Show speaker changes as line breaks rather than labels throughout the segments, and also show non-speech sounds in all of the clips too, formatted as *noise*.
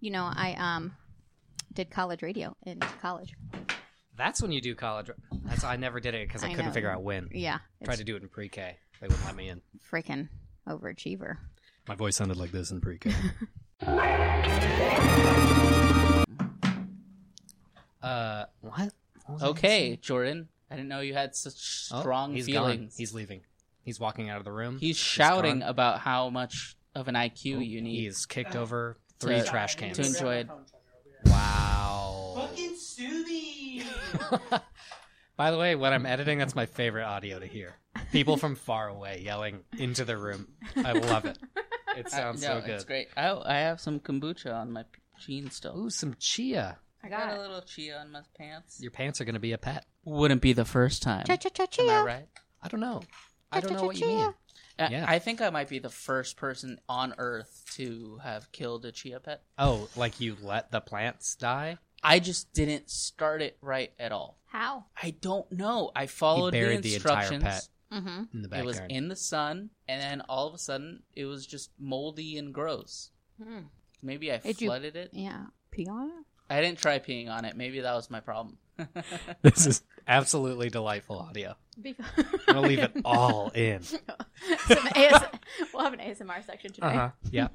you know, I um did college radio in college.
That's when you do college. That's I never did it because I,
I
couldn't
know.
figure out when.
Yeah,
Tried
it's
to do it in pre-K. They wouldn't let me in.
freaking overachiever.
My voice sounded like this
*laughs*
in pre-K. uh, what? What was I
Okay, Jordan. I didn't know you had such
Oh,
strong
he's gone.
feelings.
He's leaving. He's walking out of the room.
He's shouting
gone. Oh,
about how much of an IQ you need.
He's kicked over three
To-
trash
Uh, to
cans.
enjoy it.
Wow.
Fucking sue me!
*laughs* By the way, when I'm editing, that's my favorite audio to hear. People from far away yelling into the room. I love it. It
I-
sounds
no,
so good.
It's great. Oh, I have some kombucha on my p- jeans still.
Ooh, some chia.
I
got
got
it.
a little chia on my pants.
Your pants are gonna be a pet.
Wouldn't be the first time.
Cha cha cha
Am I
chia.
right?
I don't know. I don't know what you mean.
I-
Yeah.
I think I might be the first person on Earth to have killed a chia pet.
Oh, like you let the plants die?
I just didn't start it right at all.
How?
I don't know. I followed
buried
the
the entire
instructions.
pet
Mm-hmm.
in the
it was
backyard.
in the sun, and then all of a sudden, it was just moldy and gross.
Hmm.
Maybe I
Did you-
flooded it.
Yeah. Pee on it?
I didn't try peeing on it. Maybe that was my problem.
this is absolutely delightful audio. I'm gonna leave it
*laughs*
all in.
Some AS- we'll have an ASMR section today.
Uh-huh.
Yeah.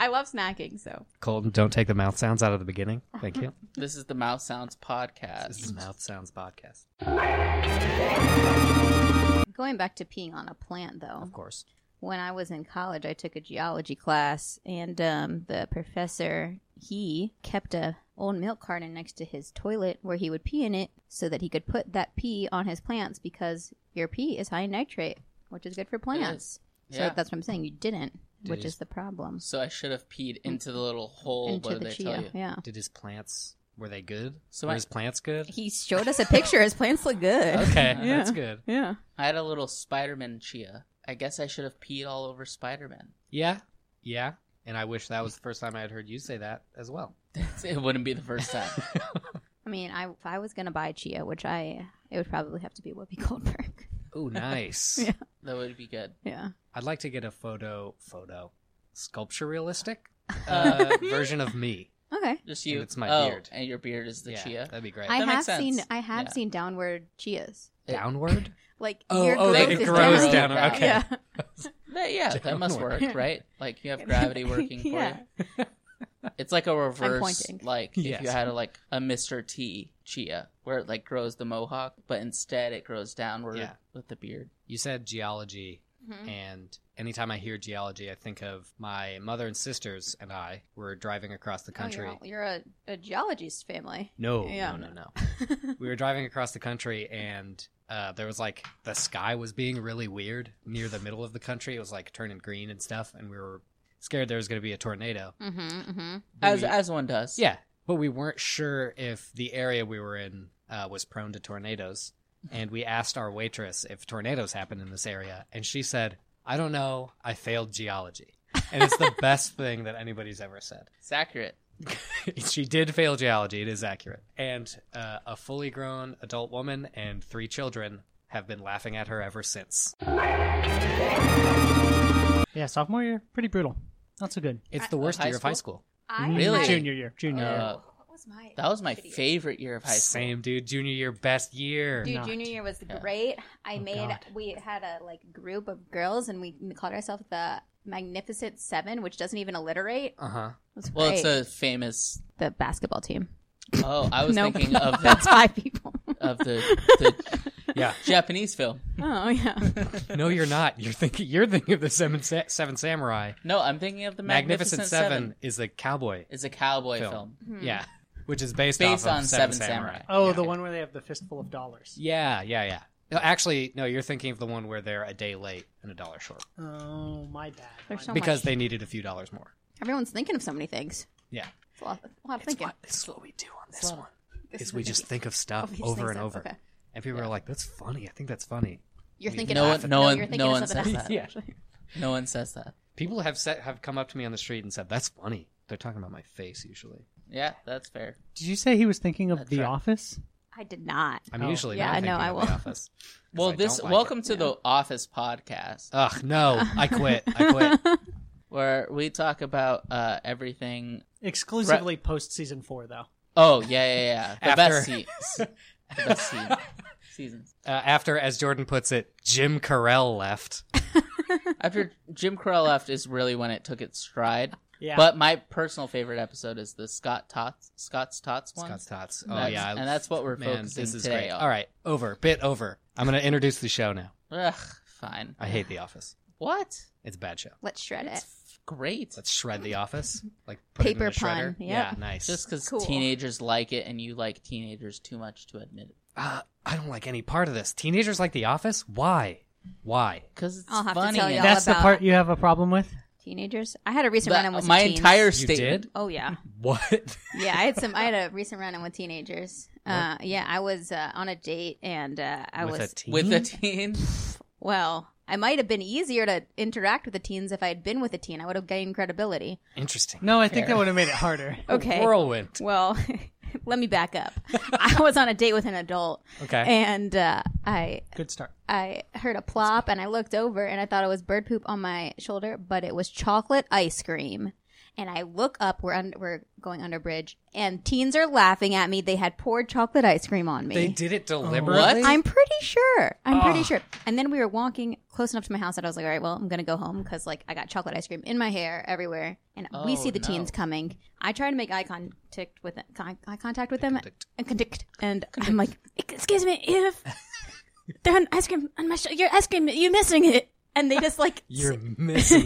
I love snacking, so
Colton, don't take the mouth sounds out of the beginning. Thank you.
this is the Mouse Sounds
This is
podcast.
Mouth Sounds Podcast.
going back to peeing on a plant though.
Of course.
when I was in college, I took a geology class, and um, the professor he kept a old milk carton next to his toilet where he would pee in it, so that he could put that pee on his plants because your pee is high in nitrate, which is good for plants. So
Yeah.
that's what I'm saying. You didn't,
Did
which
you-
is the problem.
So I should have peed into the little hole.
Into
what did
the
they tell
chia,
you?
yeah.
Did his plants were they good?
So
were
I-
his plants
*laughs*
good?
He showed us a picture. His plants look good.
Okay,
Yeah.
that's good.
Yeah.
I had a little Spider-Man chia. I guess I should have peed all over Spider-Man. *laughs*
Yeah, yeah. And I wish that was the first time I had heard you say that as
*laughs*
well.
it wouldn't be the first time.
I mean, I, if I was gonna buy chia, which I it would probably have to be Whoopi *laughs* Goldberg.
Oh, nice.
Yeah.
that would be good.
yeah.
I'd like to get a photo, photo, sculpture
*laughs*
realistic uh, version of me.
Okay.
Just
And
you.
it's my
oh,
beard.
And your beard is the
yeah,
chia.
that'd be great.
I
That
have
makes
seen
sense.
I have
Yeah.
seen downward chias.
Downward.
Like
Oh,
your
oh,
growth
it
is
grows
down.
down, okay.
Yeah.
That- yeah, that must work,
Downward.
right? Like *laughs* you have gravity working for
Yeah.
you. It's like a reverse,
pointing.
like if you
Yes.
had a, like a Mr. T chia, where it like grows the mohawk, but instead it grows downward
Yeah.
with the beard.
you said geology,
Mm-hmm.
Mhm.
and anytime I hear geology, I think of my mother and sisters and I were driving across the
Oh, you're
country.
all- you're, a, a geologist family. *laughs*
No,
Yeah.
no, no, no.
Mm-hmm,
we were driving across the country and uh, there was like the sky was being really weird near the middle of the country. It was like turning green and stuff, and we were scared there was going to be a tornado.
Mm-hmm, mm-hmm.
But
As
we-
as one does.
yeah, but we weren't sure if the area we were in uh, was prone to tornadoes. And we asked our waitress if tornadoes happen in this area, and she said, "I don't know. I failed geology." And it's the best thing that anybody's ever said.
It's accurate.
*laughs* she did fail geology. It is accurate. And uh, a fully grown adult woman and three children have been laughing at her ever since.
Yeah, sophomore year, pretty brutal. Not so good. Mm,
It's the
Of
worst
high
year of high school.
I
Really?
had-
Mm-hmm. Junior year. Junior
Uh,
year.
Oh, what was my
That was my
shitty-
favorite year of high school.
Same, dude. Junior year, best year.
Dude,
Not.
junior year was
Yeah.
great. I
Oh,
made
God.
we had a like group of girls and we called ourselves the Magnificent Seven, which doesn't even alliterate.
Uh huh.
It was
Well, it's
great.
a famous.
the basketball team.
Oh,
*laughs*
I was
Nope.
thinking of
That's
the,
five
*laughs*
people.
of the,
Yeah.
the Japanese film.
Oh yeah.
No, you're not. You're thinking. You're thinking of the Seven Sa- Seven Samurai.
No, I'm thinking of the
Magnificent,
Magnificent,
Seven,
Seven.
is a cowboy.
It's a cowboy
Film.
film.
Hmm. Mm-hmm.
Yeah, which is based,
Based
off of
on
Seven,
Seven
Samurai.
Samurai.
Oh,
yeah.
the one where they have the fistful of dollars.
Yeah, yeah, yeah. No, actually, no. You're thinking of the one where they're a day late and a dollar short
Oh, my bad.
There's so
My-
because
much.
they needed a few dollars more.
Everyone's thinking of so many things.
Yeah.
It's a lot, a lot of thinking.
This is what we do on
this one,
This
is
is
we
what
just
we-
think of
Oh,
stuff
we just
over
think
and
so,
over,
okay.
and people are like, "That's funny. I think that's funny."
You're
We-
thinking
No
of
one- no one-
you're thinking
no
of
one
something
says
else,
that. Yeah.
actually.
No one says that.
People have set, have come up to me on the street and said, "That's funny." They're talking about my face usually.
Yeah, that's fair.
Did you say he was thinking of
That's
The
right.
Office?
I did not.
I'm
Oh.
usually
Yeah,
not
I know,
thinking
I
of
will.
The Office. 'cause
Well,
I
this
don't like it.
welcome to the Office podcast.
Ugh, no, I quit. I quit.
where we talk about uh, everything.
Exclusively post season four, though.
Oh yeah, yeah, yeah. The best
After-
seasons. the best season. seasons.
Uh, after, as Jordan puts it, Jim Carell left.
After Jim Crow left is really when it took its stride.
Yeah.
But my personal favorite episode is the Scott Tots Scott's Tots one.
Scott's Tots. Oh,
That's-
yeah. I-
and that's what we're
Man,
focusing
this is
today
great.
on.
All right, over. Bit over. I'm going to introduce the show now.
Ugh, fine.
I hate The Office.
What?
It's a bad show.
Let's shred
It's
it.
f- great.
Let's shred The Office. Like, put it in
Paper
the shredder.
pun, yep.
Yeah, nice.
Just because
Cool.
teenagers like it and you like teenagers too much to admit it.
uh, I don't like any part of this. Teenagers like The Office? Why? Why? *laughs*
Because it's
I'll have to
funny.
tell
and-
y'all.
That's the
about-
part you have a problem with.
Teenagers. I had a recent
That-
run-in with some
my
teens.
entire
You
statement.
did?
Oh yeah,
What?
yeah. I had some. I had a recent run-in with teenagers. Uh, yeah, I was uh, on a date and uh, I
With a
was
teen?
With a teen,
well. I might have been easier to interact with the teens if I had been with a teen. I would have gained credibility.
Interesting.
No, I think
Fair.
that would have made it harder.
Oh,
Okay.
Whirlwind.
Well, *laughs* let me back
*laughs*
up. I was on a date with an adult,
Okay.
and uh, I
Good start.
I heard a plop, and I looked over, and I thought it was bird poop on my shoulder, but it was chocolate ice cream. And I look up. We're under, we're going under bridge, and teens are laughing at me. They had poured chocolate ice cream on me.
they did Oh. it deliberately.
What?
I'm pretty sure. I'm pretty sure. And then we were walking close enough to my house that I was like, all right, well, I'm going to go home because, like, I got chocolate ice cream in my hair everywhere. And we
Oh,
see the
no.
teens coming. I try to make eye contact with them, con- eye contact with them
Contact.
and contact. And I'm like, excuse me, if they're on ice cream on my sh- your ice cream, you're missing it. And they just like
You're missing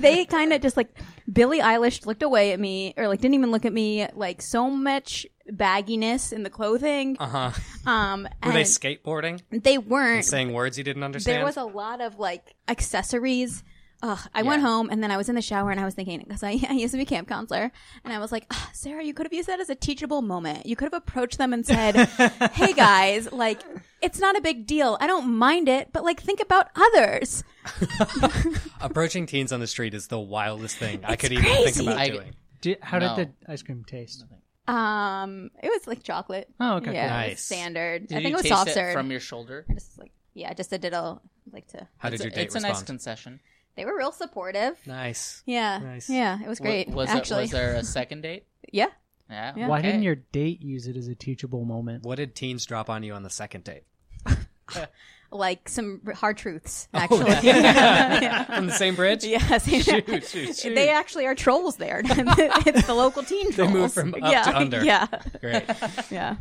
*laughs* they kind of just like Billie Eilish looked away at me or like didn't even look at me like so much bagginess in the clothing
Uh huh.
um
Were
and
they skateboarding?
they weren't
Saying words you didn't understand?
there was a lot of like accessories. Ugh, I went
Yeah.
home and then I was in the shower and I was thinking because I, *laughs* I used to be camp counselor and I was like, "Ugh, Sarah, you could have used that as a teachable moment. You could have approached them and said, "Hey guys, like it's not a big deal. I don't mind it, but like think about others."
Approaching teens on the street is the wildest thing I
It's
could even think
crazy.
about
I-
doing.
Did, how
No.
did the ice cream taste?
Um, it was like chocolate.
Oh, okay,
yeah,
cool.
it was
Nice.
standard.
did
I think
you
it was
taste
soft
it
serve.
from your shoulder?
I just like yeah, just a diddle like to.
How
It's
did
a-
your date
It's a nice
respond?
concession.
They were real supportive.
nice.
Yeah,
Nice.
yeah, it was
W-
great.
Was,
actually,
There, was there a second
*laughs*
date?
yeah.
Yeah.
Yeah.
Why didn't
okay.
your date use it as a teachable moment?
What did teens drop on you on the
*laughs*
second date?
like some r- hard truths
Oh,
actually
*laughs* From the same
*laughs*
bridge?
yes
Shoot, shoot, shoot.
they actually are trolls there *laughs* it's the local teen
They
trolls
moved from up
yeah
to under.
yeah
Great.
yeah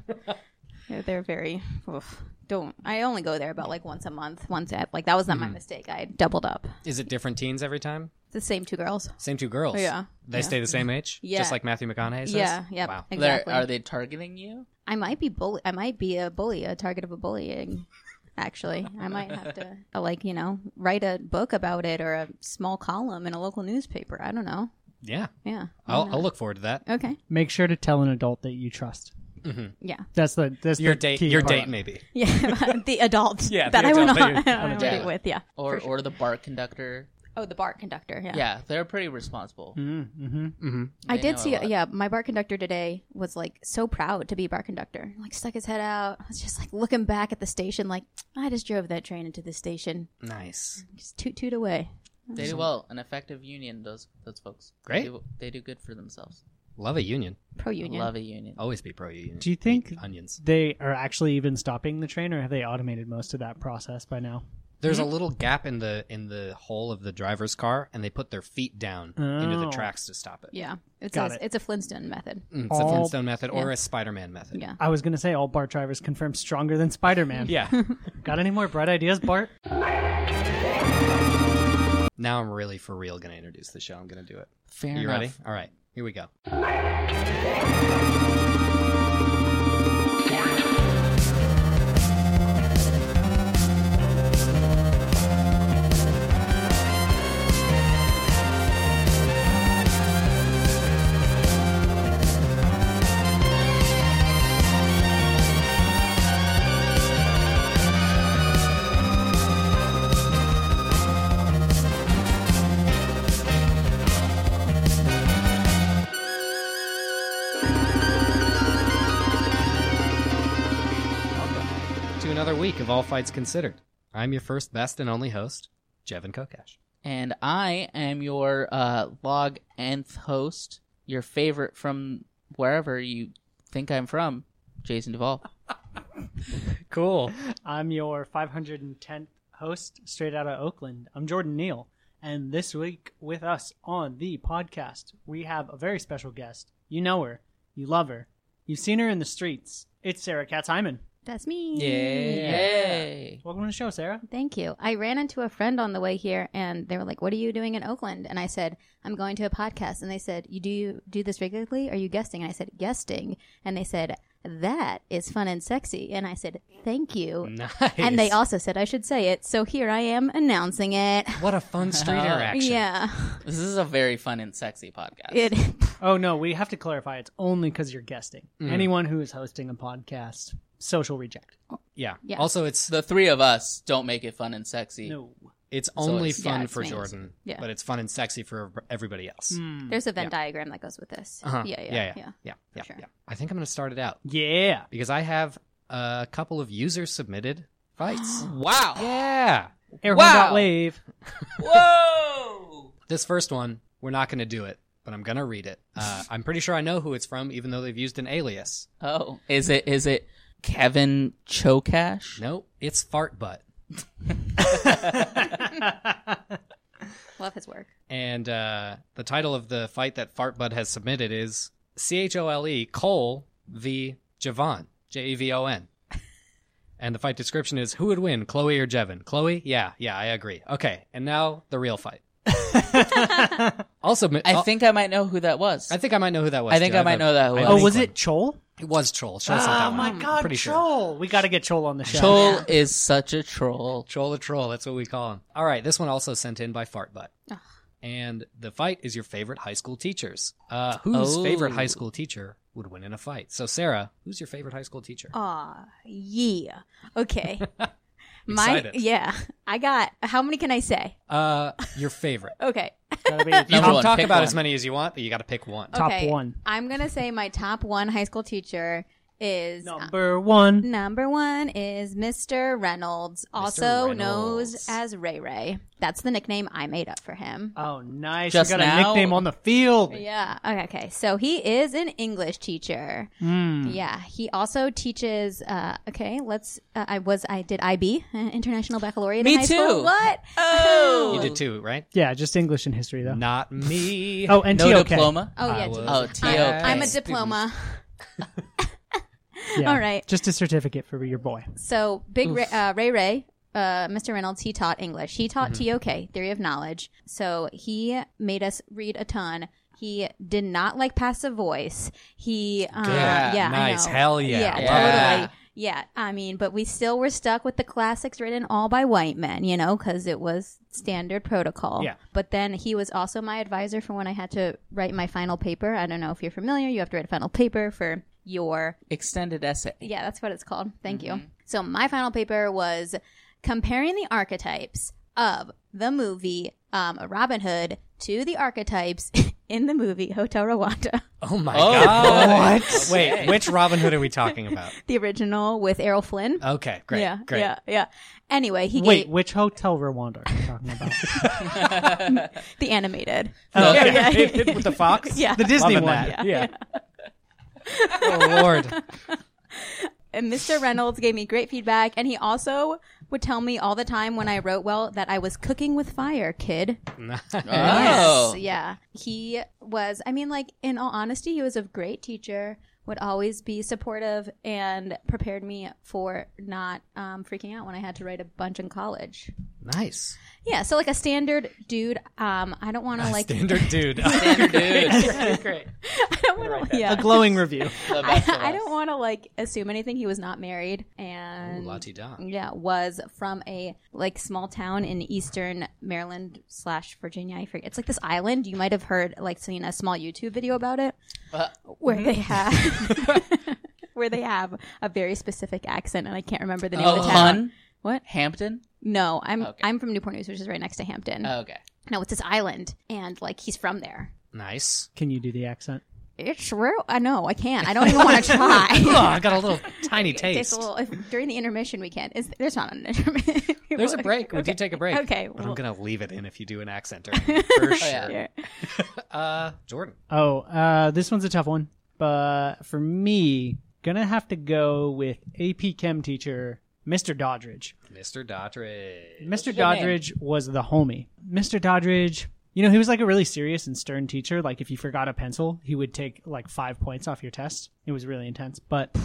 they're, they're very oof. don't i only go there about like once a month once at like that was not
Mm-hmm.
my mistake i doubled up
Is it different teens every time?
the same two girls
Same two girls.
Yeah.
They stay the same age?
Yeah.
Just like Matthew McConaughey says?
yeah yeah
Wow.
They're-
exactly
Are they targeting you?
i might be bully i might be a bully a target of a bullying actually i might have to uh, like you know write a book about it or a small column in a local newspaper i don't know
Yeah.
yeah
I'll, I'll look forward to that.
okay
Make sure to tell an adult that you trust.
yeah
That's the that's
Your
the
date,
key
your
part.
date, maybe.
*laughs* Yeah, *laughs* the adult
Yeah,
that
the
I went
adult
on,
that you're-
on a
Yeah.
date with. Yeah.
Or or the bar conductor?
Oh, the bar conductor. Yeah.
Yeah, they're pretty responsible.
Mm-hmm.
I
They know
did
a
see.
lot.
yeah, my bar conductor today was like so proud to be bar conductor. Like stuck his head out. I was just like looking back at the station. Like I just drove that train into the station.
Nice.
Just toot toot away.
They do well. An effective union does those folks.
Great.
They do, they do good for themselves.
Love a union.
Pro union.
Love a union.
Always be pro union.
Do you think-
Eat onions?
They are actually even stopping the train, or have they automated most of that process by now?
There's a little gap in the in the hole of the driver's car, and they put their feet down into the
Oh.
tracks to stop it.
Yeah, it's
Got
a,
it.
it's a Flintstone method.
Mm, It's
All-
a Flintstone method or
yeah.
a Spider-Man method.
Yeah.
I was gonna say all Bart drivers confirmed stronger than Spider-Man.
Yeah.
Got any more bright ideas, Bart?
now I'm really for real gonna introduce the show. I'm gonna do it.
Fair
you
enough.
ready? All right. Here we go. Welcome to another week of All Fights Considered. I'm your first, best, and only host, Jevin Kokash.
and I am your uh, log nth host, your favorite from wherever you think I'm from, Jason Duvall.
Cool.
I'm your 510th host, straight out of Oakland. I'm Jordan Neal, and this week with us on the podcast, we have a very special guest. You know her, you love her, you've seen her in the streets. It's Sarah Katz Hyman.
That's me.
Yay!
Welcome to the show, Sarah.
Thank you. I ran into a friend on the way here, and they were like, "What are you doing in Oakland?" And I said, "I'm going to a podcast." And they said, "You do you do this regularly? Are you guesting?" And I said, "Guesting." And they said, "That is fun and sexy." And I said, "Thank you."
*laughs* Nice.
And they also said I should say it, so here I am announcing it.
What a fun street
Oh.
interaction. *laughs*
Yeah,
This is a very fun and sexy podcast.
it.
Oh, no, we have to clarify it's only because you're guesting.
Mm.
Anyone who is hosting a podcast, social reject.
Yeah.
Yeah.
Also, it's
The three of us don't make it fun and sexy.
No.
it's only
it's-
yeah,
fun
it's
for
me.
Jordan,
Yeah.
but it's fun and sexy for everybody else.
Mm.
There's a Venn
Yeah.
diagram that goes with this.
Uh-huh.
Yeah, yeah,
Yeah,
yeah,
Yeah, yeah,
Sure.
yeah. I think I'm going to start it out
Yeah.
because I have a couple of user submitted
*gasps*
fights. *gasps*
Wow!
yeah.
Air
Wow.
wow. wave. *laughs*
*laughs*
Whoa!
This first one, we're not going to do it, but I'm going to read it. Uh, I'm pretty sure I know who it's from, even though they've used an alias.
Oh, is it is it Kevin Chocash?
No, it's Fart Butt.
Love his work.
And uh, the title of the fight that Fartbud has submitted is C H O L E Cole v Javon J E V O N. *laughs* And the fight description is who would win, Chloe or Jevon? Chloe? Yeah, yeah, I agree. Okay, and now the real
*laughs*
fight. Also,
I think I might know who that was.
Oh. I think I might know who that was.
I think
too.
I might
have a-
know that
I
was.
have
oh,
an
was
inkling.
it Chol?
It was Troll. Should have said
Oh
that
my
one.
god,
Pretty sure.
Troll! We got to get Troll on the show.
Troll is such a troll.
Troll a troll, that's what we call him. All right, this one also sent in by Fartbutt.
Ugh.
And the fight is your favorite high school teachers. Uh, whose
Oh.
favorite high school teacher would win in a fight? So, Sarah, who's your favorite high school teacher?
Ah, yeah.
*laughs*
Okay.
Excited.
yeah. I got. How many can I say?
Uh, your
*laughs*
favorite.
Okay.
*laughs*
Gotta be top,
You
Number
can
one,
talk
pick
about
one.
as many as you want, but you got to pick one.
Oh.
top
Okay.
one.
I'm gonna say my top one high school teacher is uh,
Number one.
Number one is Mr. Reynolds, also known
Reynolds.
as Ray Ray. That's the nickname I made up for him.
Oh, nice.
Just
we got
now?
a nickname on the field.
Yeah. Okay. Okay. So he is an English teacher.
Mm.
Yeah. He also teaches. Uh, okay. Let's. Uh, I was. I did IB, uh, International Baccalaureate.
Me
in high School.
too.
What?
Oh.
You did too, right?
Yeah, just English and history,
*laughs*
though.
Not me.
Oh, and
No
TOK.
diploma.
Oh
I
yeah.
was
diploma. I-
Oh, TOK.
I'm a diploma.
Yeah.
All right.
Just a certificate for your boy.
So Big Ray, uh, Ray Ray, uh, Mr. Reynolds, he taught English. He taught TOK, Theory of Knowledge. So he made us read a ton. He did not like passive voice. He, uh,
Good.
yeah, I
Nice.
know.
Hell yeah.
yeah,
Love
Yeah.
totally. Yeah, I mean, but we still were stuck with the classics written all by white men, you know, because it was standard protocol.
Yeah.
But then he was also my advisor for when I had to write my final paper. I don't know if you're familiar. You have to write a final paper for your *laughs*
Extended essay.
yeah, that's what it's called. Thank
Mm-hmm.
you. So my final paper was comparing the archetypes of the movie um, Robin Hood to the archetypes *laughs* in the movie Hotel Rwanda, *laughs*
Oh my
Oh,
god.
*laughs* boy.
What? Wait, which Robin Hood are we talking about?
the original with Errol Flynn.
Okay, great.
yeah,
great. *laughs*
yeah, yeah. Anyway, he
Oh, Wait,
gave
which hotel Rwanda are you talking
*laughs*
about?
the animated.
Oh,
yeah,
yeah.
With the
*laughs*
fox?
Yeah.
the Disney
Loving
one.
that.
Yeah.
Oh lord.
*laughs*
And Mr. Reynolds gave me great feedback, and he also would tell me all the time when I wrote well that I was cooking with fire, kid.
Oh.
Yes, yeah. He was, I mean, like, in all honesty, he was a great teacher, would always be supportive, and prepared me for not um, freaking out when I had to write a bunch in college.
Nice.
Yeah, so like a standard dude, um, I don't want to like. *laughs*
Standard dude.
Standard dude.
great.
I don't want to.
A
Yeah.
glowing *laughs* review.
*laughs*
The
I,
best of
I
us.
don't want to like assume anything. He was not married, and
Lati Da.
yeah, was from a like small town in eastern Maryland slash Virginia. I forget. It's like this island. You might have heard, like, seen a small YouTube video about it.
Uh,
where
mm-hmm.
they have
*laughs*
where they have a very specific accent, and I can't remember the name
oh,
of the town.
Hun?
What?
Hampton?
No, I'm
Okay.
I'm from Newport News, which is right next to
Oh.
Hampton.
Okay.
no, it's this island, and like he's from there.
Nice.
Can you do the accent?
It's real. I know. I can't. I don't even
*laughs*
want to
*laughs*
Ugh,
try.
I got
*laughs*
a little tiny
It tastes
taste.
a little- if- during the intermission, we can. Is, there's not an intermission.
There's
*laughs*
a break. We do take a break.
Okay.
But I'm
well, Oh,
gonna leave it in if you do an
*laughs*
accent or for
Oh, yeah.
sure.
yeah.
Uh, Jordan.
Oh, uh, this one's a tough one, but for me, gonna have to go with AP Chem teacher Mr. Doddridge.
Mr. Daughtry.
Mr.
a good name.
Doddridge was the homie. Mr. Doddridge, you know, he was like a really serious and stern teacher. Like if you forgot a pencil, he would take like five points off your test. It was really intense, but.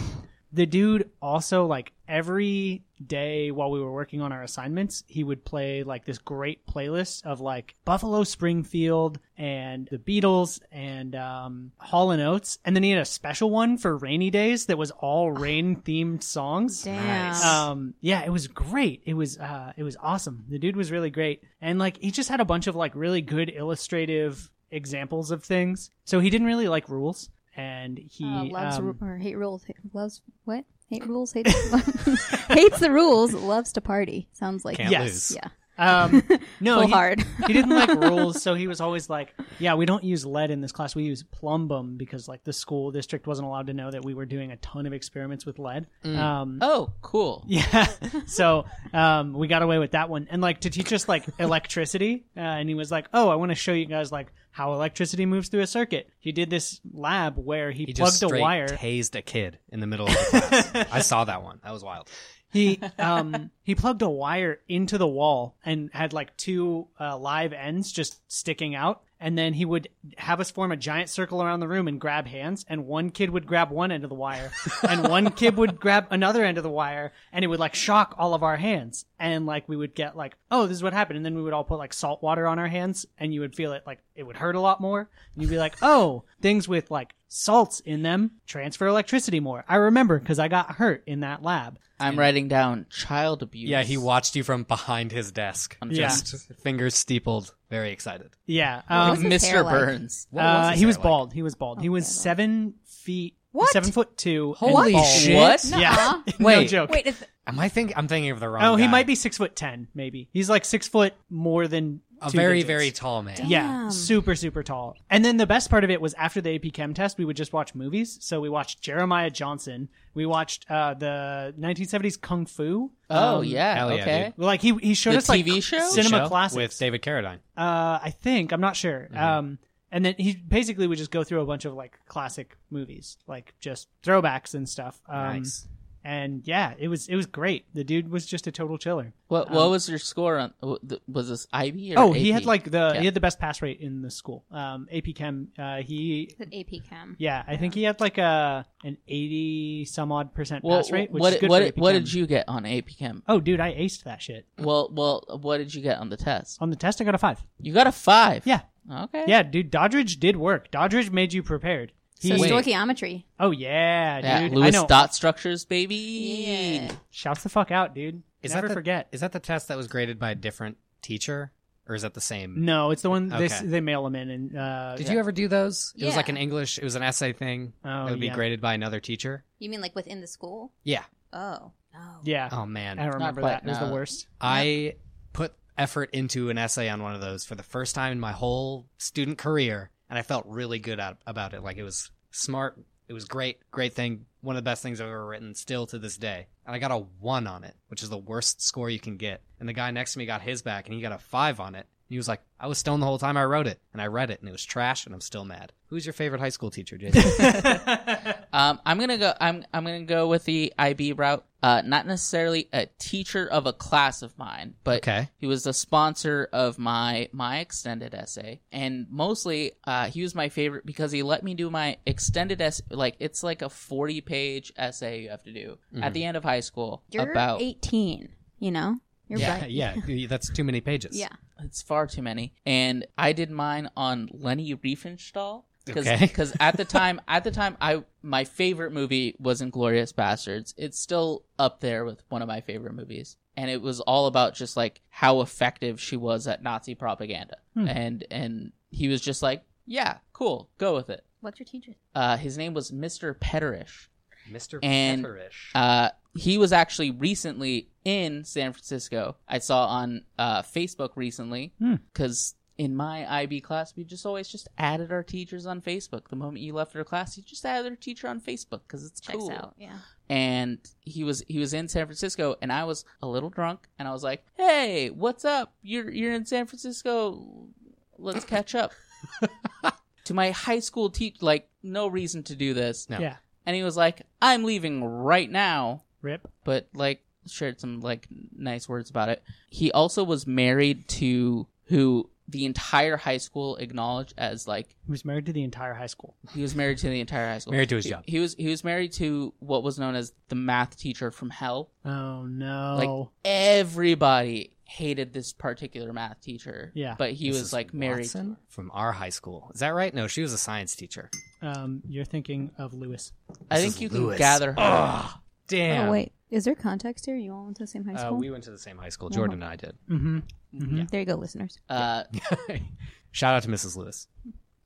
The dude also like every day while we were working on our assignments, he would play like this great playlist of like Buffalo Springfield and the Beatles and um, Hall and Oates, and then he had a special one for rainy days that was all rain themed songs.
Damn.
Nice.
Um, yeah, it was great. It was uh, it was awesome. The dude was really great, and like he just had a bunch of like really good illustrative examples of things. So he didn't really like rules, and he
Uh, loves
um,
ru- or hate rules. Hate, loves what? Hate rules. Hates *laughs* hates the rules. Loves to party. Sounds like
Can't
Yes.
lose.
yeah.
*laughs*
*laughs*
um, no
Full
he,
hard. *laughs*
he didn't like rules, so he was always like, "Yeah, we don't use lead in this class. We use plumbum because like the school district wasn't allowed to know that we were doing a ton of experiments with lead."
Mm.
Um,
Oh,
*laughs*
cool.
Yeah. So um, we got away with that one. And like to teach us like electricity. Uh, and he was like, oh, I want to show you guys like how electricity moves through a circuit. He did this lab where he,
He just
plugged a
straight
wire.
tased a kid in the middle of the class. I saw that one. That was
*laughs*
wild.
he um, he plugged a wire into the wall and had like two uh, live ends just sticking out. And then he would have us form a giant circle around the room and grab hands. And one kid would grab one end of the wire, and one kid would grab another end of the wire, and it would like shock all of our hands. And like we would get like, oh, this is what happened. And then we would all put like salt water on our hands, and you would feel it like it would hurt a lot more. And you'd be like, oh, things with like salts in them transfer electricity more. I remember because I got hurt in that lab.
I'm writing down child abuse.
Yeah, he watched you from behind his desk. *laughs*
I'm
Yeah.
just
Fingers steepled, very excited.
Yeah.
What
Um,
was his hair
Mr.
like?
Burns.
What
uh,
was his
he was
hair like?
bald. He was bald. He was
Okay.
seven feet.
What? Uh-huh.
Seven foot two. and
Holy
bald.
shit!
Oh, What?
*laughs* Yeah.
Nuh-uh.
no
Wait.
joke.
Wait, is,
Am I think I'm thinking of the wrong?
oh, he
guy.
might be six foot ten, maybe. He's like six foot more than
a
two
very
digits.
very tall man.
Damn.
Yeah, super, super tall. And then the best part of it was after the AP Chem test, we would just watch movies. So we watched Jeremiah Johnson. We watched uh, the 1970s Kung Fu.
Oh,
Um,
yeah.
hell yeah,
okay.
dude.
Like he he showed
The
us like
TV show?
cinema
Show
classics
with David Carradine.
Uh, I think I'm not sure.
Mm-hmm.
Um, and then he basically would just go through a bunch of like classic movies, like just throwbacks and stuff. Um,
Nice.
And yeah, it was it was great. The dude was just a total chiller.
What What was your score on? w- th- Was this IB or
Um, Oh, he
AP?
had like the
Yeah.
he had the best pass rate in the school. Um, AP Chem. Uh, he
it AP Chem?
yeah, I think he had like a an eighty some odd percent
well,
pass rate, which
what
is good
what
for AP
what
Chem.
did you get on AP Chem?
Oh, dude, I aced that shit
Well, well, what did you get on the test?
on the test. I got a five.
You got a five.
Yeah,
Okay.
yeah, dude. Doddridge did work. Doddridge made you prepared. He,
So
Wait.
stoichiometry.
oh yeah, dude.
Yeah,
I
Lewis
know.
dot structures, baby.
Yeah.
Shouts the fuck out, dude. Never
that the,
forget.
Is that the test that was graded by a different teacher, or is that the same?
No, it's the one they,
Mm. Okay.
they mail them in, and uh,
Did you ever do those? It was like
Yeah.
an English. It was an essay thing.
Oh,
it would be
yeah.
graded by another teacher.
You mean like within the school?
Yeah.
Oh. Oh.
yeah,
Oh man,
I remember
quite,
that. It was the
no.
worst.
I put effort into an essay on one of those for the first time in my whole student career, and I felt really good at, about it. Like it was smart, it was great, great thing, one of the best things I've ever written, still to this day. And I got a one on it, which is the worst score you can get. And the guy next to me got his back, and he got a five on it. And he was like, "I was stoned the whole time I wrote it, and I read it, and it was trash, and I'm still mad." Who's your favorite high school teacher,
*laughs*
Jason? *laughs*
Um, I'm gonna go. I'm I'm gonna go with the IB route. Uh, not necessarily a teacher of a class of mine, but
okay,
he was the sponsor of my my extended essay, and mostly uh, he was my favorite because he let me do my extended essay. Like it's like a forty page essay you have to do at the end of high school
You're
about
18, you know? You're
yeah,
right. *laughs*
yeah, that's too many pages.
Yeah.
It's far too many. And I did mine on Lenny Riefenstahl. Because
Okay.
at the time, at the time, I my favorite movie was Inglorious Bastards. It's still up there with one of my favorite movies, and it was all about just like how effective she was at Nazi propaganda.
Hmm.
And and he was just like, yeah, cool, go with it.
What's your teacher?
Uh, his name was Mister Petterish.
Mr.
And-
Pepperish.
Uh, he was actually recently in San Francisco. I saw on uh, Facebook recently
Hmm.
because in my IB class, we just always just added our teachers on Facebook. The moment you left their class, you just added their teacher on Facebook because it's
Checks
cool.
out. Yeah.
And he was he was in San Francisco, and I was a little drunk, and I was like, "Hey, what's up? You're you're in San Francisco. Let's catch up." to my high school teacher, like no reason to do this,
No.
Yeah.
and he was like, "I'm leaving right now."
*laughs* Rip.
but like shared some like nice words about it. He also was married to who the entire high school acknowledged as like
He was married to the entire high school.
he was married to the entire high school.
Married to his
He-
job.
He, was he was married to what was known as the math teacher from hell.
Oh no.
Like everybody hated this particular math teacher.
Yeah.
But he
Mrs.
was like married to
Watson from our high school. Is that right? No, she was a science teacher.
Oh,
um, you're thinking of Lewis.
her. I
Mrs.
think you
Lewis.
can gather her.
Oh, damn.
Oh wait, is there context here? You all went to the same high
Uh,
school.
we went to the same high school. Jordan and I did.
Mm-hmm.
Mhm.
There you go, listeners.
Uh,
Shout out to Mrs. Lewis.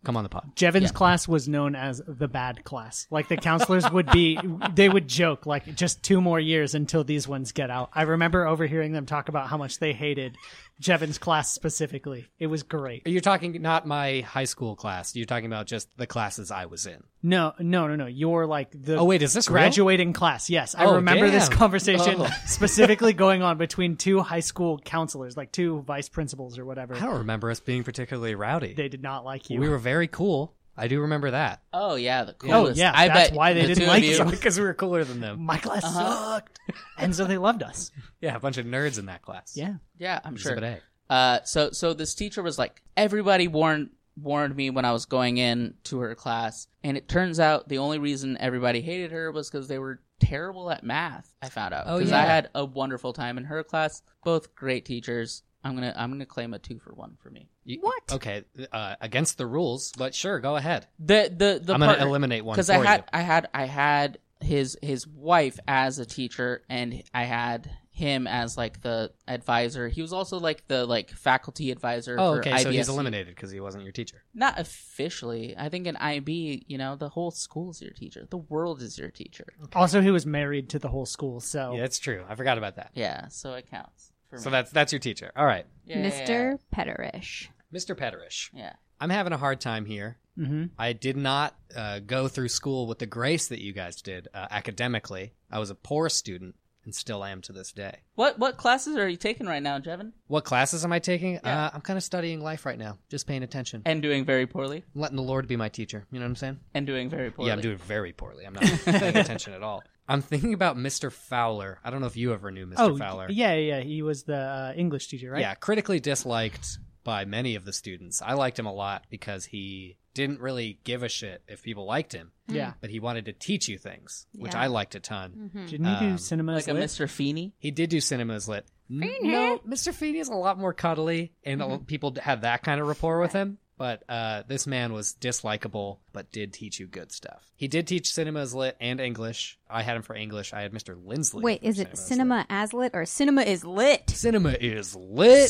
Come on the pod.
Jevon's class was known as the bad class. Like the counselors would be, *laughs* they would joke like just two more years until these ones get out. I remember overhearing them talk about how much they hated Jevon's class specifically. It was great.
You're talking not my high school class. You're talking about just the classes I was in.
No, no, no, no. You're like the
Oh wait, is this real?
graduating class. Yes, I
Oh,
remember this
damn.
conversation
Oh.
*laughs* specifically going on between two high school counselors, like two vice principals or whatever.
I don't remember us being particularly rowdy.
They did not like you.
we were very cool. I do remember
*laughs*
that.
oh yeah, the
Oh,
coolest.
yeah,
I
that's
bet
why they
the
didn't
two of
like
you-
each other.
because we were cooler than them.
My class
Uh-huh.
sucked, and so they loved us.
Yeah, a bunch of nerds in that class.
Yeah.
Yeah, I'm sure.
Exhibit A.
Uh, so so this teacher was like, everybody warned warned me when I was going in to her class, and it turns out the only reason everybody hated her was because they were terrible at math. I found out
Oh,
because
yeah.
I had a wonderful time in her class. Both great teachers. I'm gonna I'm gonna claim a two for one for me.
You-
What?
Okay, uh, against the rules, but sure, go ahead.
The the the
I'm
part,
going to eliminate one
because
for
I had
you.
I had I had his his wife as a teacher, and I had him as like the advisor. He was also like the like faculty advisor.
Oh,
for
okay, so he's
IBSU.
eliminated because he wasn't your teacher.
Not officially. I think in IB, you know, the whole school is your teacher. The world is your teacher.
Also, he was married to the whole school,
Oh.
so
Yeah, that's true. I forgot about that.
Yeah, so it counts. For
So
me.
that's that's your teacher. All right,
Yeah,
Mr. Petterish.
Mr. Petterish.
Yeah.
I'm having a hard time here.
hmm
I did not uh, go through school with the grace that you guys did uh, academically. I was a poor student and still am to this day.
What what classes are you taking right now, Jevin?
What classes am I taking?
Yeah.
Uh, I'm kind of studying life right now, just paying attention.
And doing very poorly.
I'm letting the Lord be my teacher. You know what I'm saying?
And doing very poorly.
Yeah, I'm doing very poorly. I'm not
*laughs*
paying attention at all. I'm thinking about Mr. Fowler. I don't know if you ever knew Mr.
Oh,
Fowler.
yeah, yeah. He was the uh, English teacher, right?
Yeah, critically disliked by many of the students. I liked him a lot because he didn't really give a shit if people liked him,
Yeah.
but he wanted to teach you things, which
Yeah. Mm.
I liked a ton.
Didn't he do
Um,
cinema?
Hmm. like a Mr. Feeney.
He did do Cinema's Lit. N-
Feeney.
No, Mr. Feeney is a lot more cuddly, and a
Mm-hmm.
lot- people had that kind of rapport with him. But uh, this man was dislikable, but did teach you good stuff. He did teach Cinema's Lit and English. I had him for English. I had Mr. Lindsley.
Wait,
for
is it
Cinema's
cinema as lit or cinema is lit?
Lit. Cinema is lit.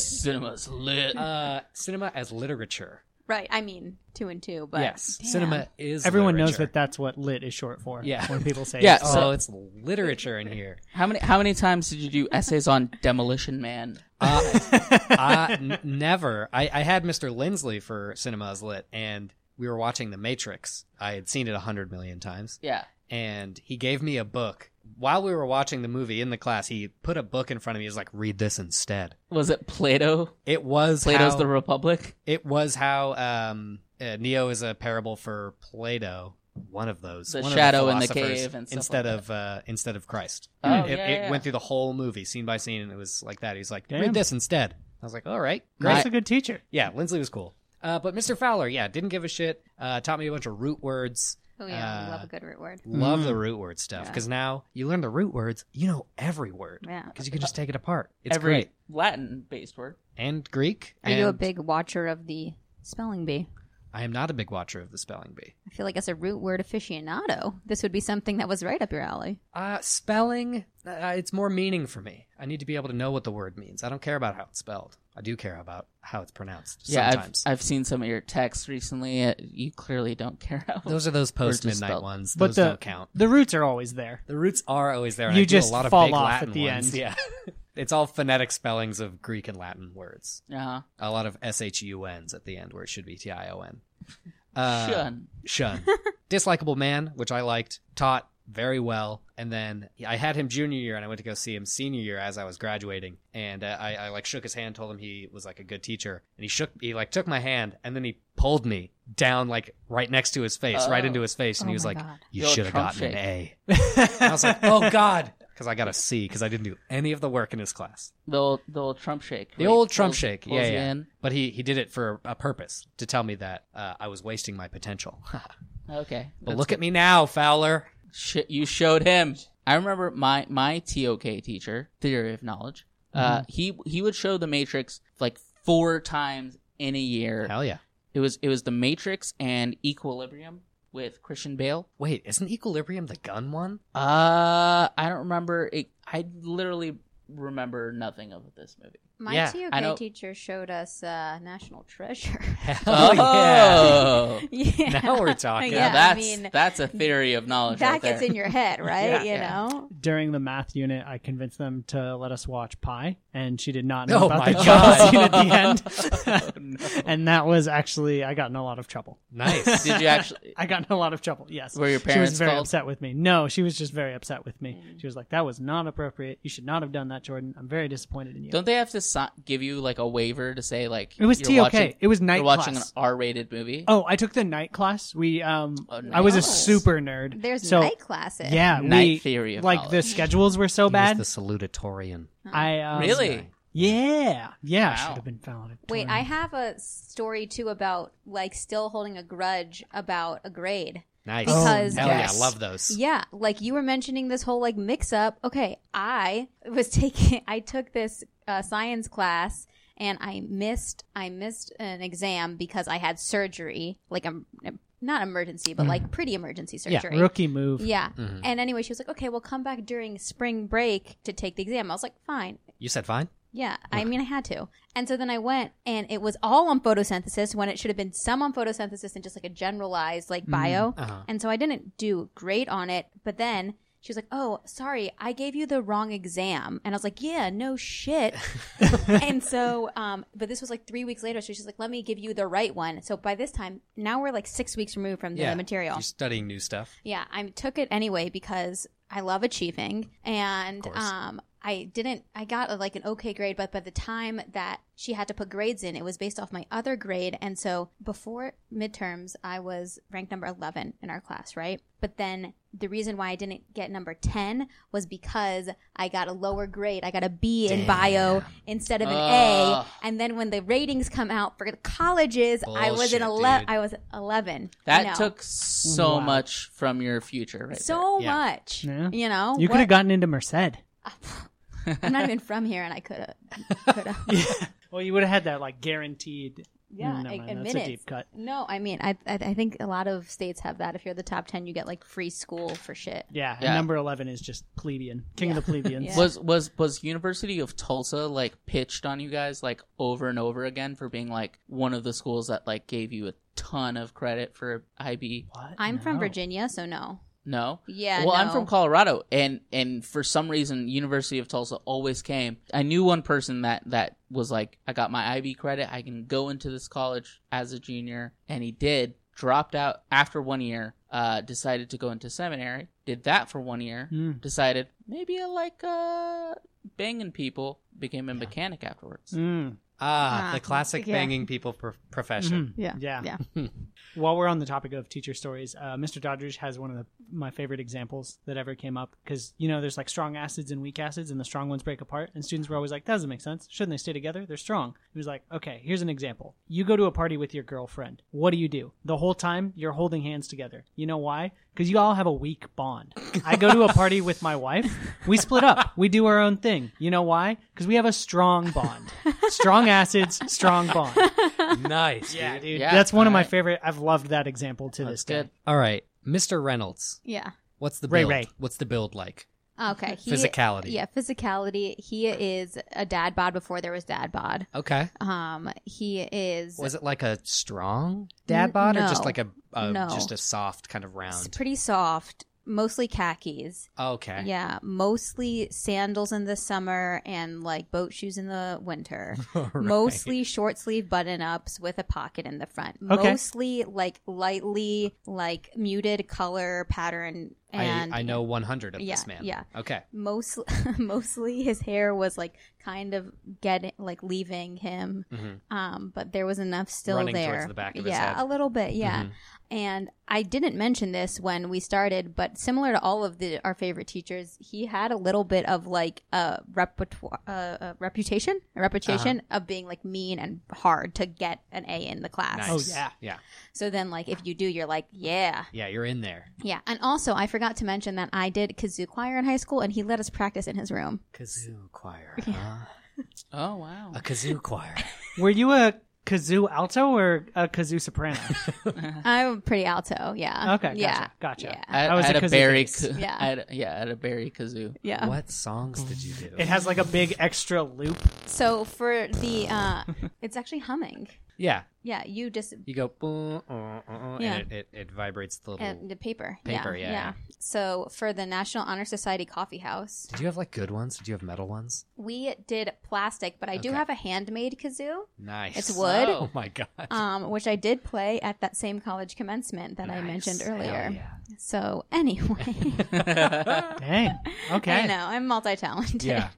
*laughs*
Cinema's lit.
Uh, cinema as literature.
Right. I mean, two and two, but
yes,
Damn.
cinema is.
Everyone knows
literature.
that that's what lit is short for.
Yeah.
When people say
Yeah,
it's
Oh,
so-
it's literature in
*laughs*
here.
how many how many times did you do essays on Demolition Man?
Uh, I, n- never. I, I had Mr. Lindsley for Cinema's Lit, and we were watching The Matrix. I had seen it a hundred million times,
Yeah.
and he gave me a book. While we were watching the movie in the class, he put a book in front of me. He was like, "Read this instead."
Was it Plato?
It was
Plato's
how,
the Republic?
it was how um, uh, Neo is a parable for Plato. One of those,
The
one of
shadow in the
philosophers,
cave and stuff
instead
like
of uh, instead of Christ.
Oh,
it,
yeah,
it
yeah.
went through the whole movie, scene by scene, and it was like that. He's like,
Damn.
"Read this instead." I was like, "All right, great."
Grant's a good teacher.
Yeah, Lindsley was cool. Uh, but Mr. Fowler, yeah, didn't give a shit. Uh, taught me a bunch of root words.
Oh yeah, we
Uh,
love a good root word.
Love
Mm.
the root word stuff
Yeah.
because now you learn the root words, you know every word
Yeah.
because you can just take it apart. It's
Every
great
Latin based word.
and Greek.
Are you a
and
big watcher of the spelling bee?
I am not a big watcher of the spelling bee.
I feel like as a root word aficionado, this would be something that was right up your alley.
Uh, spelling, uh, it's more meaning for me. I need to be able to know what the word means. I don't care about how it's spelled. I do care about how it's pronounced.
Yeah, I've,
sometimes.
I've seen some of your texts recently. Uh, You clearly don't care. how-
those are those post midnight
spelled.
ones.
But
those
the-
don't count.
The roots are always there.
The roots are always there. and
You
I do
just
a lot of
fall
big
off
Latin
at the
ones. *laughs*
end.
Yeah. It's all phonetic spellings of Greek and Latin words.
Uh-huh.
A lot of S H U N's at the end where it should be T I O N. Uh,
Shun.
*laughs*
Shun. Dislikable Man, which I liked, taught very well. And then I had him junior year and I went to go see him senior year as I was graduating. And uh, I, I like shook his hand, told him he was like a good teacher. And he shook, he like took my hand and then he pulled me down like right next to his face, right
Oh.
into his face. And
Oh
he was
my
like,
God.
you
Your
should have
Trump
gotten an A. And I was like, oh God. Because I got a C because I didn't do any of the work in his class.
The old, the old Trump shake.
The
right?
old Trump
Pulls-
shake,
pulls
yeah,
you
yeah.
in.
But he, he did it for a purpose to tell me that uh, I was wasting
*laughs*
my potential.
Okay.
but look at me now, Fowler.
Shit, you showed him. I remember my my TOK teacher, theory of knowledge.
Mm-hmm.
Uh, he he would show the Matrix like four times in a year.
Hell yeah.
It was it was the Matrix and Equilibrium with Christian Bale.
Wait, isn't Equilibrium the gun one?
Uh, I don't remember. It, I literally remember nothing of this movie.
*laughs*
My
Yeah,
I know-
TOK teacher showed us uh, National Treasure.
Hell
Oh,
*laughs* yeah.
*laughs* Now we're
*laughs*
talking.
Yeah,
Now
I
that's
mean,
that's a theory of knowledge.
that
right
gets
there.
in your
*laughs*
head,
Yeah.
right? you
Yeah.
know?
During the math unit, I convinced them to let us watch Pi, and she did not
Oh
know about
my
the
God.
job scene at
*laughs*
the end.
Oh, No.
and that was actually I got in a lot of trouble.
Nice.
*laughs*
Did you actually?
I got in a lot of trouble. Yes.
Were your
She
parents
was very
called?
upset with me. No, she was just very upset with me.
Mm.
She was like, "That was not appropriate. You should not have done that, Jordan. I'm very disappointed in you."
Don't they have to si- give you like a waiver to say like
it was
you're
TOK.
watching-
it was night
you're watching
class.
an R-rated movie?
oh, I took the night class. We um,
Oh, night
I was a
class.
super nerd.
There's
so
night classes.
yeah,
Night
we,
theory of
like the
knowledge.
schedules were so bad.
the salutatorian.
I um,
really?
Yeah, yeah. I
Wow.
should have been found.
Wait,
Mm.
I have a story too about like still holding a grudge about a grade.
Nice.
Because-
Hell
Yes.
yeah, love those.
Yeah, like you were mentioning this whole like mix up. Okay, I was *laughs* taking I took this uh, science class and I missed I missed an exam because I had surgery, like um, not emergency, but like pretty emergency
Yeah,
surgery.
rookie move.
Yeah.
Mhm.
And anyway, she was like, "Okay, we'll come back during spring break to take the exam." I was like, "Fine."
You said fine?
Yeah, I mean, I had to. And so then I went, and it was all on photosynthesis when it should have been some on photosynthesis and just like a generalized like bio.
Uh-huh.
And so I didn't do great on it. But then she was like, "Oh, sorry, I gave you the wrong exam," and I was like, "Yeah, no
*laughs*
shit." and so, um, but this was like three weeks later, so she's like, "Let me give you the right one." So by this time, now we're like six weeks removed from the material.
You're studying new stuff.
Yeah, I took it anyway because I love achieving and
Of course.
um I didn't I got like an okay grade but by the time that she had to put grades in it was based off my other grade and so before midterms I was ranked number 11 in our class, right? But then the reason why I didn't get number 10 was because I got a lower grade. I got a B in bio instead of an
Ugh.
A. And then when the ratings come out for colleges, I was
Bullshit,
an ele-
dude.
I was 11.
That
No
took so
Wow.
much from your future, right?
so
Yeah.
much.
Yeah.
You know,
You could have
What-
gotten into Merced.
I'm not even from here, and I could have.
*laughs*
Could have.
Well, you would have had that like guaranteed.
*laughs* Yeah,
Mm, never
a-
mind.
a
That's a
minute.
deep cut.
No, I mean, I, I I think a lot of states have that. If you're the top ten, you get like free school for shit.
Yeah, and
Yeah.
number eleven is just plebeian, king of the plebeians.
Yeah. *laughs*
there. Was was was University of Tulsa like pitched on you guys like over and over again for being like one of the schools that like gave you a ton of credit for IB?
What?
I'm from
No.
Virginia, so no.
No.
Yeah,
well, I'm
no.
from Colorado, and and for some reason, University of Tulsa always came. I knew one person that that was like, I got my IB credit. I can go into this college as a junior, and he did. Dropped out after one year. Uh, decided to go into seminary. Did that for one year.
Mm.
Decided maybe I like uh banging people. Became a mechanic afterwards.
Mm.
Ah,
Ah,
the classic
yeah.
banging people pro- profession.
Yeah.
Yeah.
Yeah.
While we're on the topic of teacher stories, uh, Mr. Doddridge has one of the, my favorite examples that ever came up because you know there's like strong acids and weak acids, and the strong ones break apart. And students were always like, "That doesn't make sense. Shouldn't they stay together? They're strong." He was like, "Okay, here's an example. You go to a party with your girlfriend. What do you do? The whole time you're holding hands together. You know why? Because you all have a weak bond. I go to a party with my wife. We split up. We do our own thing. You know why? Because we have a strong bond. Strong acids, strong bond."
Mm-hmm.
*laughs* nice.
Yeah,
dude.
dude.
Yeah,
That's one of my
alright.
favorite. I've loved that example to
That's
this day.
good.
All right. Mr. Reynolds, what's the
Ray
build?
Ray.
What's the build like?
Okay. He,
Physicality.
Yeah, physicality. He is a dad bod before there was dad bod.
Okay.
Um, he is
Was it like a strong
N-
dad bod or just
no.
like a, a
No.
just a soft kind of
s-
round?
pretty soft. mostly khakis.
Okay.
Yeah, mostly sandals in the summer and like boat shoes in the winter.
*laughs* All right.
Mostly short sleeve button ups with a pocket in the front.
Okay.
Mostly like lightly like muted color pattern and
I, I know 100 of
Yeah,
this man.
yeah.
Okay.
mostly *laughs* mostly his hair was like kind of getting like leaving him
hmm
um but there was enough still
Running
there
towards the back of his
yeah
head.
a little bit yeah
Mhm.
and i didn't mention this when we started but similar to all of the our favorite teachers he had a little bit of like a repertoire uh, uh, reputation a reputation
Uh-huh.
of being like mean and hard to get an a in the class
Nice.
Oh, yeah.
Yeah.
so then like if you do you're like yeah
Yeah, you're in there.
yeah and also i forgot to mention that i did kazoo choir in high school and he let us practice in his room
Kazoo choir.
*laughs* Yeah.
Huh?
Oh wow.
A kazoo choir.
Were you a kazoo alto or a
*laughs*
kazoo soprano?
I'm pretty alto, yeah.
Okay,
Uh, yeah,
gotcha. Gotcha.
yeah,
I,
I was
I
a
had a,
kazoo
berry.
bass.
Ca-
Yeah.
I had, yeah, I had a berry kazoo.
*laughs* yeah.
what songs did you do?
It has like a big extra loop.
So for
*laughs*
the, uh, it's actually humming.
yeah.
Yeah, you just
You go, "Boo, uh, uh, uh,"
Yeah.
and it, it, it vibrates the little.
uh, the paper.
Paper, yeah, yeah.
So for the National Honor Society Coffee House,
Did you have like good ones? Did you have metal ones?
we did plastic, but I do
Okay.
have a handmade kazoo,
Nice.
It's wood.
Oh my *laughs* god.
um, which I did play at that same college commencement that I
Nice.
mentioned
Hell
earlier.
yeah.
So anyway, *laughs*
Dang.
I
Okay.
know I'm multi-talented.
Yeah.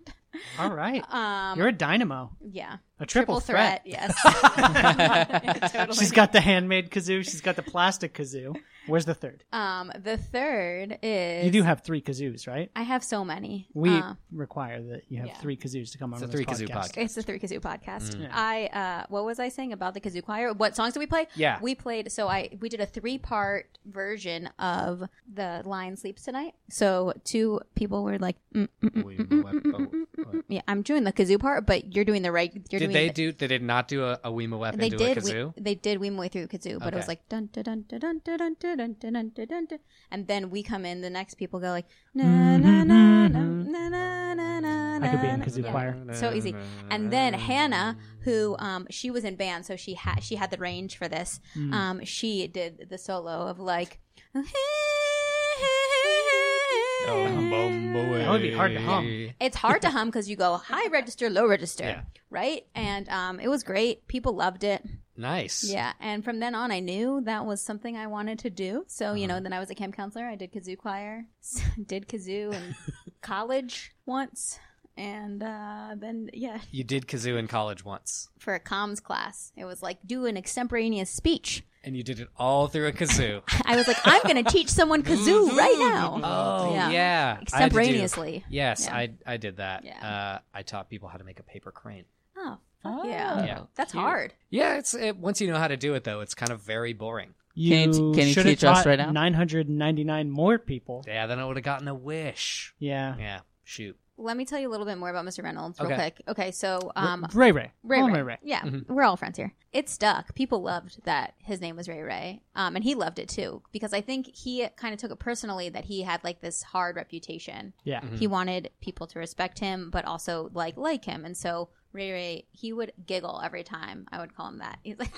All right.
*laughs* Um,
You're a dynamo.
yeah.
A triple,
threat. Oh
threat.
Yes. *laughs*
*laughs*
totally.
She's got the handmade kazoo. She's got the plastic kazoo. Where's the third?
Um, the third is
You do have three kazoos, right?
I have so many.
We
Uh,
require that you have
yeah.
three kazoos to come on
It's a
this
three kazoo podcast.
it's the Three Kazoo podcast.
Mm. Yeah.
I uh, what was I saying about the kazoo choir? What songs did we play?
Yeah.
we played. So I we did a three part version of the Lion Sleeps Tonight. So two people were like, mm, mm, mm,
We
mm, mm,
wept,
mm, mm,
but-
mm, mm, mm. yeah, I'm doing the kazoo part, but you're doing the right. You're
Did
doing
they
the,
do? They did not do a, a Wema Wep
they
into
did.
a kazoo.
We, they did. We way through kazoo, but it was
Okay.
like dun dun dun dun dun dun dun dun dun dun dun dun dun, dun, and then we come in. The next people go like na na na na na na na na.
I could be in
na."
kazoo
Yeah.
choir.
So easy. And
Mm.
then Hannah, who um, she was in band, so she had she had the range for this. Um, she did the solo of like.
Oh,
That would be hard to hum.
It's hard to hum because you go high register, low register,
Yeah.
right? And um, it was great. People loved it.
Nice.
Yeah, and from then on, I knew that was something I wanted to do. So you know, then I was a camp counselor. I did kazoo choir, *laughs* did kazoo in college once, and uh, then yeah,
You did kazoo in college once,
for a comms class, it was like do an extemporaneous speech.
and you did it all through
*laughs*
a kazoo.
I was like, I'm going to teach someone kazoo right now,
oh
Yeah.
yeah. I had to do-
extemporaneously.
Yes,
Yeah.
I I did that.
Yeah.
Uh, I taught people how to make a paper crane.
Oh, fuck yeah,
Yeah.
that's
cute.
hard.
Yeah, it's it, once you know how to do it though, it's kind of very boring.
You
Can you- can you
should have
teach us
taught
right now?
999 more people.
Yeah, then I would have gotten a wish.
Yeah.
Yeah, shoot.
Let me tell you a little bit more about Mr. Reynolds real
Okay.
quick. Okay, so um,
Ray Ray.
Ray
Oh,
Ray.
Ray Ray.
Yeah,
Mhm.
we're all friends here. It stuck. People loved that his name was Ray Ray, um, and he loved it too because I think he kind of took it personally that he had like this hard reputation.
Yeah.
Mhm.
He wanted people to respect him, but also like like him, and so Ray Ray he would giggle every time I would call him that. *laughs* He's like,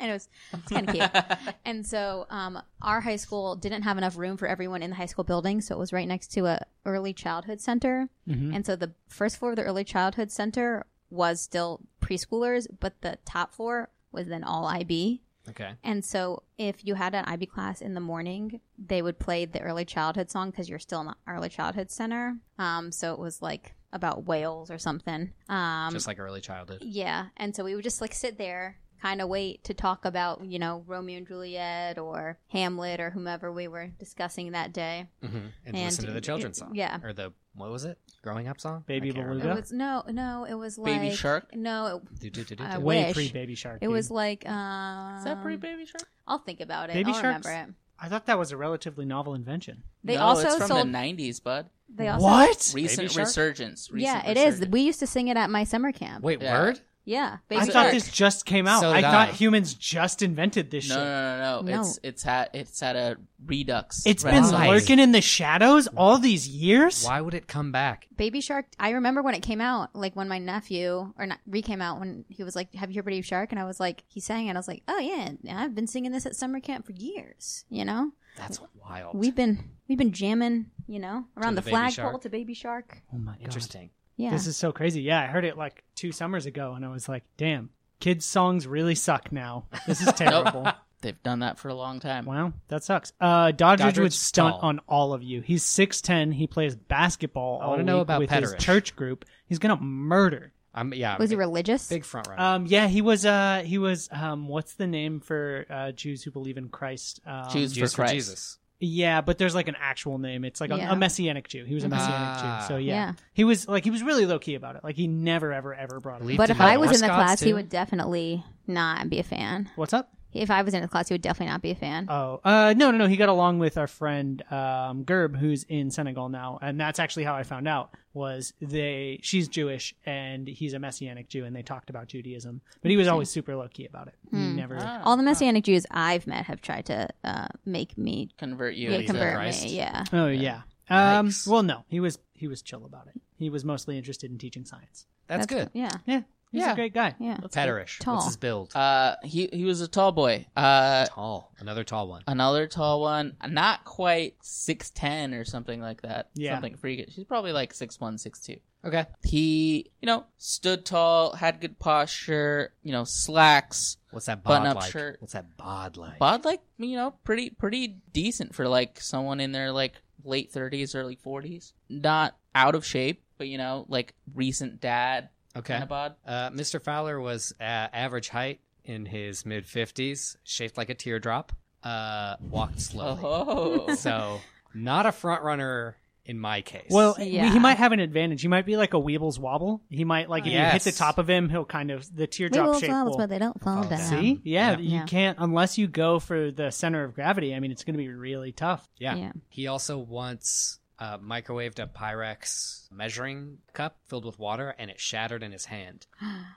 and it was it's kind of
*laughs*
cute. And so um, our high school didn't have enough room for everyone in the high school building, so it was right next to a early childhood center.
Mhm.
And so the first floor of the early childhood center was still preschoolers, but the top floor was then all IB.
Okay.
And so if you had an IB class in the morning, they would play the early childhood song because you're still in the early childhood center. Um, so it was like about whales or something. Um,
Just like early childhood.
yeah. And so we would just like sit there, kind of wait to talk about, you know, Romeo and Juliet or Hamlet or whomever we were discussing that day.
hmm And,
And-
listen to the children's song.
yeah.
Or the what was it? Growing up song.
Baby
I can't
Beluga?
It
Yeah.
was no, no, it was like
Baby Shark?
No, it,
Do, do, do, do,
I
do.
would-
Way
wish.
pre Baby Shark.
it
dude.
was like um
Is that pretty baby shark?
I'll think about it.
Baby
I'll remember
sharks?
it.
I thought that was a relatively novel invention.
They
no,
also
it's from
sold
the '90s, bud.
they also
what?
Recent
shark?
resurgence.
Yeah,
recent
it is.
resurgence.
We used to sing it at my summer camp.
Wait,
Yeah.
word?
Yeah, baby
I
shark.
thought this just came out.
So
I
did
thought
I.
humans just invented this
No,
shit.
no, no, no,
No.
It's it's had it's had a redux.
It's
right
been
now.
Why?
lurking in the shadows all these years.
Why would it come back?
Baby Shark. I remember when it came out, like when my nephew or not re came out when he was like, "Have you heard of Baby Shark?" And I was like, he sang it. I was like, "Oh yeah, I've been singing this at summer camp for years." You know,
That's wild.
we've been We've been jamming, you know, around
the
the,
Baby
flagpole
Shark.
to Baby Shark.
Oh my god.
Interesting.
Yeah.
This is so crazy. Yeah, I heard it like two summers ago and I was like, damn, kids' songs really suck now.
*laughs*
This is terrible.
*laughs* They've done that for a long time.
wow, that sucks. Uh, Doddridge, would
Doddridge's
stunt
tall.
on all of you. He's 6'10. He plays basketball
I
all
wanna know
week
about
with his
Petterish.
church group. He's going to murder.
I'm yeah.
was he
big,
religious?
big front runner?
Um, yeah, he was. Uh, he was. Um, what's the name for uh, Jews who believe in Christ? Um,
Jews
Jews
for
for
Christ.
Jesus.
Yeah, but there's like an actual name. It's like a,
Yeah.
a messianic Jew. He was a
Mhm.
messianic
Ah.
Jew. So yeah.
Yeah.
he was like he was really low key about it. Like he never ever ever brought it.
Leave
Up.
but
to
if I was in the
Mascots,
class, he
too?
would definitely not be a fan.
What's up?
If I was in his class, he would definitely not be a fan.
Oh, uh, no, no, no. He got along with our friend um, Gerb, who's in Senegal now, and that's actually how I found out. Was they? She's Jewish, and he's a messianic Jew, and they talked about Judaism. But he was always super low key about it. He
Hmm.
never.
Ah,
oh.
All the Messianic Jews I've met have tried to uh, make me
convert you.
yeah,
Jesus
convert
Christ.
me. Yeah.
Oh yeah. Um,
Yikes.
well, no, he was he was chill about it. He was mostly interested in teaching science.
That's, good.
Yeah.
Yeah, he's
Yeah.
a great guy.
Yeah.
Petterish.
Tall.
What's his build?
Uh, he he was a tall boy. Uh,
tall. Another tall one.
another tall one, not quite six ten or something like that.
Yeah.
something freakish. She's probably like six one, six two.
Okay.
He, you know, stood tall, had good posture. You know, slacks,
What's that bod
Button-up
like?
shirt.
What's that bod like?
bod like you know, pretty pretty decent for like someone in their like late thirties, early forties. Not out of shape, but you know, like recent dad
okay.
kind of bod.
Uh, Mr. Fowler was uh, average height in his mid 50s, shaped like a teardrop, uh, walked slowly.
*laughs* Oh,
So, not a front runner in my case.
Well,
Yeah.
he might have an advantage. He might be like a Weeble's wobble. He might like if
Yes.
you hit the top of him, he'll kind of the teardrop
Little
shape.
flowers,
will-
but they don't fall
Fall
down.
down.
See, yeah,
Yeah.
you
Yeah.
can't unless you go for the center of gravity. I mean, it's going to be really tough.
yeah.
yeah.
He also once uh, microwaved a Pyrex measuring cup filled with water and it shattered in his hand.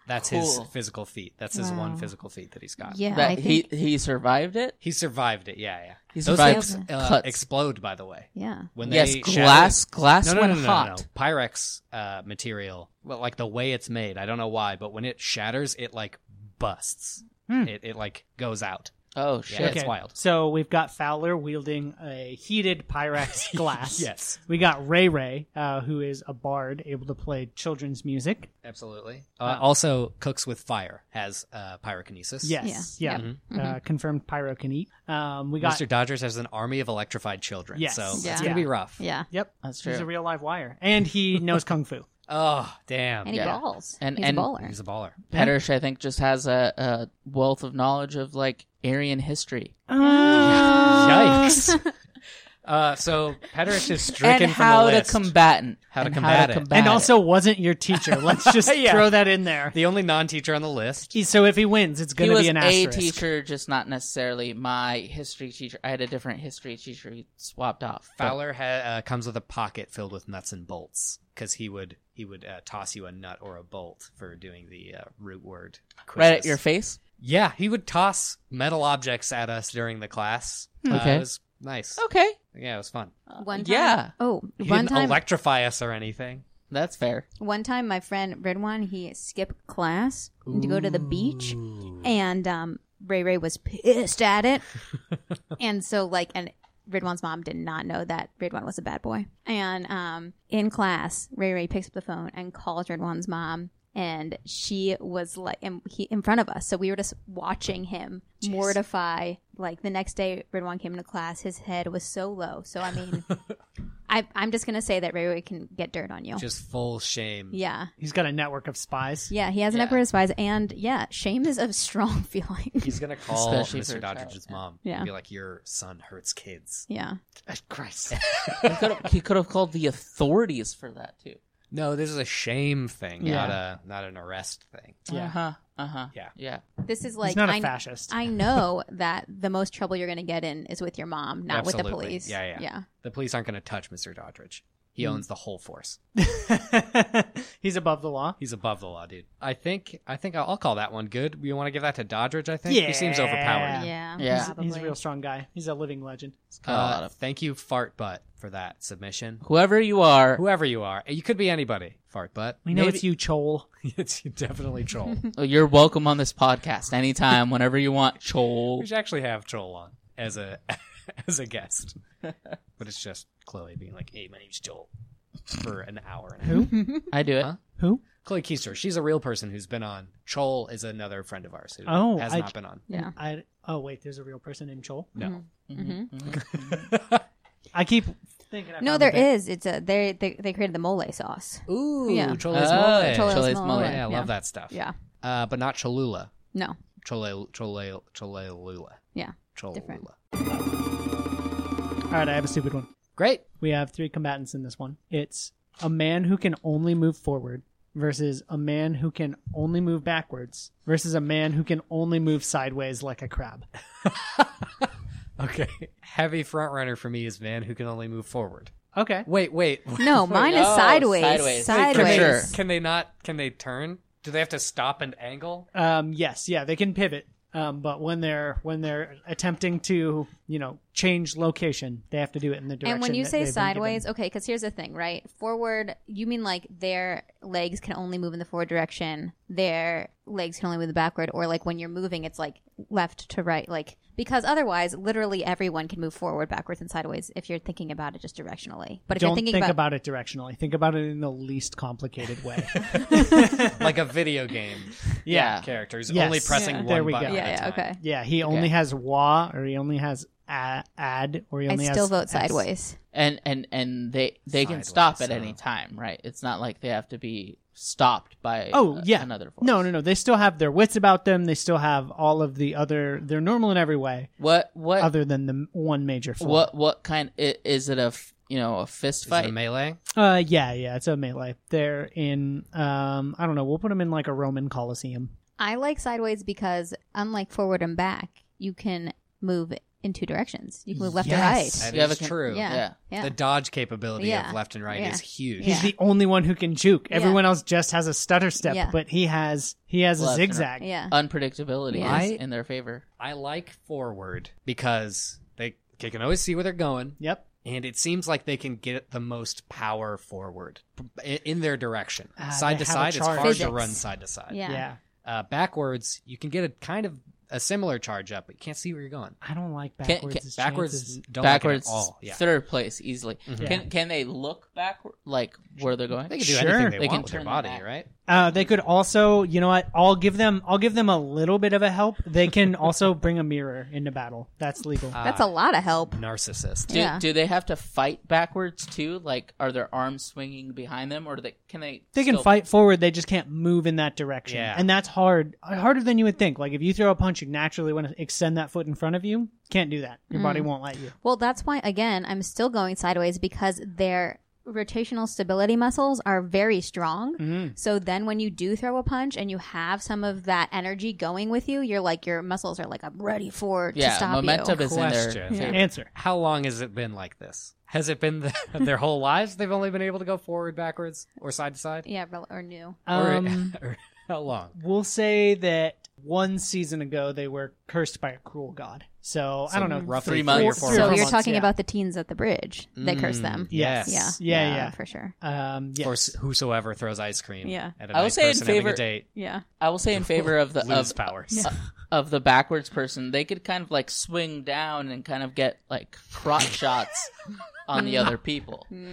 That's his
Cool.
physical feat. That's his
Wow.
one physical feat that he's got.
Yeah. I
that he
think,
he survived it.
He survived it. Yeah, yeah.
He
Those
survived
things
the
uh,
cuts.
explode, by the way.
yeah. *gasps*
When they
yes,
shatter-
glass glass
no, no,
when
no, no, no,
hot.
no. Pyrex uh, material, well, like the way it's made, I don't know why, but when it shatters, it like busts.
Hmm.
It, it like goes out.
Oh
Yeah,
shit!
it's wild.
So we've got Fowler wielding a
*laughs*
heated Pyrex glass.
Yes,
We got Ray Ray, uh, who is a bard able to play children's music.
absolutely. Uh, also, cooks with fire has uh, pyrokinesis.
Yes, yeah,
Yeah. Mm-hmm.
Uh, confirmed pyrokinet. Um, we got
Mr. Dodgers has an army of electrified children.
Yes.
so
Yeah.
it's gonna be rough.
Yeah.
Yep,
That's
He's
true.
a real live wire,
*laughs*
and he knows
*laughs*
kung fu.
Oh damn!
And he
Yeah.
balls.
And-
He's
and-
a baller.
He's a baller.
Pettersh, I think, just has a, a wealth of knowledge of like Aryan history *laughs*
Yikes. uh, so Petterish is stricken
and
from
how
the
to
list.
combatant,
How to
and
combat it.
and also wasn't
*laughs*
your teacher. Let's just
Yeah.
throw that in there.
the only non-teacher on the list.
He- So if he wins, it's
He
going to
was
be an
a
asterisk.
teacher, just not necessarily my history teacher. I had a different history teacher. He swapped off. But
Fowler ha- uh, comes with a pocket filled with nuts and bolts because he would he would uh, toss you a nut or a bolt for doing the uh, root word. Quizzes.
right at your face.
Yeah, he would toss metal objects at us during the class. Uh,
Hmm. Okay. Oh.
it was nice.
Okay,
Yeah, it was fun.
One time.
yeah,
Oh,
He
one
didn't
time.
electrify us or anything.
that's fair.
One time, my friend Red One, he skipped class to go to the beach, and um, Ray Ray was pissed at it, and so like, and Red One's mom did not know that Red One was a bad boy, and um, in class, Ray Ray picks up the phone and calls Red One's mom, and she was like, and he in front of us, so we were just watching him mortify. Like the next day, Red One came into class, his head was so low, so I mean. I, I'm just gonna say that Ray Ray can get dirt on you.
Just full shame.
Yeah.
He's got a network of spies.
Yeah, he has an
Yeah.
upper his thighs, and yeah, shame is a *laughs* strong feeling.
He's gonna call
Especially for
Mr.
a child,
Doddridge's
yeah.
mom
Yeah.
and be like, "Your son hurts kids."
yeah.
*laughs*
*laughs*
Christ.
He could have, he could have called the authorities for that too.
No, this is a shame thing,
Yeah.
not a not an arrest thing.
Yeah.
Uh huh. Uh huh.
Yeah.
Yeah.
This is like
He's not a
I-
*laughs*
fascist.
I know that the most trouble you're going to get in is with your mom, not with the
Absolutely.
police.
Yeah, yeah. The police aren't gonna touch Mr. Doddridge.
Mm.
He owns the whole force.
*laughs* He's above the law.
He's above the law, dude. I think I think I'll, I'll call that one good. You want to give that to Doddridge? I think he seems
Yeah.
overpowered.
Yeah.
Yeah.
He's,
probably.
he's a real strong guy. He's a living legend.
It's got a
Uh,
lot of-
Thank you, fart butt, for that submission.
Uh, Whoever you are,
Whoever you are, you could be anybody. Fart butt.
We know
Maybe-
it's you, Chol.
*laughs* it's you definitely
*laughs*
troll.
you're welcome on this podcast anytime, whenever you want. Chol.
we should actually have troll on as a *laughs* as a
*laughs*
guest. But it's just Chloe being like, "Hey, my name's Joel," for an hour. And a half.
*laughs*
I do it.
Huh?
Who?
Chloe Keister, she's a real person who's been on. Joel is another friend of ours who
Oh,
has
I-
not been on.
Yeah.
I oh wait, there's a real person named Joel.
No.
Mm-hmm.
Mhm.
I keep thinking. I
No,
found a
there
bit-
is. It's a they they they created the mole sauce.
Ooh,
Yeah.
Chole's
Oh,
mole.
Chole-
Chole's
Chole's
mole.
mole.
yeah, I
Yeah.
love that stuff.
Yeah.
Uh, but not Cholula.
No.
Chole, Chole, Cholelula.
Yeah.
Cholula.
Different.
All right, I have a stupid one.
Great.
We have three combatants in this one. It's a man who can only move forward versus a man who can only move backwards versus a man who can only move sideways like a crab.
Okay. Heavy front runner for me is man who can only move forward.
Okay.
Wait, wait. wait,
No, mine is
Oh,
sideways. Sideways.
sideways. For
Can,
sure.
they, can they not? Can they turn? Do they have to stop and angle?
Um, yes, yeah, they can pivot. Um, but when they're when they're attempting to you know change location, they have to do it in the direction.
And when you
that
say
they've been given.
sideways, oh, okay, because here's the thing, right? Forward, you mean like their legs can only move in the forward direction, their legs can only move backward, or like when you're moving, it's like left to right, like because otherwise, literally everyone can move forward, backwards, and sideways if you're thinking about it just directionally. But if
don't
you're thinking
think
about,
about... it directionally. Think about it in the least
*laughs*
complicated way.
like a video game
Yeah.
character who's
Yes.
only pressing
Yeah.
one
There we
button.
go.
yeah,
at a
yeah,
time.
okay,
yeah, he only has wa or he only has a- ad or he
I
only has
still vote
s.
sideways.
and and and they they can
Sideways,
stop at
so-
any time, right? It's not like they have to be stopped by
Oh
a-
yeah,
another force.
No, no, no. They still have their wits about them. They still have all of the other. They're normal in every way,
What what
other than the m- one major flaw.
what what kind i- is it a f- you know a fist
Is it a
fight?
melee?
Uh, yeah, yeah. It's a melee. They're in. Um, I don't know. We'll put them in like a Roman coliseum.
I like sideways because unlike forward and back, you can move in two directions. You can move left
Yes.
or right.
That
You have
is
a con-
true.
Yeah, yeah.
Yeah.
The dodge capability
Yeah.
of left and right
Yeah.
is huge.
Yeah.
He's the only one who can juke.
Yeah.
Everyone else just has a stutter step,
Yeah.
but he has he has a
Left and right.
zigzag.
yeah.
Uh,
Unpredictability is
I-
in their favor.
I like forward because they, they can always see where they're going,
Yep.
and it seems like they can get the most power forward i- in their direction.
Ah,
side
they
to
have a
side, it's
charge.
hard to
Physics.
run side to side.
Yeah.
Yeah.
Uh, backwards, you can get a kind of a similar charge up, but you can't see where you're going.
I don't like
can-
backwards.
Backwards,
chances.
don't
backwards,
like it at all. Yeah.
third place easily.
Mhm.
Can can they look backward like where they're going?
They can do
Sure.
anything they,
They
want
can
with their
turn their
body,
back.
right?
Uh, they could also, you know what? I'll give them. I'll give them a little bit of a help. They can also bring a mirror into battle. That's legal.
That's a lot of help.
narcissist.
Do,
Yeah.
do they have to fight backwards too? Like, are their arms swinging behind them, or do they? Can they?
they can
still-
fight forward. They just can't move in that direction,
Yeah.
and that's hard. Harder than you would think. Like if you throw a punch, you naturally want to extend that foot in front of you. Can't do that. Your body won't let you.
Well, that's why again I'm still going sideways because their rotational stability muscles are very strong.
Mm-hmm.
So then when you do throw a punch and you have some of that energy going with you, you're like your muscles are like I'm ready for to
Yeah,
stop
momentum
you.
is in their
Question.
favor.
Answer.
How long has it been like this? Has it been the, *laughs* their whole lives they've only been able to go forward, backwards, or side to side?
yeah, rel- or new.
Or-
Um,
*laughs* or how long?
we'll say that one season ago they were cursed by a cruel god. So, I don't know.
Roughly Three
Three
or
months.
four
Four
so
months.
you're
months,
talking
yeah.
about the teens at the bridge. They curse
Mm,
them.
Yes.
Yeah.
Yeah. Yeah.
for sure.
Um, yes.
Or s- whosoever throws ice cream
Yeah.
at a
I would
nice
say in
person having a
favor-
date
Yeah.
I
*laughs*
will say in favor of the
lose
of,
powers.
uh, of the backwards person. They could kind of like swing down and kind of get like
*laughs*
crotch shots on the other people.
Mm.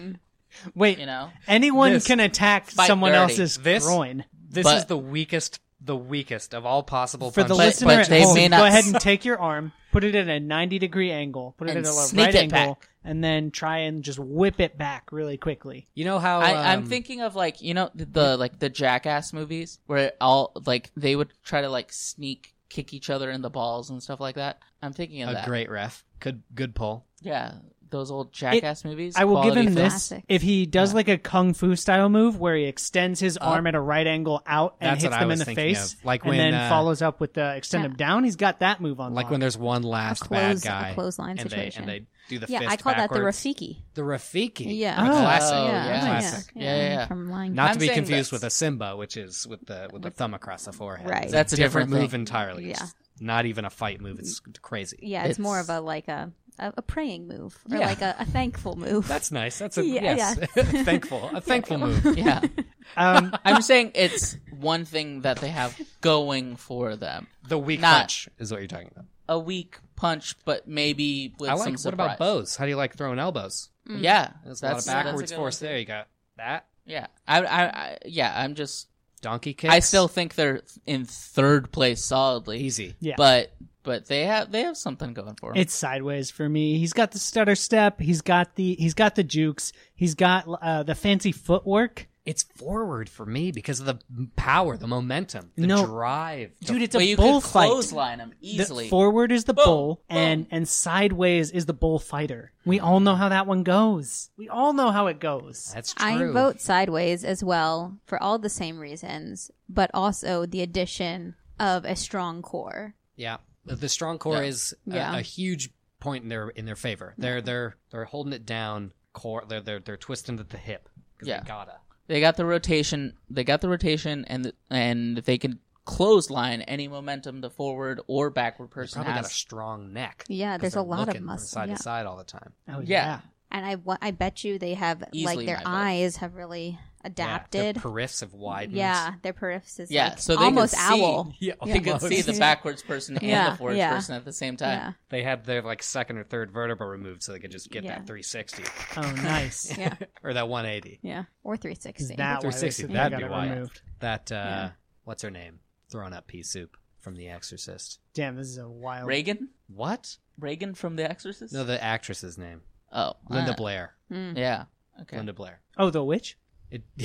Wait,
You know,
anyone
This-
can attack
Fight
someone
dirty.
else's
This-
groin.
This
But-
is the weakest, the weakest of all possible
For the
punches.
But-
listener
but
at
they
home,
may
go
not-
ahead and take your arm, put it at a 90 degree angle, put it
And
at a
sneak
right
it
angle,
back.
and then try and just whip it back really quickly.
you know
Oh,
how
I, I'm
um,
thinking of like you know the, the like the Jackass movies where all like they would try to like sneak kick each other in the balls and stuff like that. I'm thinking of
a
that.
great ref. Good, good pull.
Yeah, those old Jackass movies.
I will give
quality
him
film.
this
Classic.
if he does like a kung fu style move where he extends his arm at a right angle out and
That's
hits
what I
them in
was
the
thinking
face,
of. Like
and
when,
then
uh,
follows up with the extend
Yeah.
him down. He's got that move on.
Like
lock.
when there's one last
close- a
bad guy,
clothesline
and
situation.
They, and they do the
Yeah,
fist
I call that the
backwards.
Rafiki.
The Rafiki.
Yeah.
The
Oh,
classic.
yeah.
The classic.
Yeah, yeah, yeah.
From Lion
Not to
I'm
be
saying
confused
that's-
with a Simba, which is with the with the thumb across the forehead.
Right.
It's
That's a different
move
thing.
entirely.
Yeah.
It's not even a fight move. It's crazy.
Yeah, it's, more of
It's-
a like a a, a praying move or
Yeah.
like a, a thankful move.
That's nice. That's a
Yeah,
yes.
*laughs*
*laughs* thankful. A thankful move.
Yeah.
um,
I'm saying it's one thing that they have going for them.
The weak
Not-
punch is what you're talking about.
A weak punch, but maybe with
I like.
some
What
surprise.
about bows? How do you like throwing elbows?
Mm.
Yeah,
There's
that's
a lot of
that's a
backwards
good
force.
one.
There you got that
Yeah, I, I, I, yeah, I'm just.
donkey kicks.
I still think they're in third place solidly.
easy.
Yeah.
but but they have they have something going for them.
It's sideways for me. He's got the stutter step. He's got the he's got the jukes. He's got uh, the fancy footwork.
It's forward for me because of the power, the momentum, the
No.
drive. the-
Dude, it's
but
a
you could
bullfight.
clothesline them
The
easily.
forward is the
Boom,
bull, and
boom.
and sideways is the bullfighter. We all know how that one goes. We all know how it goes.
that's
*laughs*
true.
I vote sideways as well for all the same reasons, but also the addition of a strong core.
Yeah, the- the strong core
Yeah.
is a,
Yeah. Mm-hmm.
a huge point in their in their favor. They're they're they're holding it down. Core, they're they're they're twisting at the hip. 'cause
Yeah.
they gotta.
they got the rotation. They got the rotation, and the, and they can clothesline any momentum the forward or backward
They
person
probably got a
has.
strong neck.
Yeah,
'cause
there's a
they're
lot of
looking from
muscle,
side
yeah.
to side all the time.
Oh
yeah.
And I, wa- I bet you they have
Easily
like their
my vote.
eyes have really
Yeah,
adapted.
their periffs have widened.
yeah, their periffs is
Yeah,
like
so they
almost
could see-
owl.
*laughs* yeah.
They could
almost.
see the backwards person and
Yeah,
the forward
yeah.
person at the same
Yeah,
time.
They had their like second or third vertebra removed, so they could just get
Yeah.
that 360
Oh,
*laughs*
nice.
yeah,
or that 180.
yeah, or
Is
360.
that why they
360,
said they
that'd
got
be
it
wild.
removed?
That uh,
Yeah.
what's her name? Throwing up pea soup from The Exorcist.
Damn, this is a wild.
Reagan,
What?
Reagan from The Exorcist.
No, the actress's name.
oh,
Linda
uh,
Blair.
Mm.
Yeah. Okay.
Linda Blair.
Oh, the witch.
It, *laughs*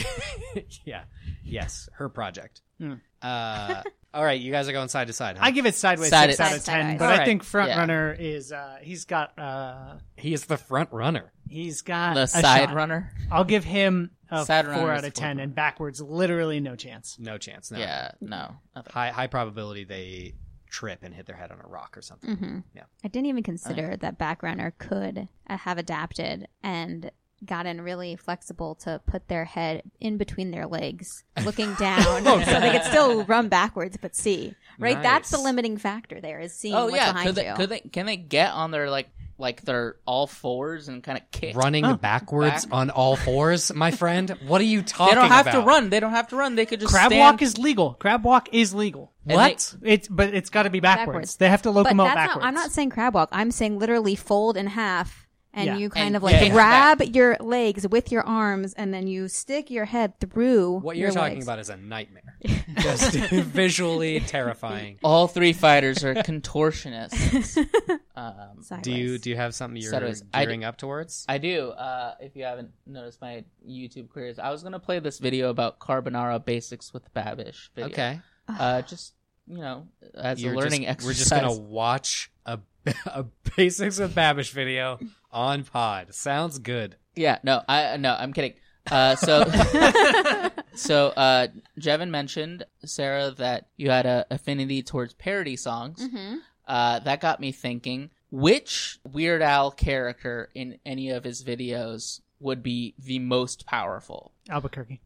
yeah. Yes, her project.
Hmm.
*laughs*
Uh, all right, you guys are going side to side. Huh?
I give it sideways
Side
six
it-
out of
Side, side,
ten,
eyes.
but I
Alright.
think front
Yeah.
runner is uh, he's got uh,
He is the front runner.
he's got
the
a
side
shot.
runner.
I'll give him a
Side runner
four
is
out of
four.
ten, and backwards literally no chance.
No chance. No.
Yeah. No. nothing.
High high probability they trip and hit their head on a rock or something.
hmm
Yeah.
I didn't even consider that Backrunner could uh, have adapted and gotten really flexible to put their head in between their legs, looking down, so they could still run backwards but see. Right, that's the
Nice.
limiting factor. There is seeing
Oh
what's
yeah.
behind
Could they,
you.
could they? Can they get on their like like their all fours and kind of kick?
Running
Oh.
backwards
Mm. Back-
on all fours, my friend. What are you
*laughs* They
talking about?
don't have to run. They don't have to run. They could just
Crab
stand-
walk is legal. Crab walk is legal.
And
What?
It's but it's got to be backwards.
Backwards.
They have to
but that's
locomote
not,
backwards.
I'm not saying crab walk. I'm saying literally fold in half, and
Yeah.
you kind
And
of like
kick
grab your legs with your arms, and then you stick your head through.
What you're
your
talking
legs.
about is a
*laughs*
nightmare. Just *laughs* visually terrifying.
All three fighters
*laughs*
are contortionists. um,
Sideways.
Do you do you have something you're
Sideways. I d-
gearing up towards?
I do. Uh, if you haven't noticed my YouTube careers, I was gonna play this video about carbonara basics with Babish. Video.
Okay.
Uh, just you know, as
You're
a learning
just- We're
exercise.
just gonna watch a *laughs* a basics with Babish video on pod. Sounds good.
Yeah. No. I no. I'm kidding. Uh, so so uh, Jevin mentioned Sarah that you had a affinity towards parody songs.
Mhm.
Uh, that got me thinking which Weird Al character in any of his videos would be the most powerful?
Albuquerque.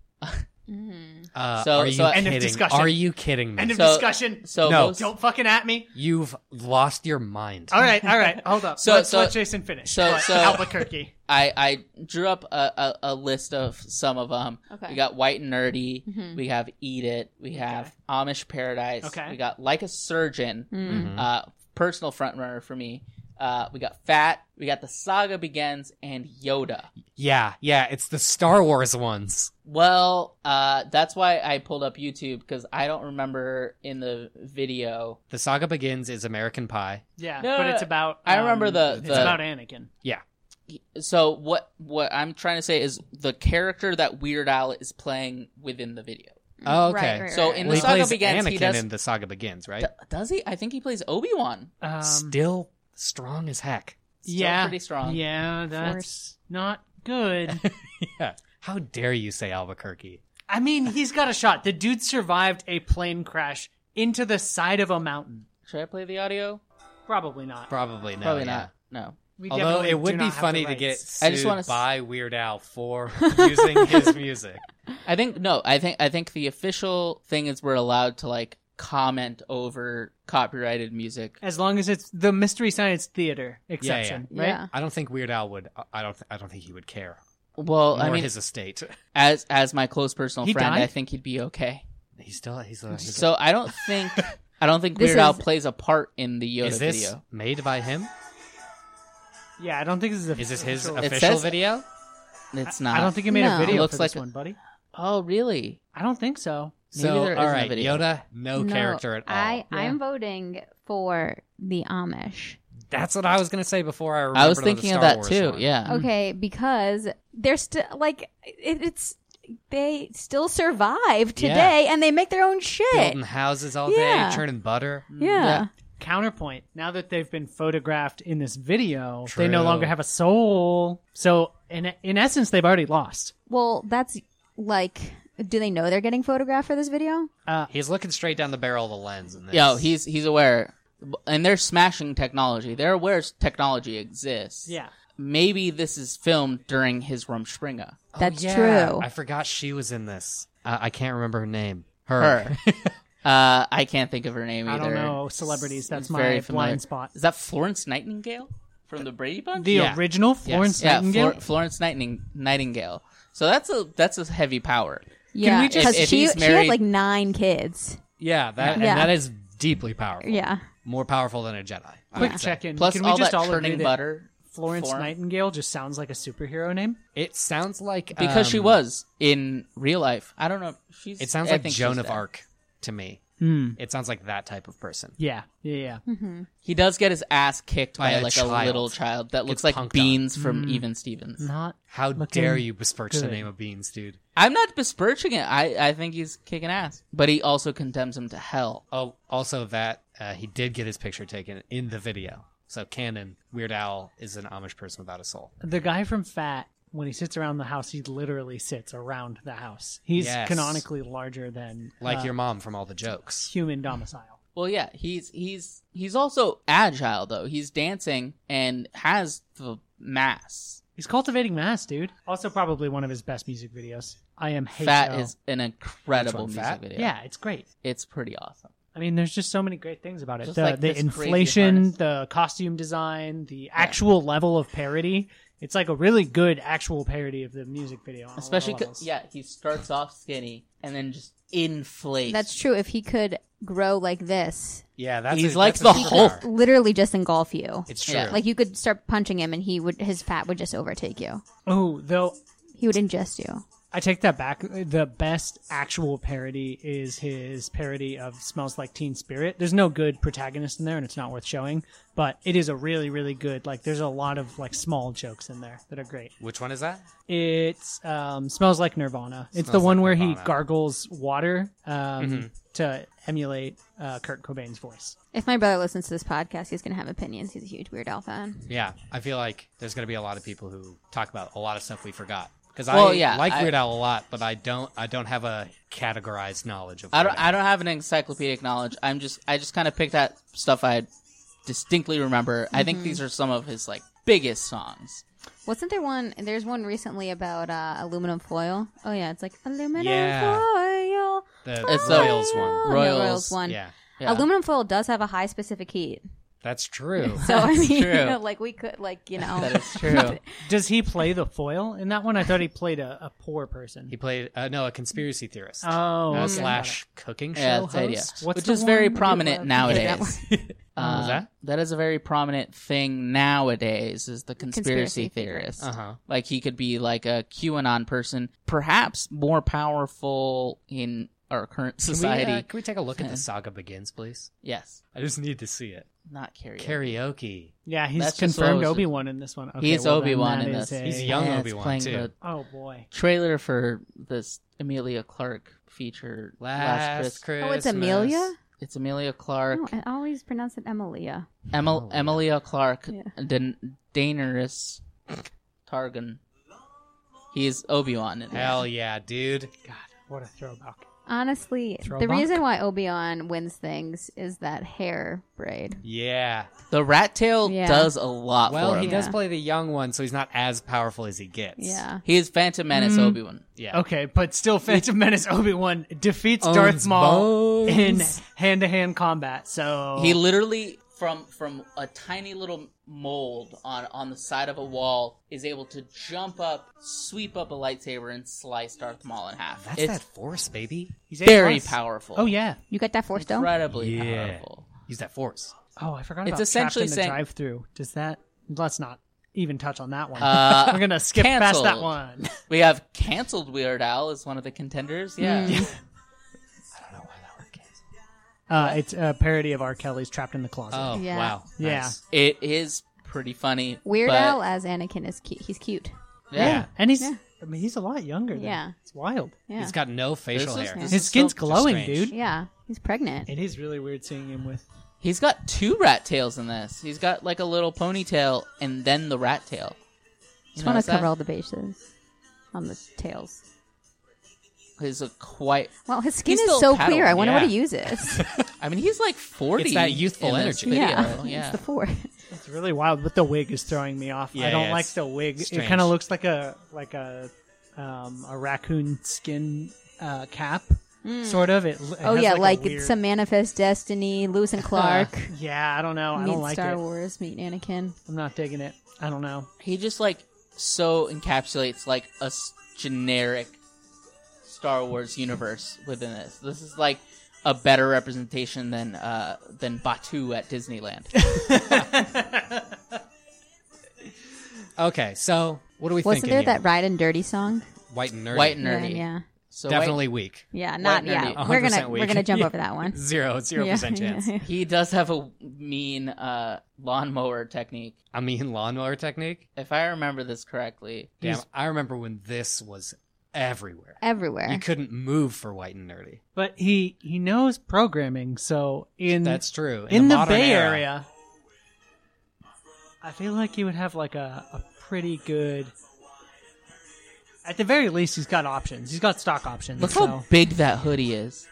Mhm.
Uh,
So-
are you
so-
kidding?
End
of discussion.
Are you kidding me?
End of
So-
discussion.
So
No.
most-
Don't fucking
*laughs*
at me.
You've lost your mind.
Oh,
All right, all right. Hold up.
So-
let's
so-
let Jason finish.
so-
But
so- *laughs*
Albuquerque.
I, I drew up a, a, a list of some of them.
Okay.
We got White and Nerdy.
Mhm.
We have Eat It. We have Amish Paradise.
Okay.
We got Like a Surgeon.
Mm.
Mm-hmm.
Uh, personal frontrunner for me. Uh, we got Fat. We got The Saga Begins and Yoda.
Yeah, yeah. It's the Star Wars ones.
Well, uh, that's why I pulled up YouTube because I don't remember in the video.
The saga begins is American Pie.
Yeah,
No,
but
no,
it's
no.
about.
I
um,
remember the-
It's
the-
about Anakin.
So what what I'm trying to say is the character that Weird Al is playing within the video.
Oh, okay.
Right, right,
So
right.
in
Well,
the
he
saga
plays
begins,
Anakin
he does-
in the saga begins, right?
D- does he? I think he plays Obi Wan.
Um,
Still strong as heck.
Yeah.
pretty strong.
Yeah, that's not
*laughs*
good.
yeah. How dare you say Albuquerque?
I mean, he's got a shot. The dude survived a plane crash into the side of a mountain.
Should I play the audio?
Probably not.
Probably no.
Probably
yeah.
not. No.
We
Although
definitely
it would
do
be
not have
funny
the
to get
rights.
sued
I just wanna s-
by Weird Al
*laughs*
for using his music.
I think no. I think I think the official thing is we're allowed to like comment over copyrighted music.
as long as it's the Mystery Science Theater
yeah.
exception, right?
Yeah.
I don't think Weird Al would. I don't. I don't think he would care.
Well,
Nor
I mean,
his estate. *laughs*
as as my close personal
He
friend, I
died?
think he'd be okay.
He's still. He's. A, he's a- *laughs*
So I don't think I don't think
This
Weird Al
is-
plays a part in the Yoda
Is this
video.
made by him?
Yeah, I don't think this is.
Is this his
official-
official
says-
video?
It's
I-
not.
I don't think he made
No.
a video
It looks
for this
like-
one, buddy.
Oh, really?
I don't think so.
Maybe
so,
there
all
isn't a
right,
video.
Yoda, no, character at all.
I
Yeah.
I'm voting for the Amish.
That's what I was gonna say before I. Remembered
I was
on the
thinking of
Star
that
Wars
too.
one.
Yeah.
Okay, because they're still like it, it's they still survive today and they make their own shit.
Building houses all
Yeah.
day, churning butter.
Yeah.
Counterpoint: Now that they've been photographed in this video, they no
True.
longer have a soul. So, in in essence, they've already lost.
Well, that's like do they know they're getting photographed for this video?
Uh,
He's looking straight down the barrel of the lens in this.
Yo, he's he's aware, and they're smashing technology. They're aware technology exists.
Yeah.
Maybe this is filmed during his Rumspringa.
Oh,
That's
yeah.
true.
I forgot she was in this. I, I can't remember her name. *laughs*
Her. uh, I can't think of her name
I
either.
don't know celebrities. That's
It's very
my
familiar.
blind spot.
Is that Florence Nightingale from the Brady Bunch?
The
Yeah.
original Florence
yeah,
Nightingale.
Flor- Florence Nighting- Nightingale. So that's a that's a heavy power.
Yeah,
we just-
because
If- if
she
he's
she had
married-
like nine kids.
Yeah, that
Yeah.
and that is deeply powerful.
Yeah,
More powerful than a Jedi. I
Quick
would say.
check in.
Plus
Can we
all
just
that
all
churning
agree
butter.
That Florence
form.
Nightingale just sounds like a superhero name.
It sounds like
Because she
um,
was in real life. I don't know. She's.
It sounds
I
like
think
Joan
she's
of
dead.
Arc to me. It sounds like that type of person.
Yeah, yeah, yeah.
He does get his ass kicked by,
By a
like a
child.
little child that looks
Gets punked
like
on.
beans from
Mm.
Even Stevens.
Not
How
Looking
dare you besmirch the
good.
name of Beans, dude?
I'm not besmirching it. I, I think he's kicking ass. But he also condemns him to hell.
Oh, also that uh, he did get his picture taken in the video. So canon, Weird Owl is an Amish person without a soul.
the guy from Fat. When he sits around the house, he literally sits around the house. He's
Yes.
canonically larger than
Like
uh,
your mom from all the jokes.
human domicile.
Well, yeah, he's he's he's also agile though. He's dancing and has the mass.
He's cultivating mass, dude. Also, probably one of his best music videos. I am hate
Fat
Yo.
is an incredible
Which one,
music
Fat?
video.
yeah, it's great.
it's pretty awesome.
I mean, there's just so many great things about it.
Just
The,
like
the
this crazy
inflation,
harness.
the costume design, the actual level of parody. It's like a really good actual parody of the music video.
Oh,
on all
Especially, 'cause-
levels.
yeah, he starts off skinny and then just inflates.
that's true. If he could grow like this,
Yeah, that's
He's
a-
like
that's a
the
*laughs*
superpower.
Hulk.
literally just engulf you.
It's true.
Yeah.
like you could start punching him and he would his fat would just overtake you.
Oh, though
He would ingest you.
I take that back. The best actual parody is his parody of "Smells Like Teen Spirit." There's no good protagonist in there, and it's not worth showing. But it is a really, really good. Like, there's a lot of like small jokes in there that are great.
Which one is that?
It's um, smells like Nirvana. It's the
Smells
one
Like
where he
Nirvana. Mm-hmm.
gargles water um, to emulate uh, Kurt Cobain's voice.
If my brother listens to this podcast, he's gonna have opinions. He's a huge Weird Al fan.
Yeah, I feel like there's going to be a lot of people who talk about a lot of stuff we forgot. Because
Well,
I
yeah,
like
I-
Weird Al a lot, but I don't. I don't have a categorized knowledge of.
I
Weird
don't.
Al.
I don't have an encyclopedic knowledge. I'm just. I just kind of picked out stuff I distinctly remember. I think these are some of his like biggest songs.
Wasn't there one? There's one recently about uh, aluminum foil. Oh yeah, it's like aluminum
Yeah.
foil.
The
It's the-
Royals one.
Oh, yeah,
Royals.
Royals one.
Yeah,
Yeah.
Aluminum foil does have a high specific
*laughs*
heat,
that's true.
so I mean,
true.
you know, *laughs* like we could, like you know, *laughs*
That is true.
Does he play the foil in that one? I thought he played a, a poor person.
He played uh, no a conspiracy theorist.
oh,
uh,
okay.
slash cooking show
yeah, that's the idea.
host.
What's
Which
the
is very
one that
prominent
that
nowadays. Uh,
What was that?
That is a very prominent thing nowadays. Is the conspiracy,
Conspiracy
theorist?
Uh-huh.
Like he could be like a QAnon person, perhaps more powerful in our current
Can we, uh,
society.
can we take a look at the saga begins, please?
yes,
I just need to see it.
not Carrie.
Karaoke.
Yeah, he's
That's just
confirmed
what I was-
Obi Wan in this one. Okay,
He's
well, then
Obi-Wan
that
in
is
this.
a-
He's young
Yeah, it's
Obi-Wan,
playing
too.
the
oh boy.
trailer for this Amelia Clark feature last, Christmas.
oh, it's Amelia.
It's Amelia Clark,
*laughs* Oh, I always pronounce it Emilia.
Emil- Amelia Clark,
Yeah.
Dan- Daenerys Targan. He's Obi Wan.
Hell yeah, dude.
God, what a throwback.
Honestly, the
Throwback?
reason why Obi-Wan wins things is that hair braid.
Yeah.
The rat tail
Yeah.
does a lot
Well,
for
he
him.
does play the young one, so he's not as powerful as he gets.
Yeah.
He is Phantom Menace
Mm-hmm.
Obi Wan.
Yeah.
Okay, but still, Phantom Menace Obi Wan defeats
Owns
Darth Maul in
bones.
hand to hand combat. So
He literally from from a tiny little mold on on the side of a wall is able to jump up, sweep up a lightsaber, and slice Darth Maul in half.
That's
it's
that force, baby.
He's
very
A-plus.
powerful.
Oh yeah.
You got that force stone?
incredibly
Yeah.
powerful.
Use that force.
Oh, I forgot
It's
about
essentially
trapped in the
saying-
drive-through. Does that? Let's not even touch on that one.
Uh,
*laughs* We're gonna skip past that
canceled.
one.
We have canceled Weird Al as one of the contenders. Yeah.
Mm-hmm.
I don't know why that one came.
Uh, it's a parody of R. Kelly's "Trapped in the Closet."
Oh
Yeah.
wow.
Yeah.
Nice.
It is pretty funny.
Weird
but-
Al as Anakin is cute. He's cute.
Yeah.
and he's
Yeah.
I mean, he's a lot younger. Than
Yeah.
it's wild.
Yeah.
He's got no facial
This is-
hair.
this
His
is
skin's
so-
glowing,
strange.
dude.
yeah. He's pregnant.
It is really weird seeing him with.
He's got two rat tails in this. He's got like a little ponytail and then the rat tail. You
Just want
notice
to cover
that?
all the bases on the tails.
He's a quite.
Well, his skin
He's
is
still
so
Padawan,
clear. I wonder what
yeah.
he uses.
I mean, he's like forty.
It's that youthful
in this
energy.
*laughs* video,
yeah.
*laughs* yeah.
It's the four.
It's really wild, but the wig is throwing me off. I
Yeah,
don't
yeah,
like
it's
the wig. It
strange.
kind of looks like a like a um, a raccoon skin uh, cap, sort of. It. l- it
Oh,
has,
yeah.
a
Like,
weird-
it's a Manifest Destiny, Lewis
*laughs*
and Clark.
Yeah, I don't know. Oh, I
meet
don't like
Star
it.
Wars, meet Anakin.
I'm not digging it. I don't know.
He just like so encapsulates like a s- generic Star Wars universe within this. This is like a better representation than uh than Batu at Disneyland.
Okay, so what do we
Wasn't
thinking
there
here?
that Ride and Dirty song?
white and nerdy?
White and
Yeah,
nerdy.
Yeah.
So White-
Definitely weak.
Yeah, not
White nerdy.
yeah. We're gonna
100%
we're
weak.
gonna jump
Yeah.
over that one.
Zero, *laughs* zero
Yeah,
percent
yeah, *laughs*
chance.
yeah.
he does have a mean uh lawnmower technique.
I mean, lawnmower technique.
If I remember this correctly,
Damn, I remember when this was everywhere. You
Everywhere.
couldn't move for white and nerdy.
But he he knows programming, so in
That's true.
in, the,
modern
Bay
era,
Area, I feel like he would have like a, a pretty good. At the very least, he's got options. He's got stock options.
look
so.
how big that hoodie is.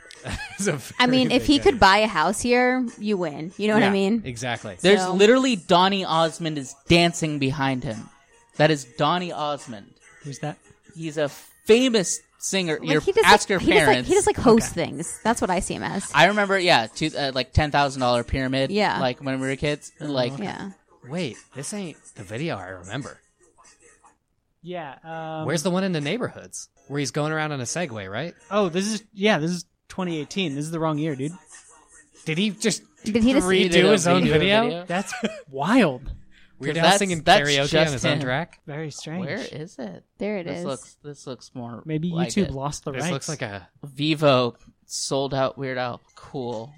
it's a
I mean,
very
if he
big
could
area.
buy a house here, you win. You know what I
Yeah,
mean?
exactly.
There's
So-
literally Donny Osmond is dancing behind him. That is Donny Osmond.
who's that?
He's a famous singer.
Like,
your
he just,
ask
like,
your
he just,
parents.
like, he just like hosts things. That's what I see him as.
I remember, yeah, two, uh, like ten thousand dollar pyramid.
Yeah.
like when we were kids.
Oh,
Like
yeah.
Wait, this ain't the video I remember.
Yeah. Um,
Where's the one in the neighborhoods where he's going around on a Segway? Right?
Oh, this is yeah. This is 2018. This is the wrong year, dude.
Did he just
Did he just-
redo
He
did a
his own
video-
video?
video?
*laughs*
That's wild.
Weird Al
'Cause that's-
singing
that's
karaoke
just
on his own
him.
track.
Very strange.
where is it?
There it
This
is.
looks. This looks more.
Maybe
like
YouTube
it.
lost the
This
rights.
looks like a.
Vivo sold out Weird Al. Cool.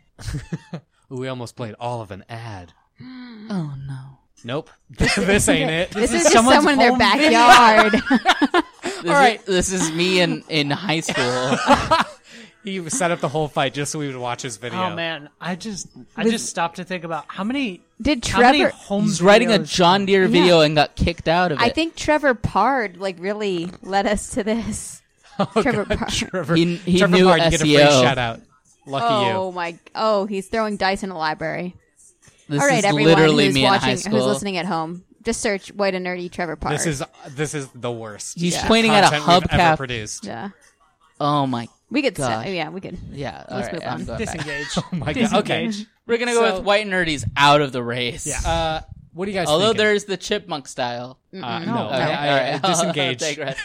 Ooh, we almost played all of an ad.
Oh no. *laughs*
Nope, *laughs* this ain't it.
this,
is
is, just
someone's
someone in their
home video.
*laughs*
backyard.
All right. This is me in in high school.
He set up the whole fight just so we would watch his video.
Oh man, I just I just stopped to think about how many
Did
how many
Trevor?
home
*laughs* He's writing a
videos-
John Deere video and got kicked out of it.
I think Trevor Pard like really led us to
*laughs*
this.
Oh,
Trevor Pard.
*laughs* Trevor,
He- he
Trevor
knew E
Bard, you get a free
SEO.
shout out. Lucky
Oh my! Oh, he's throwing dice in a library.
this
All right,
is
everyone
literally
who's
me in high
watching,
school.
who's listening at home, just search "White and Nerdy Trevor
you.
Pard."
This is this is the worst.
He's
shit
pointing at a
content we've
hubcap.
ever produced.
yeah.
Oh my.
We could.
Gosh.
St- yeah, we could.
Yeah. All
Let's
right,
move
I'm
on.
going back.
Disengage.
*laughs* Oh my god. Okay.
Disengage.
We're gonna go
So-
with White and Nerdy's out of the race.
Yeah.
Uh, what do you guys?
Although
thinking?
there's the chipmunk style.
Uh, no,
No.
I,
Okay,
I-
all
I
*laughs* right.
disengage.
Digress.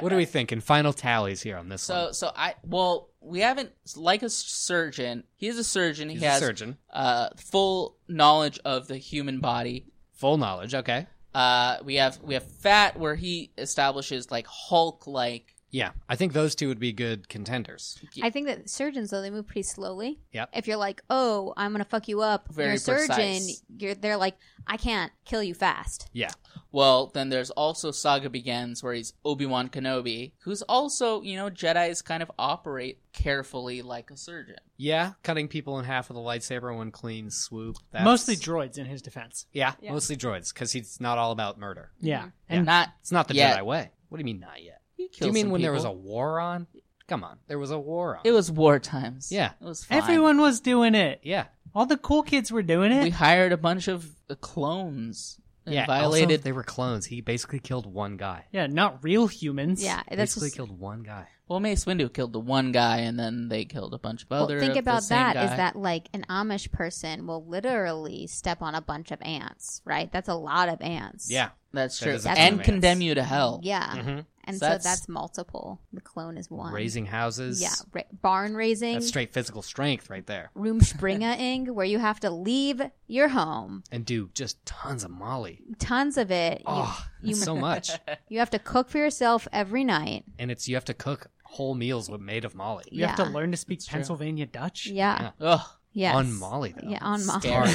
what are we thinking? Final tallies here on this
So,
one.
so I well, we haven't like a surgeon. He is a surgeon.
He's
he has
a surgeon,
uh full knowledge of the human body.
full knowledge. Okay,
Uh, we have we have fat where he establishes like Hulk like.
yeah, I think those two would be good contenders.
I think that surgeons though they move pretty slowly.
Yep.
If you're like, oh, I'm gonna fuck you up,
Very
you're a surgeon.
precise.
You're they're like, I can't kill you fast.
Yeah,
Well, then there's also Saga Begins where he's Obi Wan Kenobi, who's also you know Jedi's kind of operate carefully like a surgeon.
yeah, cutting people in half with a lightsaber, one clean swoop. That's,
Mostly droids in his defense.
yeah,
Yeah.
mostly droids because he's not all about murder.
Yeah.
Yeah.
And
Not
It's not the
Yet.
Jedi way. What do you mean not yet?
he
Do you
kills
mean
some
when there was a
people.
war on? Come on, there was a war on.
It was war times.
Yeah.
it was fine.
everyone was doing it.
yeah,
All the cool kids were doing it.
We hired a bunch of uh, clones and
yeah,
violated.
Also, they were clones. He basically killed one guy.
Yeah, not real humans.
Yeah, that's
basically
just-
killed one guy.
well, Mace Windu killed the one guy, and then they killed a bunch of
Well,
other.
think
of
about
the same
that is
guy.
that like an Amish person will literally step on a bunch of ants, right? That's a lot of ants.
Yeah.
that's
that
true,
is a
and
romance.
condemn you to hell.
Yeah.
hmm
And
So
so
that's-
that's, multiple. The clone is one.
Raising houses.
Yeah. Ra- barn raising.
That's straight physical strength right there.
Roomspringaing, where you have to leave your home.
And do just tons of Molly.
Tons of it. You,
Oh,
you-
so
*laughs*
much.
you have to cook for yourself every night.
And it's you have to cook whole meals with made of Molly.
You have to
Yeah.
learn to speak
It's true.
Pennsylvania Dutch.
Yeah.
Ugh,
Yes.
On Molly though.
Yeah, on Molly.
Scary.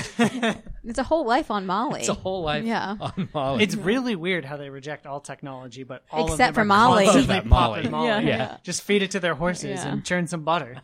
*laughs* It's a whole life on Molly.
It's a whole life
Yeah.
on
*laughs*
Molly.
It's really weird how they reject all technology, but all
Except
of
for
them are
Molly.
constantly
Except Molly.
popping Molly.
Yeah,
Yeah. yeah.
Just feed it to their horses
Yeah.
and churn some butter.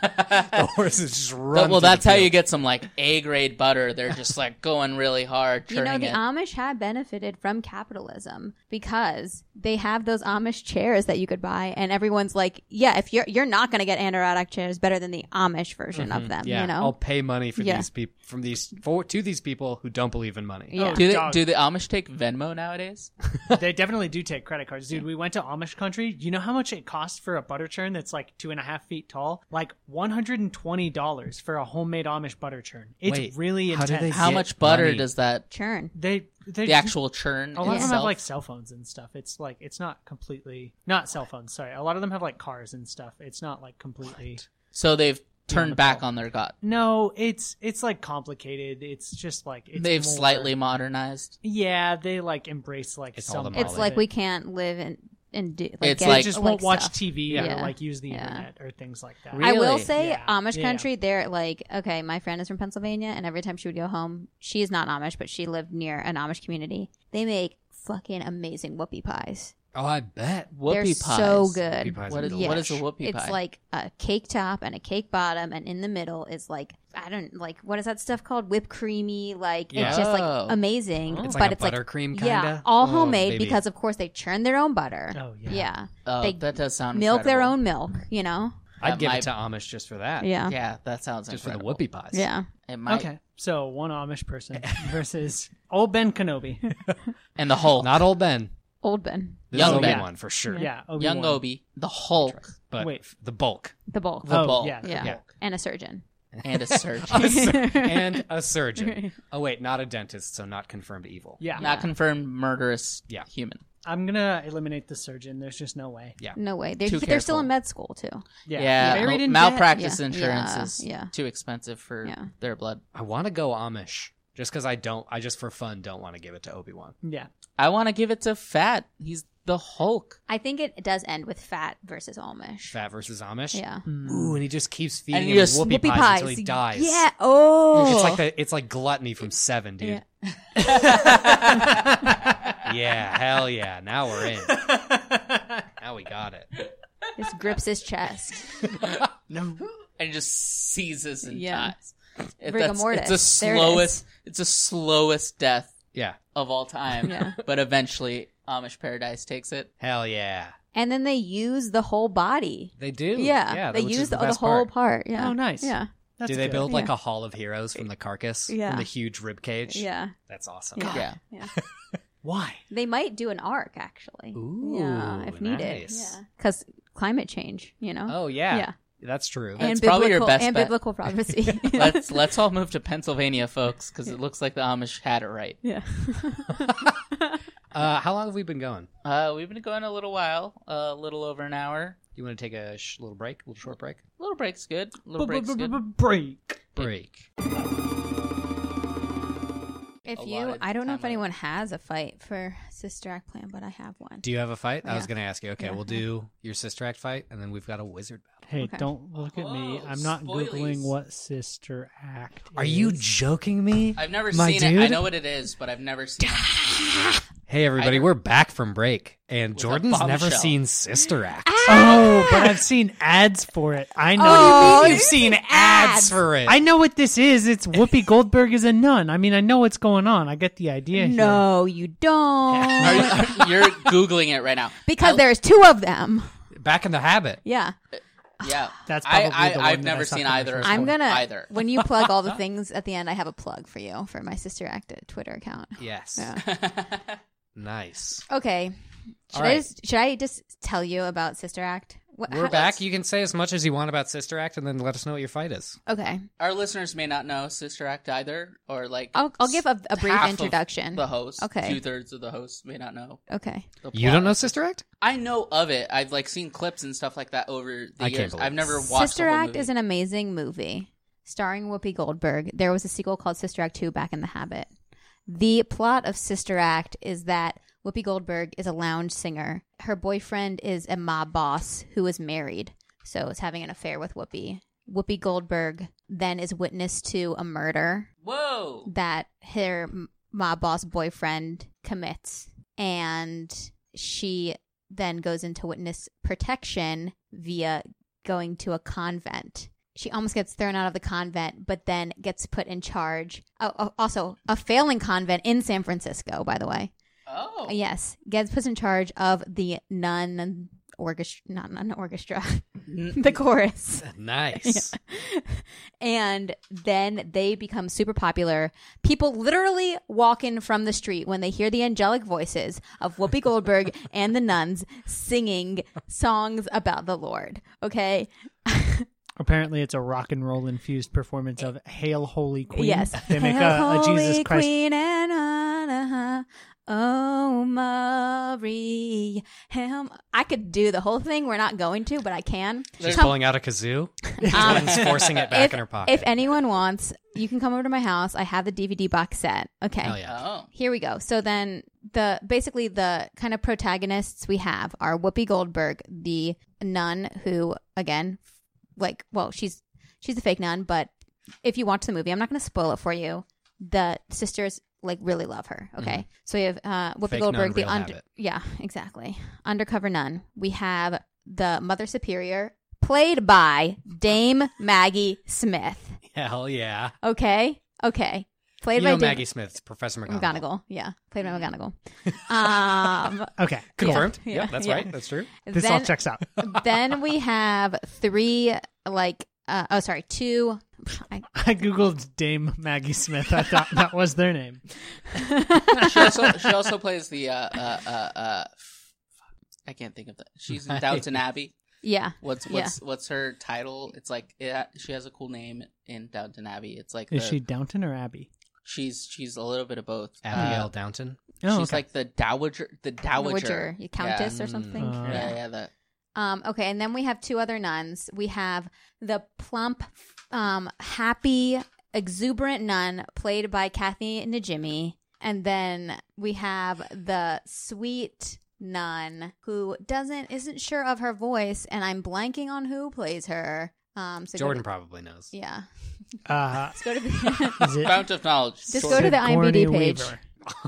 the horses just run.
But- well,
through the
that's how
field.
you get some like A grade butter. They're just like going really hard,
You know,
churning
the
it.
Amish have benefited from capitalism because they have those Amish chairs that you could buy, and everyone's like, "Yeah, if you're you're not going to get Anirodic chairs, better than the Amish version of them."
Yeah,
um, You know,
I'll pay money for
Yeah.
these people from these for to these people who don't believe in money.
*laughs*
Yeah.
do they,
Oh, Dog.
do the Amish take Venmo nowadays?
they definitely do take credit cards. Dude, we went to Amish country. You know how much it costs for a butter churn that's like two and a half feet tall? Like $120 for a homemade Amish butter churn. It's
Wait,
really
how
intense.
do they
How
Get
much butter
money.
does that?
churn.
they, they
The actual churn.
A lot of them have
itself?
like cell phones and stuff. It's like it's not completely not cell phones. Sorry, a lot of them have like cars and stuff. It's not like completely.
So they've turned back on their god.
No, it's it's like complicated. It's just like it's
They've
more-
slightly modernized.
Yeah, they like embrace like
It's all
some.
the
It's
Molly.
like we can't live and and do. Like,
It's
get-
they
like-
just won't watch
stuff.
TV or
Yeah.
like use the
Yeah.
internet or things like that.
Really?
I will say
Yeah.
Amish
Yeah.
country, they're like, okay, my friend is from Pennsylvania, and every time she would go home, she is not Amish, but she lived near an Amish community. They make fucking amazing whoopie pies.
Oh, I bet.
Whoopie
they're
pies.
so good.
Whoopie pies
What
are
is
Yeah.
what is a
delish.
whoopie
it's
pie?
like a cake top and a cake bottom and in the middle is like i don't like what is that stuff called whipped creamy like
Yeah.
it's just
Oh.
like amazing
It's
Mm-hmm. but
like
it's
a
like
buttercream Oh, kind of.
yeah all homemade because of course they churn their own butter
Oh yeah.
yeah,
Oh,
they
that does sound
milk their
incredible.
own milk you know
I'd
That
give
might-
it to Amish just for that.
yeah
Yeah, that sounds
just for the
incredible.
whoopie pies.
yeah
It might,
Okay, so one Amish person versus old Ben Kenobi.
and the Hulk,
Not old Ben.
old ben
This
Young
is Obi
Ben.
Wan for sure.
yeah, Obi-Wan.
young Obi, the Hulk,
But
Wait.
f-
*laughs*
the bulk
the bulk
the
Oh,
bulk,
yeah.
yeah.
yeah.
and a surgeon
*laughs*
and a surgeon.
A sur-
*laughs*
and a surgeon. Oh wait, not a dentist, so not confirmed evil.
Yeah,
Not confirmed murderous
Yeah.
human.
I'm gonna eliminate the surgeon. There's just no way.
no way they're,
Too
they're still
careful.
in med school too
Yeah,
oh,
Buried in debt.
malpractice
Yeah,
insurance
yeah,
is
yeah.
too expensive for
Yeah.
their blood.
I want to go Amish just because I don't. I just for fun don't want to give it to Obi Wan.
Yeah,
I want to give it to Fat. He's the Hulk, *laughs*
i think it does end with fat versus amish
Fat versus Amish.
yeah
Ooh, and he just keeps feeding
And he
him
just-
whoopie, pies, until he dies.
yeah oh
It's like the, it's like gluttony from Seven, dude.
Yeah.
*laughs* Yeah, hell yeah. Now we're in. now we got it.
just grips his chest
no.
and just seizes and
Yeah.
dies. If
Rigor
that's-
mortis.
It's
There
the
it is.
slowest. it's the slowest death
Yeah,
of all time.
Yeah.
But eventually, Amish Paradise takes it.
hell yeah.
and then they use the whole body.
They do.
yeah,
yeah.
they
which is
use the, the
best
whole
part.
part. Yeah.
Oh, nice.
Yeah,
That's
Do they
good.
build like
Yeah.
a hall of heroes from the carcass?
Yeah.
From the huge rib cage?
yeah,
That's awesome.
Yeah. *laughs*
Yeah.
yeah.
Why?
they might do an arc actually.
Ooh,
yeah, if needed.
nice.
Yeah, because climate change, you know.
Oh yeah.
Yeah.
That's true.
and
That's probably your
biblical,
best
and
bet.
biblical prophecy.
Let's *laughs* let's all move to Pennsylvania, folks, because it looks like the Amish had it right.
*laughs* yeah.
uh, how long have we been going?
Uh, we've been going a little while, a little over an hour.
You want to take a sh- little break, little short break?
Little break's good. Little break's good.
Break.
Break.
if
A lot
you,
of
I don't know if
time
anyone has a fight for Sister Act plan, but I have one.
Do you have a fight? I was
Yeah.
going to ask you. Okay,
Yeah.
we'll do your sister act fight, and then we've got a wizard battle.
Hey,
Okay.
don't look at me.
Whoa,
I'm not
spoilies.
googling what sister act.
Are you
is.
joking me?
I've never
My
seen it. I
dude?
know what it is, but I've never seen it.
Hey everybody,
I-
we're back from break, and
With a
Jordan's never
bombshell.
seen Sister Act.
Oh, but I've seen ads for it. I know.
Oh,
You've seen ads for it.
I know what this is.
*laughs*
It's Whoopi Goldberg is a nun. I mean, I know what's going on. I get the idea. here.
No, you
Are
*laughs* don't,
you, are googling it right now.
because there's two of them.
Back in the habit.
Yeah,
Yeah. *laughs*
That's
I,
probably the one
I, I've
that
never
I suck
seen
at my
either.
first
I'm
one.
gonna
either.
when you plug all the things at the end. I have a plug for you for my sister act Twitter account.
Yes.
Yeah. *laughs*
Nice.
Okay. Should,
All
I
right.
just, should I just tell you about Sister Act? What,
We're
how-
back. You can say as much as you want about Sister Act and then let us know what your fight is.
Okay,
Our listeners may not know Sister Act either, or like
I'll I'll give a, a brief
half of
introduction.
the host.
Okay.
Two thirds of the hosts may not know.
Okay,
the
You don't
plot.
know Sister
*laughs*
Act?
I know of it. I've like seen clips and stuff like that over the
I can't
years.
believe
I've never watched.
Sister
the whole
Act
movie.
is an amazing movie starring Whoopi Goldberg. There was a sequel called Sister Act 2 Back in the Habit. The plot of Sister Act is that Whoopi Goldberg is a lounge singer. Her boyfriend is a mob boss who is married, so is having an affair with Whoopi. Whoopi Goldberg then is witness to a murder
Whoa!
that her m- mob boss boyfriend commits and she then goes into witness protection via going to a convent she almost gets thrown out of the convent but then gets put in charge oh, oh, also a failing convent in san francisco by the way
Oh,
yes gets put in charge of the nun orchestra not nun orchestra *laughs*
N-
the chorus
*laughs* Nice.
and then they become super popular. People literally walk in from the street when they hear the angelic voices of Whoopi
*laughs*
Goldberg and the nuns singing songs about the Lord. Okay.
Apparently, it's a rock and roll infused performance of "Hail Holy Queen."
Yes.
they make
Hail,
a, a Jesus
Holy
Christ.
Queen and Anna, oh Marie. Hail- I could do the whole thing. We're not going to, but I can.
She's
Come-
pulling out
*laughs*
a kazoo
Um,
and forcing it back
if,
in her pocket.
if anyone wants, you can come over to my house. I have the DVD box set. Okay.
Hell yeah.
oh, *laughs*
here we go. So then the basically the kind of protagonists we have are Whoopi Goldberg, the nun who again f- like well she's she's a fake nun, but if you watch the movie, I'm not going to spoil it for you. The sisters like really love her. Okay, so we have uh, Whoopi
Mm-hmm. Fake
Goldberg,
nun,
the
real
under
habit.
yeah exactly undercover nun. We have the Mother Superior played by Dame Maggie Smith.
Uh,
Hell yeah.
Okay, okay, played
You
by
know
Dame-
Maggie Smith, Professor McGonagall.
McGonagall. Yeah, played by McGonagall. Um,
Okay,
Confirmed.
Yeah,
Yeah,
yeah,
that's
yeah.
right. That's true.
this all
then,
checks out. *laughs*
then we have three, like, uh, oh, sorry, two. I,
I googled Dame Maggie Smith. I thought that was their name.
she also she also plays the uh uh uh. uh f- fuck, I can't think of that. She's in Downton Abbey.
yeah,
What's
Yeah.
what's what's her title? It's like it, she has a cool name in Downton Abbey. It's like
Is
the-
she Downton or Abbey?
She's she's a little bit of both.
Abigail
Uh,
Downton.
Oh,
she's
okay.
like the dowager, the
Dowager,
dowager.
countess or something.
Mm.
Yeah,
Uh,
yeah, that.
Um, okay, and then we have two other nuns. We have the plump, um, happy, exuberant nun played by Kathy Najimy, and then we have the sweet nun who doesn't isn't sure of her voice, and I'm blanking on who plays her. Um, so go
Jordan
to-
probably knows.
yeah,
uh,
just go to the *laughs*
*laughs*
is it
Fount of knowledge.
Just
Sort
go to
of.
the
Sigourney
IMDb page.
Weaver?
*laughs*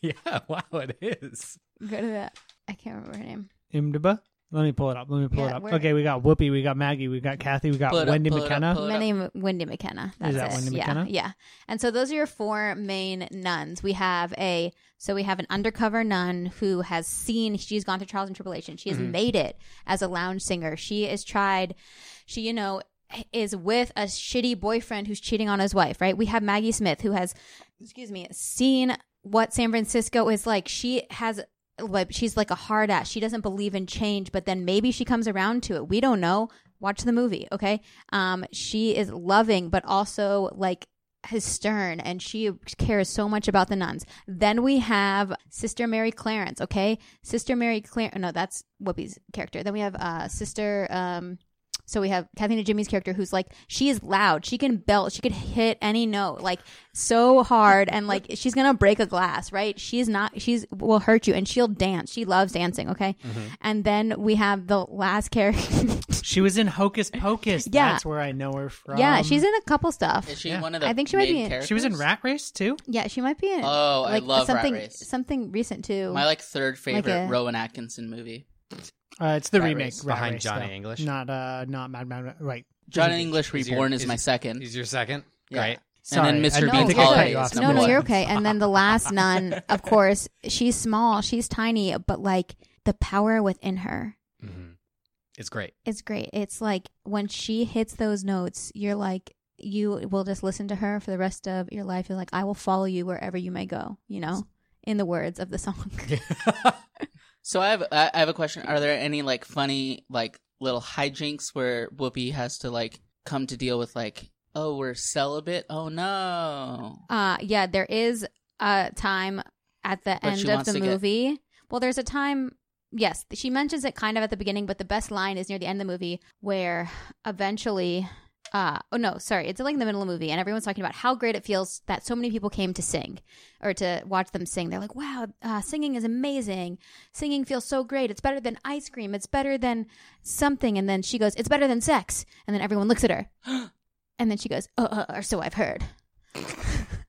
yeah, wow, it is.
go to the I can't remember her name.
IMDb? Let me pull it up. Let me pull
Yeah,
it up.
where-
Okay, we got Whoopi, we got Maggie, we got Kathy, we got
Pull it up,
Wendy
pull it up,
McKenna.
pull it
My
up.
name Wendy McKenna. That's
that
it.
Wendy
yeah,
McKenna?
Yeah. And so those are your four main nuns. We have a so we have an undercover nun who has seen she's gone through trials and tribulations. She has
Mm-hmm.
made it as a lounge singer. She is tried. She you know is with a shitty boyfriend who's cheating on his wife. Right. We have Maggie Smith who has excuse me seen what San Francisco is like. She has like she's like a hard ass. She doesn't believe in change, but then maybe she comes around to it. We don't know. Watch the movie, okay? Um, she is loving, but also like is stern, and she cares so much about the nuns. Then we have Sister Mary Clarence, okay? Sister Mary Clarence. No, that's Whoopi's character. Then we have uh, Sister. Um, so we have Kathleen and Jimmy's character, who's like she is loud. She can belt. She could hit any note like so hard, and like she's gonna break a glass, right? She's not. She's will hurt you, and she'll dance. She loves dancing. Okay, and then we have the last character. *laughs*
She was in Hocus Pocus.
Yeah.
That's where I know her from.
yeah, she's in a couple stuff.
Is she
Yeah.
one of the
I think she might
main
be in-
characters?
She was in Rat Race too.
yeah, she might be in.
Oh, I love Rat
something
Race.
something recent too.
My like third favorite
a-
Rowan Atkinson movie.
Uh, it's the
Rat
remake
Race.
Rat
Behind
Race,
Johnny
though.
English.
Not uh, not Mad Mad. Mad- Right.
John English
Is your-
Reborn is,
is-
my second.
He's your second.
Yeah.
Right.
Sorry.
And then
I
Mr.
didn't
no,
Bean
think
you're
I cut
Holiday
good.
you
is
off.
no, no,
one.
you're okay. And then the last nun, of course, she's small. She's tiny, but like the power within her
Mhm. It's great.
It's great. It's like when she hits those notes, you're like, you will just listen to her for the rest of your life. You're like, I will follow you wherever you may go, you know, in the words of the song. *laughs*
So I have I I have a question. Are there any like funny like little hijinks where Whoopi has to like come to deal with like oh we're celibate oh no
Uh, yeah, there is a time at the
But she
end of
wants
the
to get-
movie. Well, there's a time. Yes, she mentions it kind of at the beginning, but the best line is near the end of the movie where eventually. Uh, oh no, sorry. It's like in the middle of the movie, and everyone's talking about how great it feels that so many people came to sing or to watch them sing. They're like, "Wow, uh, singing is amazing. Singing feels so great. It's better than ice cream. It's better than something." And then she goes, "It's better than sex." And then everyone looks at
*gasps*
her, and then she goes, "Uh, uh, or so I've heard."
*laughs*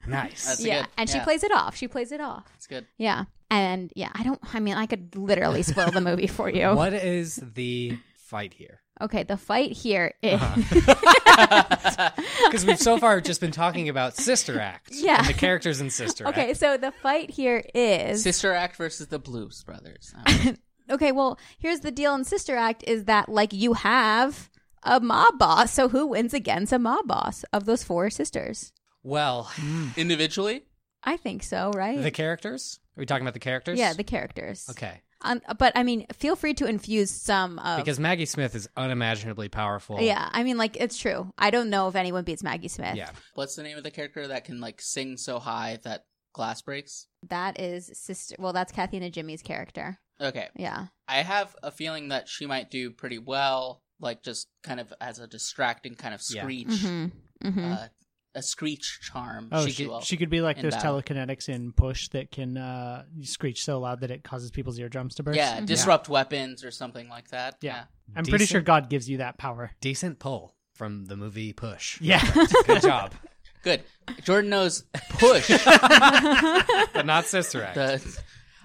nice.
That's-
yeah,
good-
and she
yeah.
plays it off. She plays it off.
it's good
Yeah, and yeah, I don't. I mean, I could literally spoil the movie for you.
What is the fight *laughs* here?
Okay, the fight here is
Uh-huh. Because we've so far just been talking about Sister Act.
Yeah.
And the characters in
*laughs*
Sister
okay.
Act.
So the fight here is
Sister Act versus the Blues
*laughs*
Brothers Um,
okay. Well, here's the deal in Sister Act is that like you have a mob boss. So who wins against a mob boss of those four sisters?
Well,
individually
I think so, right?
the characters? Are we talking about the characters?
yeah, the characters.
Okay.
Um, but I mean, feel free to infuse some of.
Because Maggie Smith is unimaginably powerful.
Oh. yeah, I mean, like it's true. I don't know if anyone beats Maggie Smith.
Yeah.
what's the name of the character that can like sing so high that glass breaks
That is sister. Well, that's Kathina Jimmy's character.
okay
Yeah.
I have a feeling that she might do pretty well like just kind of as a distracting kind of
Yeah.
screech
Mm-hmm. Mm-hmm.
uh, a screech charm
Oh,
she,
she,
could,
she could be like
in
those
battle.
telekinetics in Push that can uh, screech so loud that it causes people's eardrums to burst.
yeah disrupt weapons or something like that
Yeah.
yeah.
I'm pretty sure
Decent-
God gives you that power.
Decent pull from the movie Push.
Yeah.
Good job.
Good. Jordan knows
*laughs*
push.
But not Sister Act.
the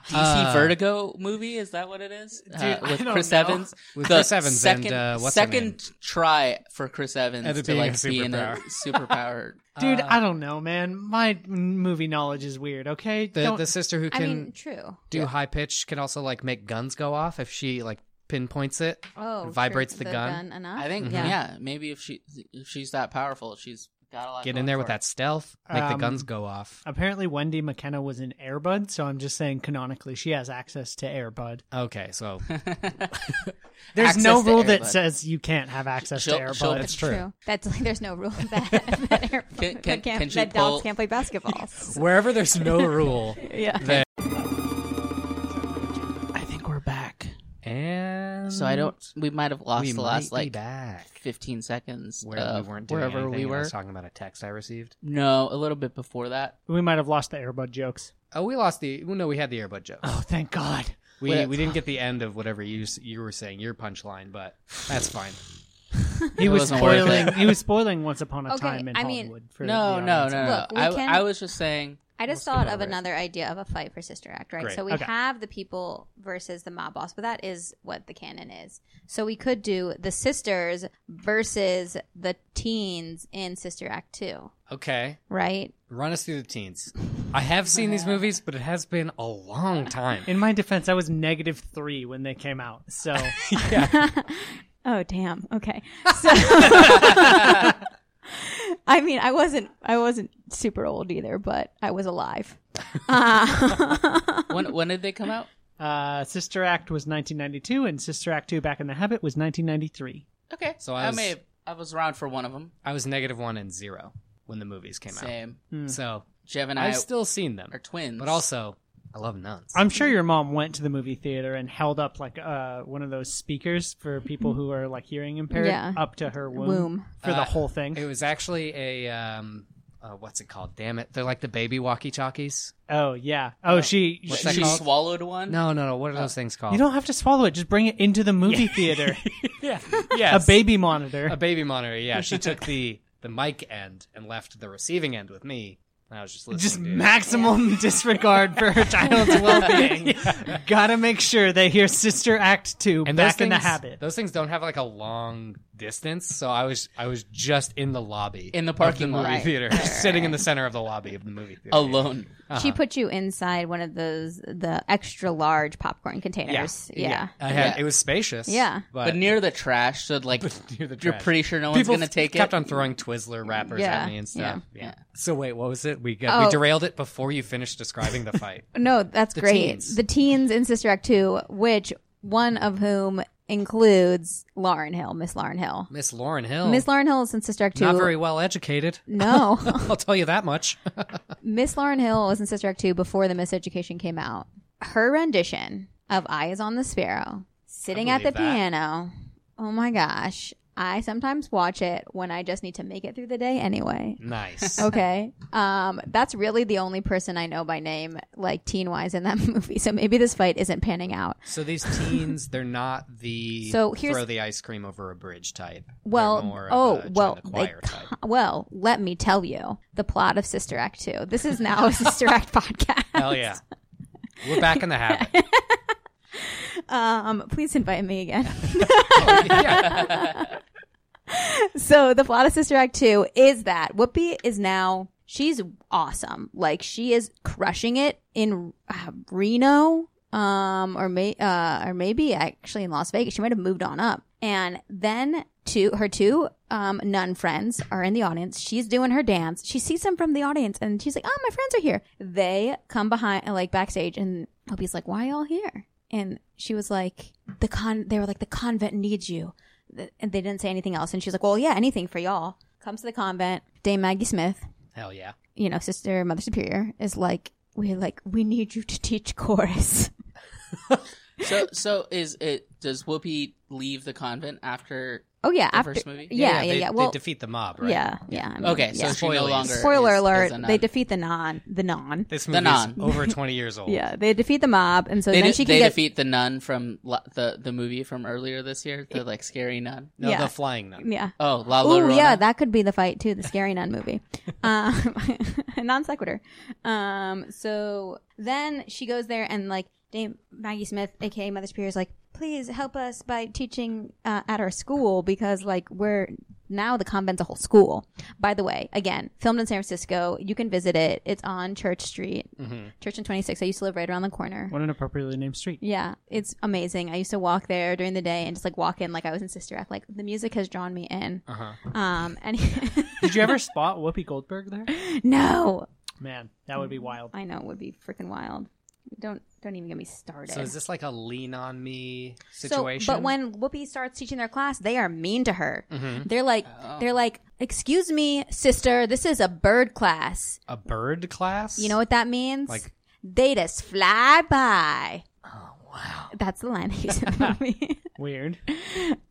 DC
Uh,
Vertigo movie. Is that what it is? Uh,
I
with
don't
Chris
know.
Evans.
With
The
Chris Evans
second,
and, uh, what's her name?
second try for Chris Evans
At it
to
being
like
a
be in a superpower.
*laughs*
*laughs*
Dude, I don't know, man. My movie knowledge is weird, okay?
The,
Don't-
the sister who
I
can
mean, true.
do high pitch can also like make guns go off if she like pinpoints it.
Oh,
vibrates
true.
the gun.
enough.
I
Mm-hmm.
think
Yeah.
yeah. maybe if she if she's that powerful, she's got a lot.
Get
going
in there with
for her.
that stealth. Make the
Um,
guns go off.
Apparently, Wendy McKenna was in Airbud, so I'm just saying canonically she has access to Airbud.
Okay, so
There's
Access
no
to
rule that
Airbud.
says you can't have access
She'll-
to Airbud.
she'll-
That's true. That's like there's no rule that that, air-
Can-
that
can-
can't-
can she
that
pull-
dogs can't play basketball.
wherever there's no rule,
yeah.
then
I think we're back.
and
So I don't. We might have lost
Mm-hmm. we
the last
might be
like
back
fifteen seconds.
where
of
we weren't doing
wherever
anything
we
and I
were.
was talking about a text I received.
No, a little bit before that.
we might have lost the Airbud jokes.
Oh, we lost the. well, No, we had the earbud joke.
Oh, thank God.
we
wait.
we
*laughs*
didn't get the end of whatever you s- you were saying your punchline, but that's fine.
He
It
was
wasn't worth
spoiling.
it.
He was spoiling Once Upon a
Okay,
Time in
I mean-
Hollywood. for
No,
the
no, no,
audience.
no.
Look, we
I,
can-
I was just
*laughs*
saying. *laughs*
I just
We'll
thought of
skip over it.
another idea of a fight for Sister Act, right?
Great.
So we
Okay.
have the people versus the mob boss, but that is what the canon is. So we could do the sisters versus the teens in Sister Act 2,
Okay,
right?
run us through the teens. I have seen these movies, but it has been a long
*laughs*
time.
In my defense, I was negative three when they came out. So
Oh damn. Okay. So I mean, I wasn't I wasn't super old either, but I was
*laughs*
alive. Uh, *laughs*
When when did they come out?
uh, Sister Act was 1992, and Sister Act 2 Back in the Habit was 1993.
Okay.
So
So
I
I,
was-
may have, I was around for one of them.
I was negative one and zero when the movies came
Same.
out. So
Jeff and I
I've still seen them,
are twins.
but also I love nuns.
I'm sure your mom went to the movie theater and held up like uh, one of those speakers for people who are like hearing impaired
Yeah.
up to her womb,
Womb.
for the
Uh,
whole thing.
It was actually a um, uh, what's it called? Damn it! They're like the baby walkie talkies.
oh yeah. Oh, she.
What's
she
that
she
called?
swallowed
*laughs*
one.
No, no, no. What are
Oh.
those things called?
you don't
*laughs*
have to swallow it. Just bring it into
*laughs*
the movie theater.
yeah,
*laughs* A
yes.
baby monitor.
a baby monitor. Yeah, she took
*laughs*
the the mic end and left the receiving end with me. And I was just listening.
just
to it.
*laughs*
maximum disregard for
*laughs*
her child's well-being. Gotta make sure they hear Sister Act Two
and those
back in the
things-
habit.
Those things don't have like a long distance, so I was I was just in the lobby
*laughs* In the
of
parking lot.
movie
Right.
theater,
Right, right,
sitting in the
right.
center of the lobby of the movie theater
alone.
Uh-huh.
She put you inside one of those the extra large popcorn containers. Yeah.
I had
Yeah.
it was spacious.
Yeah.
but,
But, near the trash, so
*laughs*
like
near the
you're
trash.
pretty sure no
People
one's gonna take
kept
it.
on throwing Twizzler wrappers
Yeah,
at me and stuff.
yeah,
Yeah.
yeah.
So wait, what was it? We got, we
Oh.
derailed it before you finished describing the fight.
*laughs*
No, that's
The
great.
teens.
The teens in Sister Act 2, which one of whom includes Lauren Hill, Miss Lauren Hill.
Miss Lauren Hill,
Miss Lauren Hill is in Sister Act 2.
Oh. not very well educated.
no.
*laughs*
*laughs*
I'll tell you that
*laughs*
much.
Miss Lauren Hill was in Sister Act 2 before The Miseducation came out. Her rendition of Eyes on the Sparrow, sitting at the
believe that.
piano. Oh my gosh. I sometimes watch it when I just need to make it through the day anyway.
nice.
Okay. Um, that's really the only person I know by name, like teen wise, in that *laughs* movie. So maybe this fight isn't panning out.
So these teens, they're not the
So here's-
throw the ice cream over a bridge type. They're
Well,
more of
oh,
a
well,
join the
they,
choir type.
well, let me tell you the plot of Sister Act 2. This is now a Sister Act *laughs* podcast.
Hell yeah, we're back in the habit.
*laughs* Um, please invite me again.
yeah.
so the plot of Sister Act 2 is that Whoopi is now she's awesome. Like she is crushing it in uh, Reno um or may uh or maybe actually in Las Vegas. She might have moved on up. And then two her two um nun friends are in the audience. She's doing her dance. She sees them from the audience and she's like, "Oh, my friends are here." They come behind like backstage and Whoopi's like, "Why y'all here?" And she was like, "The con they were like the convent needs you." th- and they didn't say anything else. And she's like, well, yeah, anything for y'all. Comes to the convent. Dame Maggie Smith,
Hell yeah.
you know, sister, mother superior, is like, we're like, we need you to teach chorus. *laughs*
*laughs*
so so is it? Does Whoopi leave the convent after
Oh yeah,
the
after
first movie?
yeah, yeah, yeah.
they,
Well,
they defeat the mob, right?
yeah, yeah. I mean,
Okay, so
yeah.
she no
Spoilers.
longer.
spoiler
is- is
alert:
a nun.
they defeat the non, the non.
This
The
movie's
non. *laughs*
over 20 years old.
Yeah, they defeat the mob, and so
they
then
de-
she
they
can get.
defeat the nun from la- the the movie from earlier this year, the like scary nun.
No,
Yeah.
the flying nun.
yeah.
Oh, La
Oh
Llorona.
yeah, that could be the fight too. The scary nun movie, *laughs* um, non sequitur. Um, so then she goes there and like Dame Maggie Smith, aka Mother Superior, is like, please help us by teaching uh, at our school because like we're now the convent's a whole school. By the way, again, filmed in San Francisco. You can visit it. It's on Church Street, Church and Twenty Six. I used to live right around the corner.
What an appropriately named street.
Yeah, it's amazing. I used to walk there during the day and just like walk in like I was in Sister Act. Like the music has drawn me in.
Uh-huh.
Um, and
*laughs*
*laughs*
Did you ever spot Whoopi Goldberg there?
no,
Man, that would be wild.
I know it would be freaking wild. Don't don't even get me started.
So is this like a lean on me
So,
situation?
but
Mm-hmm.
when Whoopi starts teaching their class, they are mean to her. They're like,
Oh.
they're like, excuse me, sister, this is a bird class.
a bird class,
You know what that means?
Like-
they just fly by. Oh wow, that's the line they use in
*laughs*
the movie. *laughs* Um,
Weird.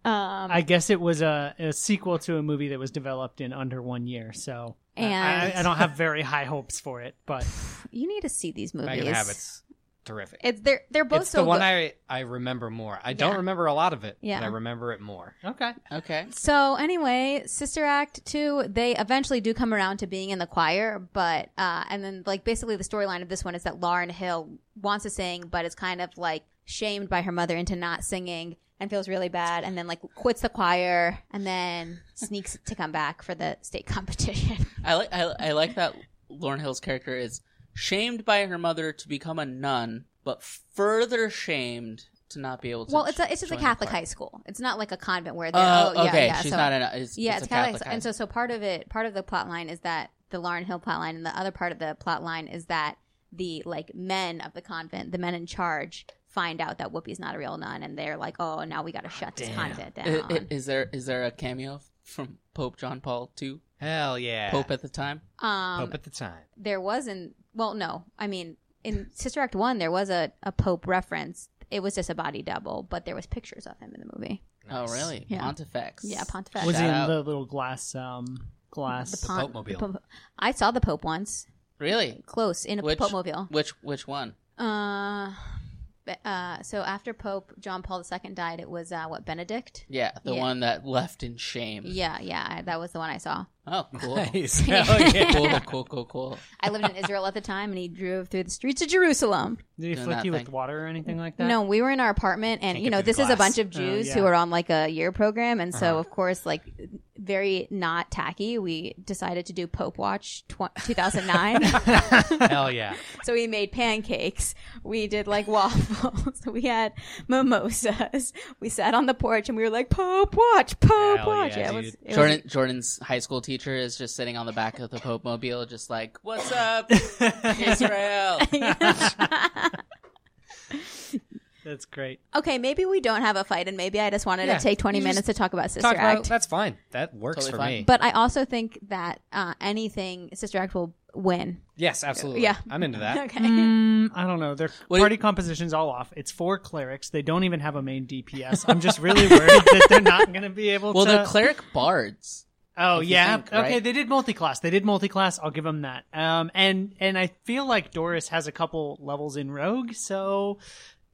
I guess it was a, a sequel to a movie that was developed in under one year, so I-
And-
I, I don't have very high hopes for it. But
you need to see these movies.
Bag of Habits, terrific.
It's they're they're both
it's
so
the one
good.
I I remember more. I don't
Yeah.
remember a lot of it,
Yeah.
but I remember it more.
okay,
Okay.
So anyway, Sister Act two, they eventually do come around to being in the choir, but uh, and then like basically the storyline of this one is that Lauren Hill wants to sing, but is kind of like shamed by her mother into not singing and feels really bad, and then like quits the choir and then sneaks to come back for the state *laughs* competition.
I like I, I like that Lauren Hill's character is shamed by her mother to become a nun, but further shamed to not be able to.
well, it's a, it's just a
join the
Catholic
choir.
high school. It's not like a convent where they're
Oh,
oh, yeah,
okay.
yeah.
She's
so-
not a. It's,
Yeah, it's,
a
Catholic.
Catholic. high
and so, so part of it, part of the plot line is that the Lauren Hill plot line, and the other part of the plot line is that the like men of the convent, the men in charge, find out that Whoopi's not a real nun, and they're like, oh, now we got to shut this
*laughs*
convent down.
I- I- is there is there a cameo from Pope John Paul II,
Hell yeah,
Pope at the time?
um,
Pope at the time.
there was in well, no, I mean in Sister Act one, there was a, a Pope reference. It was just a body double, but there was pictures of him in the movie.
Oh, really?
Yeah.
Pontifex.
Yeah, Pontifex.
was
Shout
he in
out.
the little glass um glass?
Pon-
Popemobile.
Pope- I saw the Pope once,
Really?
close in a
Which
Pope mobile.
Which which one?
Uh, But, uh, so after Pope John Paul II died, it was uh, what Benedict.
Yeah, the
Yeah.
one that left in shame.
Yeah, yeah, I, that was the one I saw.
Oh, cool.
*laughs* Nice. Hell
*laughs*
yeah.
cool, cool, cool, cool.
I lived in Israel at the time, and he drove through the streets of Jerusalem.
Did he
Doing
flick
that
you
thing.
with water or anything like that?
No,
*laughs*
*laughs*
we were in our apartment, and
Can't
you
get
know,
through the
this is a
glass.
bunch of
Oh,
Jews
yeah.
who are on like a year program, and so
Uh-huh.
of course, like very not tacky, we decided to do Pope Watch tw- 2009.
Hell yeah.
so we made pancakes, we did like *laughs* waffles, we had mimosas, we sat on the porch, and we were like Pope Watch, Pope
Hell
Watch.
yeah,
it was,
dude.
*laughs* it was- *laughs*
Jordan, Jordan's high school teacher is just sitting on the back of the Pope Mobile, just like,
*laughs*
"What's up, Israel?"
That's great.
*laughs* okay, maybe we don't have a fight, and maybe I just wanted
Yeah,
to take 20
you
minutes
just
to talk about Sister
Talk
Act.
about, that's fine. That works
Totally
for
fine.
me.
But I also think that uh, anything Sister Act will win.
yes, absolutely.
Yeah.
I'm into that.
Okay.
*laughs* Mm, I don't know. Their
What do
party composition's all off. It's four clerics. They don't even have a main DPS. I'm just really worried that they're not going to be able
well,
to.
they're cleric bards.
oh
if you
yeah.
think,
Okay,
right?
they did multi-class. They did multi-class. I'll give them that. Um, and and I feel like Doris has a couple levels in Rogue, so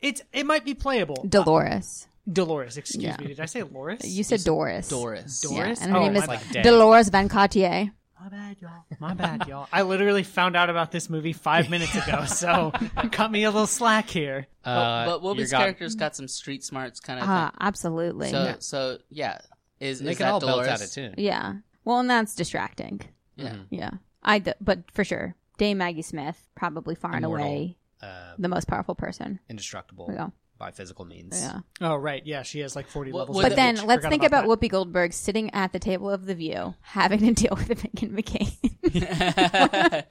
it's it might be playable. Uh,
Dolores.
Dolores, excuse
Yeah.
me. Did I say Loris?
You said Doris.
Doris.
Yeah,
Doris?
and *laughs* her
Oh,
name
my
is
bad.
Like dead.
Dolores Van Cartier.
My bad, y'all. My bad, y'all. I literally found out about this movie five minutes ago, so cut me a little slack here.
Uh,
but
you're
Wobie's
got-
character's got some street smarts kind of
Ah, absolutely.
thing. So, so yeah, is,
They
is
can
that
all belt
Dolores?
out of tune.
yeah. Well, and that's distracting.
Yeah.
Mhm.
Yeah. I d- but for sure, Dame Maggie Smith probably far and
Immortal.
away
Uh,
the most powerful person.
indestructible
Yeah.
by physical means.
Yeah.
Oh right, yeah, she has like forty
What-
levels.
what
of
the-
But then
witch.
let's
Forgot
think about
that.
Whoopi Goldberg sitting at the table of the View, having to *laughs* deal with Megan McCain.
*laughs*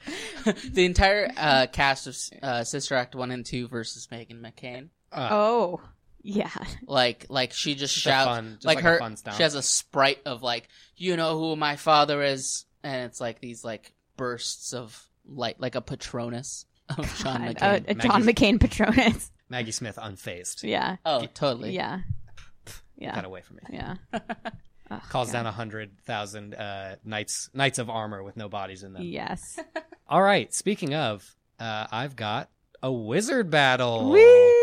the entire uh, cast of uh, Sister Act one and two versus Megan McCain.
Uh,
oh, yeah.
Like, like she just
Just a
shouts,
fun- just
like,
like a
her.
fun stomp.
she has a sprite of like, you know who my father is, and it's like these like bursts of light, like a Patronus of John
*laughs* God.
McCain.
Uh, John McCain Patronus. *laughs*
Maggie Smith unfazed.
Yeah.
oh, totally.
Yeah.
Got
Yeah.
away from me.
Yeah. Ugh,
Calls
God.
down a hundred thousand uh, knights knights of armor with no bodies in them.
Yes.
All right. Speaking of, uh, I've got a wizard battle.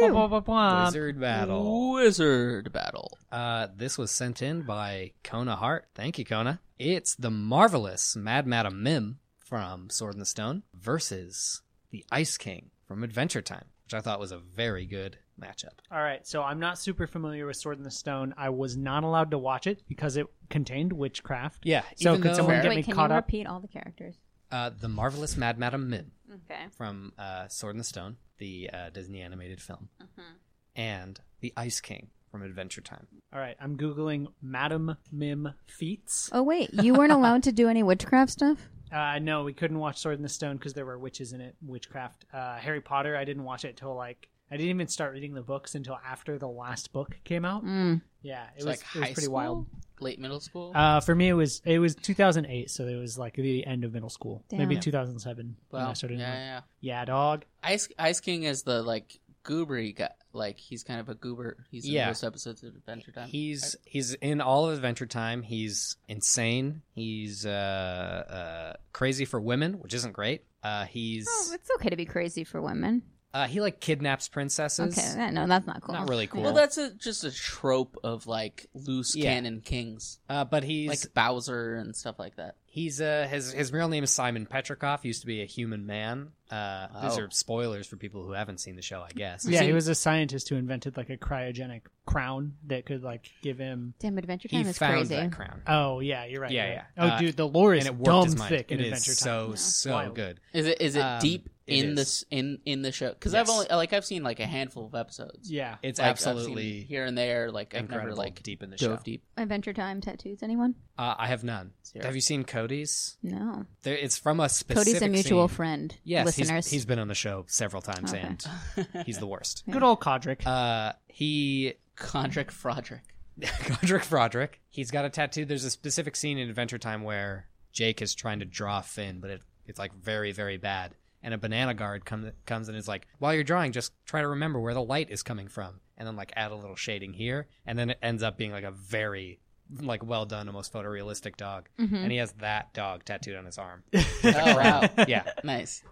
Blah, blah, blah,
Um,
blah.
Wizard battle.
Wizard battle.
Uh, this was sent in by Kona Hart. Thank you, Kona. It's the marvelous Mad Madam Mim from Sword in the Stone versus the Ice King from Adventure Time, which I thought was a very good matchup.
All right, so I'm not super familiar with Sword in the Stone. I was not allowed to watch it because it contained witchcraft.
Yeah.
So
even
could
though,
someone- Get me
Wait, can
caught
you
up.
repeat all the characters?
uh, the marvelous Mad Madam Mim
Okay.
from uh, Sword in the Stone, the uh, Disney animated film,
Mm-hmm.
and the Ice King from Adventure Time.
All right, I'm googling Madam Mim feats.
Oh wait, you weren't allowed to do any witchcraft stuff.
Uh, no, we couldn't watch Sword in the Stone because there were witches in it. Witchcraft. Uh, Harry Potter. I didn't watch it till like I didn't even start reading the books until after the last book came out.
Mm.
Yeah, it
It's
was
like
it was
high
pretty
school,
wild.
late middle school.
Uh, for me, it was it was 2008, so it was like the end of middle school, maybe
Damn.
2007 when
wow.
I started.
yeah,
Yeah,
yeah.
dog.
Ice Ice King is the like goobery guy. Like he's kind of a goober. He's in
Yeah.
most episodes of Adventure Time.
He's he's in all of Adventure Time. He's insane. He's uh, uh, crazy for women, which isn't great. Uh, he's
Oh, it's okay to be crazy for women.
uh, he like kidnaps princesses.
Okay, yeah, no, that's not cool.
Not really cool.
well, that's a, just a trope of like loose
Yeah.
cannon kings,
uh, but he's
like Bowser and stuff like that.
he's uh, his his real name is Simon Petrikoff. He Used to be a human man. Uh, These
Oh.
are spoilers for people who haven't seen the show, I guess.
Yeah,
See-
he was a scientist who invented like a cryogenic crown that could like give him.
Damn, Adventure
he
Time is
found
crazy.
that crown.
Oh yeah, you're right.
Yeah,
you're right.
yeah. Uh,
Oh dude, the lore is
and it worked
dumb
his mind.
thick in
It is
Adventure
so
Time.
so
Wild.
good.
Is it is it
Um,
deep
it
in
is.
this in in the show? Because I've
Yes.
only like I've seen like a handful of episodes.
Yeah,
It's
Like, I've seen
absolutely
here and there. Like I've
incredible.
never like
deep in the show.
dove deep.
Adventure Time tattoos? Anyone?
Uh, I have none.
Zero.
Have you seen Cody's?
No.
There, it's from a specific.
Cody's a mutual
scene.
friend.
Yes, he's-
listeners.
he's been on the show several times,
Okay.
and
*laughs*
he's the worst.
good
*laughs*
old Codric. *laughs*
Uh, he
Condrick Frodrick.
*laughs* Godric Frodrick. He's got a tattoo. There's a specific scene in Adventure Time where Jake is trying to draw Finn, but it, it's like very, very bad. And a banana guard comes comes and is like, while you're drawing, just try to remember where the light is coming from, and then like add a little shading here, and then it ends up being like a very like well done, almost photorealistic dog.
Mm-hmm.
Mm-hmm.
*laughs*
And he has that dog tattooed on his arm.
oh wow,
yeah,
nice.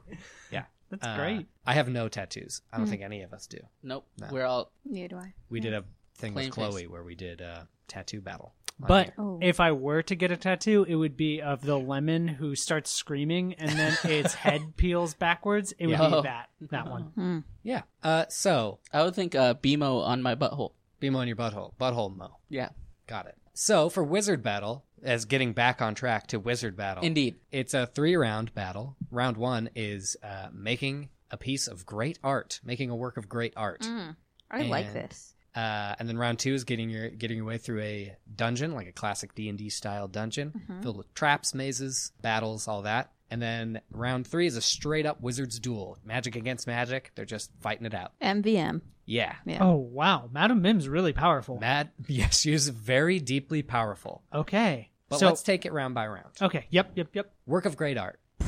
That's
Uh,
great. Mm-hmm.
I have no tattoos. I don't
Mhm.
think any of us do.
Nope.
No.
We're all
Neither do I.
We
Yeah.
did a thing
Plain
with Chloe
face.
where we did a tattoo battle. on
But
here.
Oh.
if I were to get a tattoo, it would be of the lemon who starts screaming
*laughs*
and then its head peels backwards. It would
Yeah.
be that that one.
Hmm.
yeah. Uh, so
I would think uh, BMO on my butthole.
Beam on your butthole. Butthole mo.
Yeah.
Got it. So for Wizard Battle, as getting back on track to Wizard Battle,
Indeed.
it's a three round battle. Round one is uh, making a piece of great art, making a work of great art.
Mm. I like
And-
this.
Uh, and then round two is getting your getting your way through a dungeon, like a classic D and D style dungeon,
Mm-hmm.
Mhm.
filled with traps, mazes, battles, all that. And then round three is a straight up wizard's duel, magic against magic. They're just fighting it out.
MVM.
*laughs* Yeah,
Yeah.
Oh wow, Madam Mim's really powerful.
Mad. *laughs* Yeah, she is very deeply powerful.
okay,
But
so Oh.
let's take it round by round.
okay, yep, yep, yep.
Work of great art. *laughs*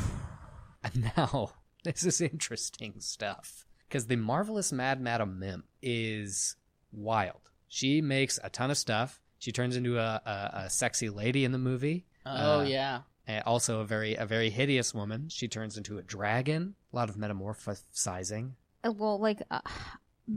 And now, *laughs* this is interesting stuff. Because the marvelous Mad Madam Mim is wild. She makes a ton of stuff. She turns into a, a, a sexy lady in the movie.
Oh
Uh,
yeah.
and also a very a very hideous woman. She turns into a dragon. A lot of metamorphosizing.
Uh, Well, like uh,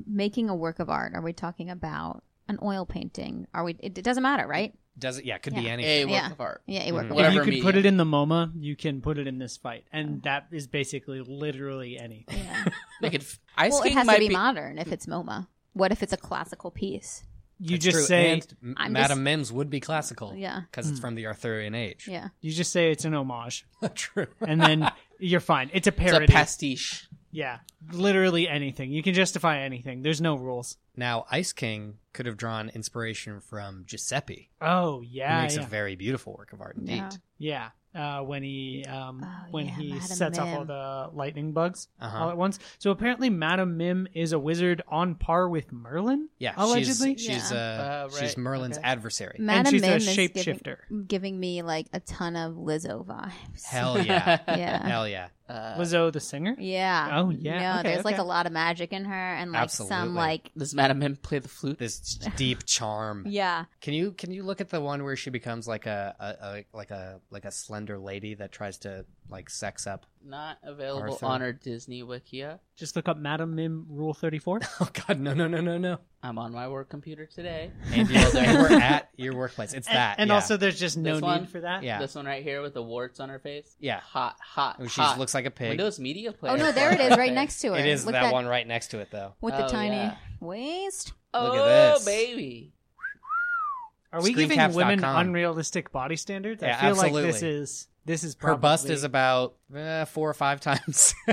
making a work of art. Are we talking about an oil painting? Are we? It, it doesn't matter, right?
Does it? Yeah, could be
Yeah.
anything.
A work
Yeah.
of art.
Yeah, a work
Mhm.
of
If
Whatever
you could put
medium.
it in the MoMA, you can put it in this fight, and that is basically literally any.
art. *laughs*
*laughs*
Yeah.
They could f- ice
well, it
skating
has to
might
be,
be-
modern if it's MoMA. What if it's a classical piece?
You
It's
just
true.
say
And M-
I'm
Madam
just-
Mims would be classical.
Yeah.
because it's
Mm.
from the Arthurian age.
Yeah.
you just say it's an homage,
*laughs* true. *laughs*
and then you're fine. It's a
It's a
parody.
pastiche.
yeah, literally anything. You can justify anything. There's no rules.
Now, Ice King could have drawn inspiration from Giuseppe,
Oh
who
yeah,
makes
yeah.
a very beautiful work of art indeed.
Yeah.
Yeah. Uh, when he um,
Oh,
when
yeah,
he
Madam
sets off all
Mim.
the lightning bugs
Uh-huh.
all at once. So apparently, Madame Mim is a wizard on par with Merlin.
Yeah,
allegedly.
she's she's, uh,
Uh,
she's
right,
Merlin's
okay.
adversary.
Madam
she's a
Mim is giving,
shapeshifter.
giving me like a ton of Lizzo vibes.
Hell Oh,
*laughs*
yeah,
*laughs* Yeah.
hell yeah.
Uh,
Lizzo the singer.
Yeah.
Oh, yeah.
No,
Okay,
there's like
okay.
a lot of magic in her and like
Absolutely.
some like
does Madam Mim play the flute?
This deep charm.
yeah.
Can you can you look at the one where she becomes like a, a, a like a like a slender lady that tries to like sex up? *laughs*
Not available
Arthur.
on our Disney Wikia.
Just look up Madame Mim Rule Thirty Four.
Oh God, no no no no no.
I'm on my work computer today.
And you're, and we're at your workplace. It's that.
And
yeah.
also, there's just no
This
need
one?
for that.
Yeah.
This one right here with the warts on her face.
yeah,
Hot, hot,
Oh, she
hot.
looks like a pig.
Windows Media Player.
Oh no, there it is, right next to her.
it is
Look
that, one right next to it though.
with
Oh,
the tiny
yeah.
waist.
Oh
Look at this.
baby.
Are we
Screencaps.com.
giving women unrealistic body standards? I
Yeah,
feel like this
absolutely.
is this is
Her
probably...
bust is about uh, four or five times *laughs*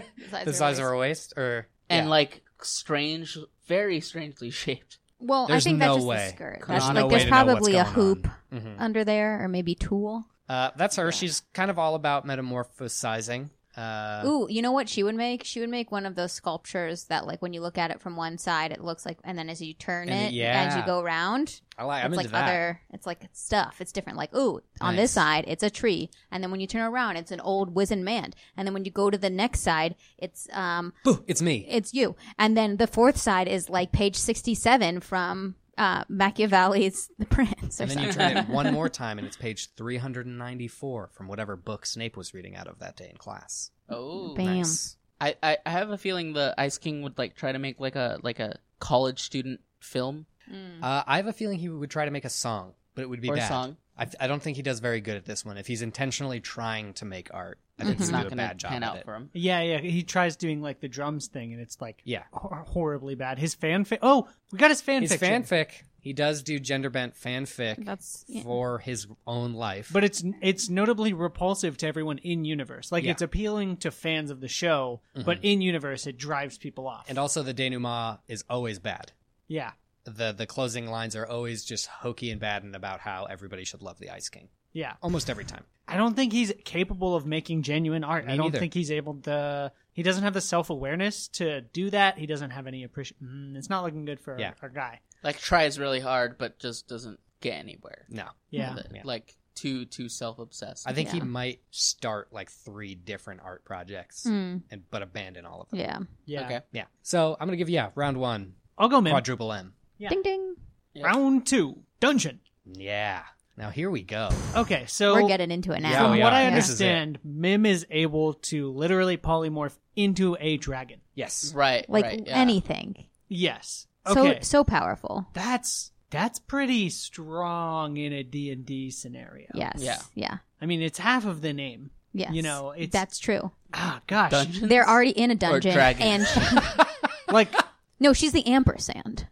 the size of her waist. Or
And
yeah.
like strange, very strangely *laughs* shaped.
Well,
There's
I think
no
that's just
way.
the skirt.
There's
That's,
no
like
way
there's
to know what's
probably a
going
hoop
on. Mhm.
under there or maybe tulle.
Uh, that's her. She's kind of all about metamorphosizing. Uh,
Ooh, you know what she would make? She would make one of those sculptures that like when you look at it from one side it looks like and then as you turn it
And yeah.
as you go around
I like. I'm
it's
into
like
that.
other it's like stuff it's different like ooh on
Nice.
this side it's a tree and then when you turn around it's an old wizened man and then when you go to the next side it's um
Boo! It's me.
it's you and then the fourth side is like page 67 from uh machiavelli's *laughs* the prince or
and then you
something
turn
*laughs*
it one
*laughs*
more time, and it's page 394 from whatever book Snape was reading out of that day in class.
Oh,
Bam.
Nice.
I, I I have a feeling the Ice King would like try to make like a like a college student film
Mm.
Uh, I have a feeling he would try to make a song, but it would be
or
bad.
song.
I, I don't think he does very good at this one. If he's intentionally trying to make art, I think
It's
he'd
Mm-hmm. not
do a
going to
bad job
pan
at
out
it.
for him.
Yeah, yeah. He tries doing like the drums thing, and it's like
Yeah.
hor- horribly bad. His fanfic. Oh, we got his fanfic.
His fanfic, he does do gender bent fanfic
that's yeah.
for his own life.
but it's it's notably repulsive to everyone in universe. Like
Yeah. Mm-hmm.
it's appealing to fans of the show, but in universe it drives people off.
and also, the denouement is always bad.
yeah,
The, the closing lines are always just hokey and bad and about how everybody should love the Ice King.
yeah.
Almost every time.
I don't think he's capable of making genuine art.
Me
I don't
neither.
think he's able to. He doesn't have the self awareness to do that. He doesn't have any appreciation. Mm, it's not looking good for
Yeah.
our guy.
Like tries really hard, but just doesn't get anywhere.
No.
Mm,
Yeah.
With it.
Yeah.
Like too too self obsessed.
I think he
Yeah.
might start like three different art projects,
Mm,
and but abandon all of them.
yeah.
Yeah.
Okay.
Yeah. So I'm gonna give yeah round one
I'll go, man.
quadruple M.
Yeah.
ding ding
Yeah.
Round two, dungeon.
Yeah. Now here we go.
Okay, so
We're getting into it
Yeah,
now.
from
we
what
are.
I
This is it.
understand, Mim is able to literally polymorph into a dragon.
Yes.
*laughs* Right.
Like
right, yeah.
anything.
Yes. Okay.
So so powerful.
that's that's pretty strong in a D&D scenario.
Yes.
Yeah.
Yeah.
I mean, it's half of the name.
Yes.
You know, it's-
that's
*laughs*
true.
Ah, gosh.
Dungeons?
They're already in a dungeon, and
dragons.
Like
no, she's the ampersand.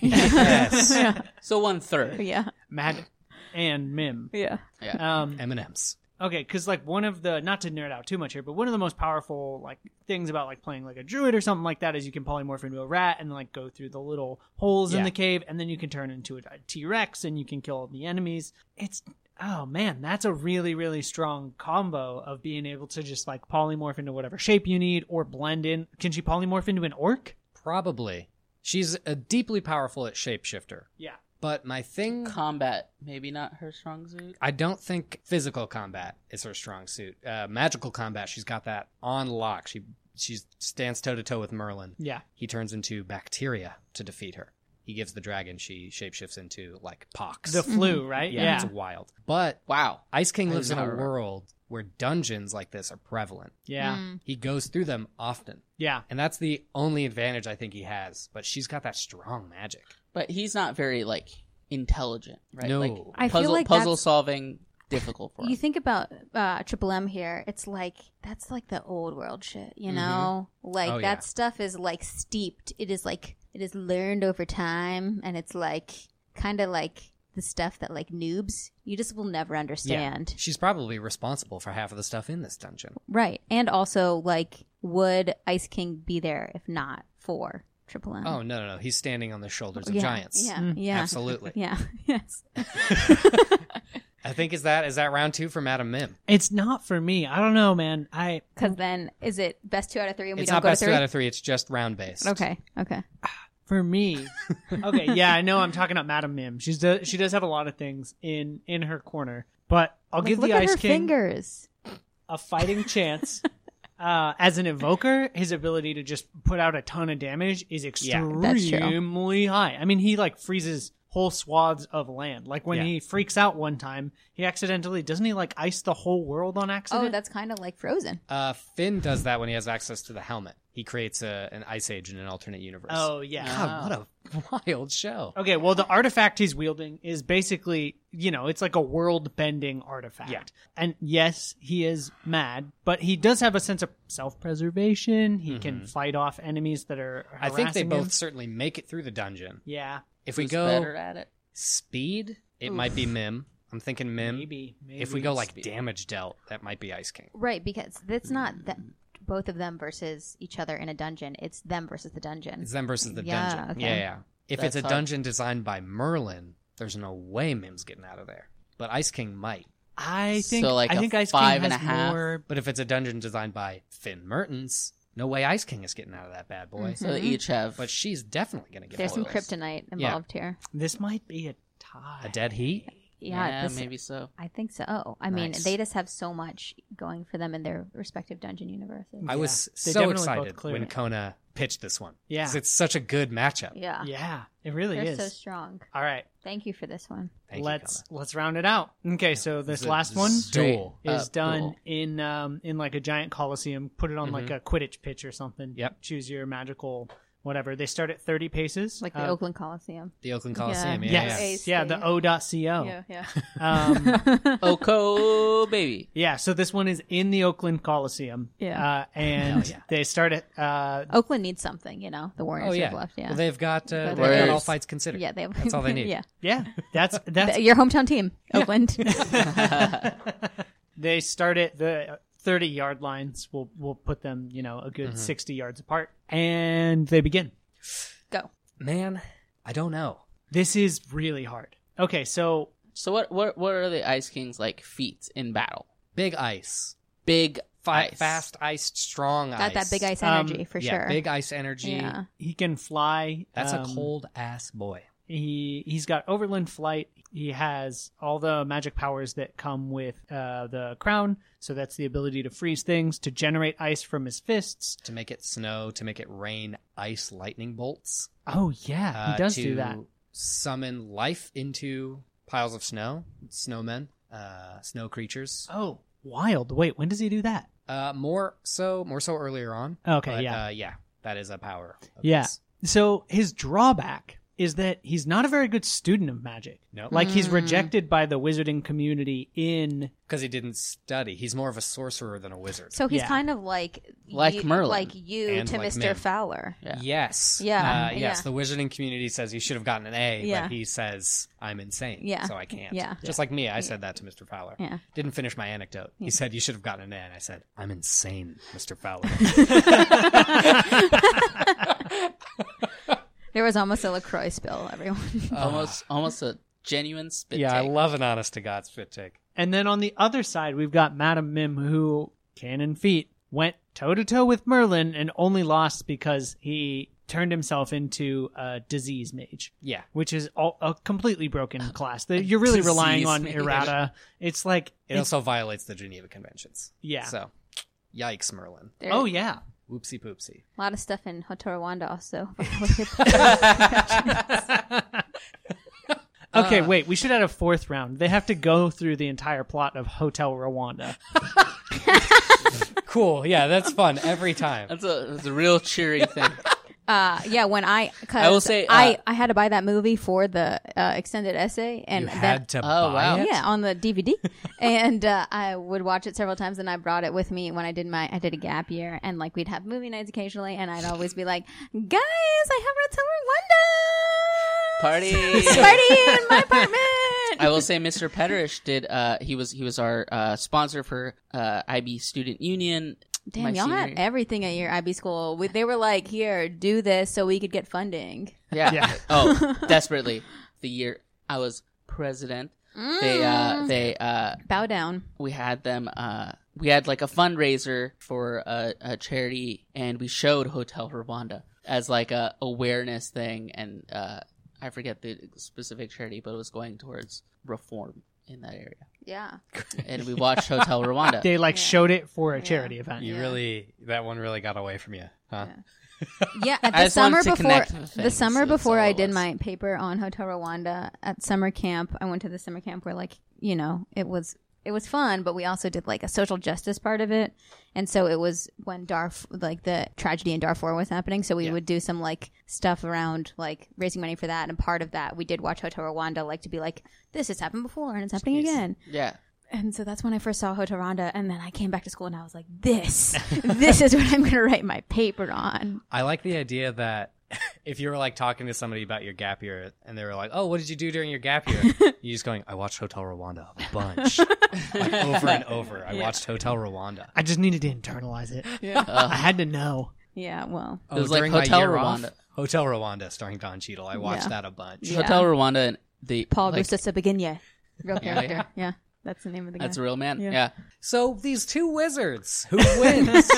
yes.
So one
*laughs*
third.
Yeah.
Mad and Mim.
Yeah.
Um
M&M's.
Okay, because like one of the not to nerd out too much here, but one of the most powerful like things about like playing like a druid or something like that is you can polymorph into a rat and like go through the little holes in
Yeah.
the cave, and then you can turn into a T Rex and you can kill all the enemies. It's oh man, that's a really really strong combo of being able to just like polymorph into whatever shape you need or blend in. Can she polymorph into an orc?
Probably. She's uh, deeply powerful at shapeshifter.
Yeah.
But my thing
Combat, maybe not her strong suit.
I don't think physical combat is her strong suit. Uh, magical combat, she's got that on lock. She she stands toe to toe with Merlin.
Yeah.
He turns into bacteria to defeat her. He gives the dragon she shapeshifts into like pox.
The flu,
*laughs*
right?
yeah, it's wild. But
Wow.
Ice King
I
lives in
did
a
not remember.
world where dungeons like this are prevalent.
Yeah.
Mm.
He goes through them often,
Yeah.
and that's the only advantage I think he has. But she's got that strong magic.
But he's not very like intelligent, right?
No.
Like,
I feel
puzzle
like
puzzle
that's-
solving difficult for
You
him.
think about uh, Triple M here, it's like that's like the old world shit, you know? Like
Mm-hmm. Oh,
that
yeah.
stuff is like steeped. It is like it is learned over time and it's like kind of like the stuff that like noobs you just will never understand.
She's probably responsible for half of the stuff in this dungeon.
Right. And also like would Ice King be there if not for Triple M?
Oh no, no, no! He's standing on the shoulders of
yeah,
giants. Mm-hmm.
Yeah.
Mm.
Yeah.
Absolutely.
*laughs* Yeah. Yes.
*laughs* I think is that is that round two for Madam Mim.
It's not for me. I don't know, man. I
Because then, is it best two out of three, and we
It's
don't
not
go to
best
three?
two out of three. It's just round based.
okay. Okay. *laughs*
for me okay yeah i know i'm talking about madam mim she's do, she does have a lot of things in in her corner but i'll
Like,
give
look
the
at
ice
her
king
fingers.
a
*laughs*
fighting chance uh as an evoker his ability to just put out a ton of damage is
Yeah,
that's true.
extremely high i mean he like freezes whole swaths of land like when
Yeah.
he freaks out one time he accidentally doesn't he like ice the whole world on accident
Oh, that's kind of like Frozen.
Uh, Finn does that when he has access to the helmet. He creates a, an ice age in an alternate universe.
oh yeah
God, what a *laughs* wild show!
Okay, well, the artifact he's wielding is basically, you know, it's like a world bending artifact.
Yeah.
And yes, he is mad, but he does have a sense of self preservation. He can fight off enemies that are.
Mm-hmm. I think they
harassing
both
him.
certainly make it through the dungeon.
Yeah,
If we
Who's
go
better at it.
speed, it might be Mim. I'm thinking Mim.
maybe, maybe.
If we go like damage dealt, that might be Ice King.
Right, because that's not that both of them versus each other in a dungeon. It's them versus the dungeon.
It's them versus the
Yeah,
dungeon.
okay.
Yeah, yeah. If
That's
it's a
hard.
dungeon designed by Merlin, there's no way Mim's getting out of there. But Ice King might.
I think,
So, like,
I
a
think Ice
five
King
and
has
a half.
more.
But if it's a dungeon designed by Finn Mertens, no way Ice King is getting out of that bad boy.
So they each have
But she's definitely going to get
Mm-hmm. There's some
spoiled.
kryptonite involved here.
This might be a tie.
A dead heat?
Yeah, this- *laughs*
maybe so.
I think so. Oh, I mean,
Nice.
they just have so much going for them in their respective dungeon universes.
I was
They
so
definitely both
excited
cleared
when
it.
Kona pitched this one.
Yeah.
'Cause It's such a good matchup.
yeah.
yeah, it really
They're
is.
so strong.
All right,
Thank you for this one.
Thank you,
let's
Kona.
let's round it out. Okay, so this
It's a
last one
Duel.
Straight
is
up
done
duel.
in um in like a giant coliseum. Put it on like a Quidditch pitch or something.
Mm-hmm. Yep.
Choose your magical whatever. They start at thirty paces.
Like the
Uh,
Oakland Coliseum.
The Oakland Coliseum. Yeah.
Yes.
yeah.
Ace
Yeah. The
thing.
O dot C O.
oh.
Yeah, yeah. *laughs*
Um,
Oko baby.
yeah. So this one is in the Oakland Coliseum.
Yeah.
Uh, and
Hell yeah.
they start at uh,
Oakland needs something, you know. The Warriors
Oh, yeah.
have left. Yeah.
Well, they've got,
But
uh, they've got
there's-
all fights considered.
yeah, they have.
That's
*laughs*
all they need.
yeah.
yeah.
*laughs*
That's that's
Your hometown team, Oakland.
*laughs* they start at the 30 yard lines. We'll we'll put them you know a good
Mm-hmm.
60 yards apart, and they begin.
Go.
Man, I don't know.
This is really hard. Okay, so
So what what what are the Ice King's like feats in battle?
Big ice.
Big
Fi-
ice.
Fast iced, strong
Got that
ice.
big ice
Um,
energy for
yeah,
sure.
big ice energy.
yeah.
he can fly.
That's a
um,
cold ass boy.
He he's got overland flight. He has all the magic powers that come with uh, the crown. So that's the ability to freeze things, to generate ice from his fists.
To make it snow, to make it rain, ice lightning bolts.
Oh yeah,
uh,
he does
to
do that.
Summon life into piles of snow, snowmen, uh, snow creatures.
Oh, wild. Wait, when does he do that?
Uh, more so, more so earlier on.
Okay,
But,
yeah.
uh, yeah, that is a power. Of
Yeah.
his.
So his drawback is that he's not a very good student of magic.
Nope.
Like he's
Mm.
rejected by the wizarding community in
because he didn't study. He's more of a sorcerer than a wizard.
So he's
Yeah.
kind of like
Like
you,
Merlin.
like you
And
to
like
Mr.
Mim.
Fowler.
Yeah.
Yes.
Yeah,
Uh, yes.
yeah.
The wizarding community says you should have gotten an A,
Yeah.
but he says I'm insane.
Yeah.
So I can't.
Yeah.
Just like me, I said that to Mr. Fowler.
Yeah.
Didn't finish my anecdote. He said you should have gotten an A, and I said I'm insane,
*laughs*
Mr. Fowler.
There was almost a Lacroix spill. Everyone.
Uh, almost almost a genuine spit
yeah, I
take.
love an honest to God spit take.
And then on the other side, we've got Madame Mim, who, cannon feet, went toe to toe with Merlin and only lost because he turned himself into a disease mage,
Yeah.
which is all, a completely broken class. That You're really relying
Disease
on
mage.
errata. It's like,
It also violates the Geneva Conventions.
yeah.
So, yikes, Merlin.
*laughs* There-
Oh, yeah.
Whoopsie poopsie.
*laughs* A lot of stuff in Hotor Wanda also. *laughs*
Okay, wait. We should add a fourth round. They have to go through the entire plot of Hotel Rwanda.
Cool. Yeah, that's fun every time.
*laughs*
That's a that's a real cheery thing.
uh, yeah, when I, cause
I will say, uh,
I, I had to buy that movie for the uh, extended essay, and
you
that-
had to
Oh,
buy
wow.
it.
yeah on the DVD, *laughs* and uh, I would watch it several times, and I brought it with me when I did my I did a gap year, and like we'd have movie nights occasionally, and I'd always be like, guys, I have Hotel Rwanda
Party.
party in my apartment.
*laughs* I will say, Mr. Petterish did. Uh, he was he was our uh, sponsor for uh, IB Student Union. my
Damn, y'all
senior
had
year.
everything at your IB school. We, they were like, "Here, do this, so we could get funding."
Yeah.
Yeah.
*laughs* oh, desperately. The year I was president, they uh, they uh,
Mm. Bow down.
we had them. Uh, we had like a fundraiser for a, a charity, and we showed Hotel Rwanda as like a awareness thing. And uh, I forget the specific charity, but it was going towards reform in that area.
Yeah,
And we watched Hotel Rwanda.
*laughs* They like
Yeah.
showed it for a
Yeah.
charity event.
You
Yeah.
really that one really got away from you, huh?
yeah. At
I
the
just
summer
wanted to
before
connect the
the
things,
summer
that's
before
all
I
it
did
was.
my paper on Hotel Rwanda at summer camp, I went to the summer camp where like you know it was it was fun, but we also did like a social justice part of it, and so it was when Darf like the tragedy in Darfur was happening, so we
Yeah.
would do some like stuff around like raising money for that, and part of that we did watch Hotel Rwanda like to be like this has happened before and it's happening
Jeez.
again.
yeah.
And so that's when I first saw Hotel Rwanda, and then I came back to school and I was like, "This, *laughs* this is what I'm going to write my paper on."
I like the idea that *laughs* if you were like talking to somebody about your gap year and they were like, "Oh, what did you do during your gap year?" you just going, "I watched Hotel Rwanda a bunch, like over and over. I watched Hotel Rwanda."
I just needed to internalize it.
Uh,
I had to know.
Yeah, well,
Oh,
was like
during my
Hotel
year off?
Rwanda.
Hotel Rwanda, starring Don Cheadle. I watched
Yeah.
that a bunch.
Yeah.
Hotel Rwanda and the
Paul
like,
Gusta Sabaginye, real
*laughs* Yeah,
character. Yeah. that's the name of the guy.
That's a real man.
Yeah.
Yeah.
So these two wizards, who wins?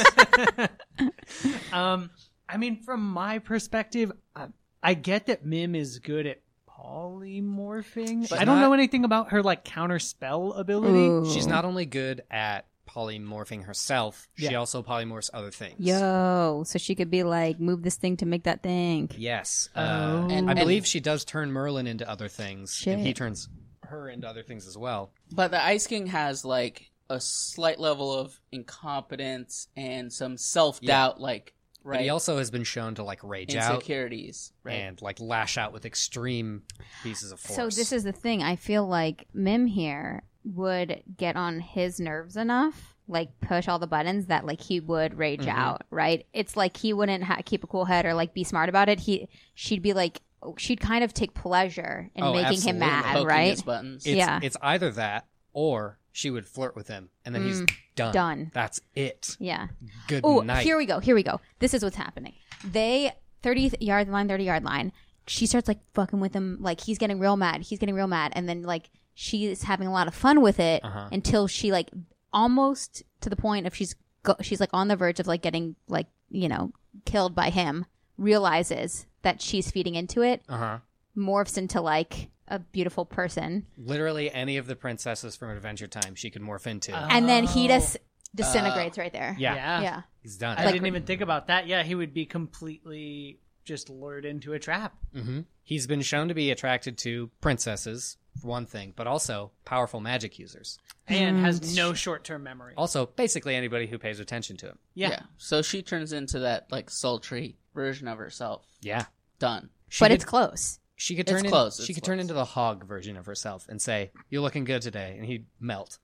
Um, I mean, from my perspective, I, I get that Mim is good at polymorphing.
But
I don't
not-
know anything about her like counter spell ability.
Ooh.
She's not only good at polymorphing herself, she
Yeah.
also polymorphs other things.
Yo, so she could be like, move this thing to make that thing.
Yes. Uh,
Oh.
And-
I
and-
believe she does turn Merlin into other things, and he
Shit.
turns her into other things as well.
But the Ice King has like a slight level of incompetence and some self doubt, like
But he
right
also has been shown to like rage out
insecurities. Right.
and like lash out with extreme pieces of force.
So this is the thing. I feel like Mim here would get on his nerves enough, like push all the buttons that like he would rage
Mm-hmm.
Mhm.
out. Right? It's like he wouldn't ha- keep a cool head or like be smart about it. He she'd be like she'd kind of take pleasure in
Oh,
making him
absolutely.
mad.
Poking
Right?
his buttons.
it's,
yeah.
it's either that or she would flirt with him and then he's done.
Mm. done.
That's it.
Yeah.
Good
Oh,
night.
here we go. Here we go. This is what's happening. They 30 yard line, 30 yard line. She starts like fucking with him. Like he's getting real mad. He's getting real mad. And then like she's having a lot of fun with it
Uh-huh.
until she like almost to the point of she's go- she's like on the verge of like getting like, you know, killed by him, realizes that she's feeding into it,
Uh huh.
morphs into like a beautiful person.
Literally any of the princesses from Adventure Time she could morph into.
And then he
Oh,
just disintegrates right there.
yeah,
yeah.
Yeah.
he's done.
I
Like-
didn't even think about that. Yeah, he would be completely just lured into a trap.
Mm-hmm. hmm He's been shown to be attracted to princesses one thing, but also powerful magic users.
and has no short-term memory.
Also, basically anybody who pays attention to him.
yeah.
So she turns into that like sultry version of herself.
Yeah.
Done.
She
but
could,
it's close.
she could
it's
turn in-
close,
she
it's
could turn
close.
into the hog version of herself and say, "You're looking good today," and he'd melt.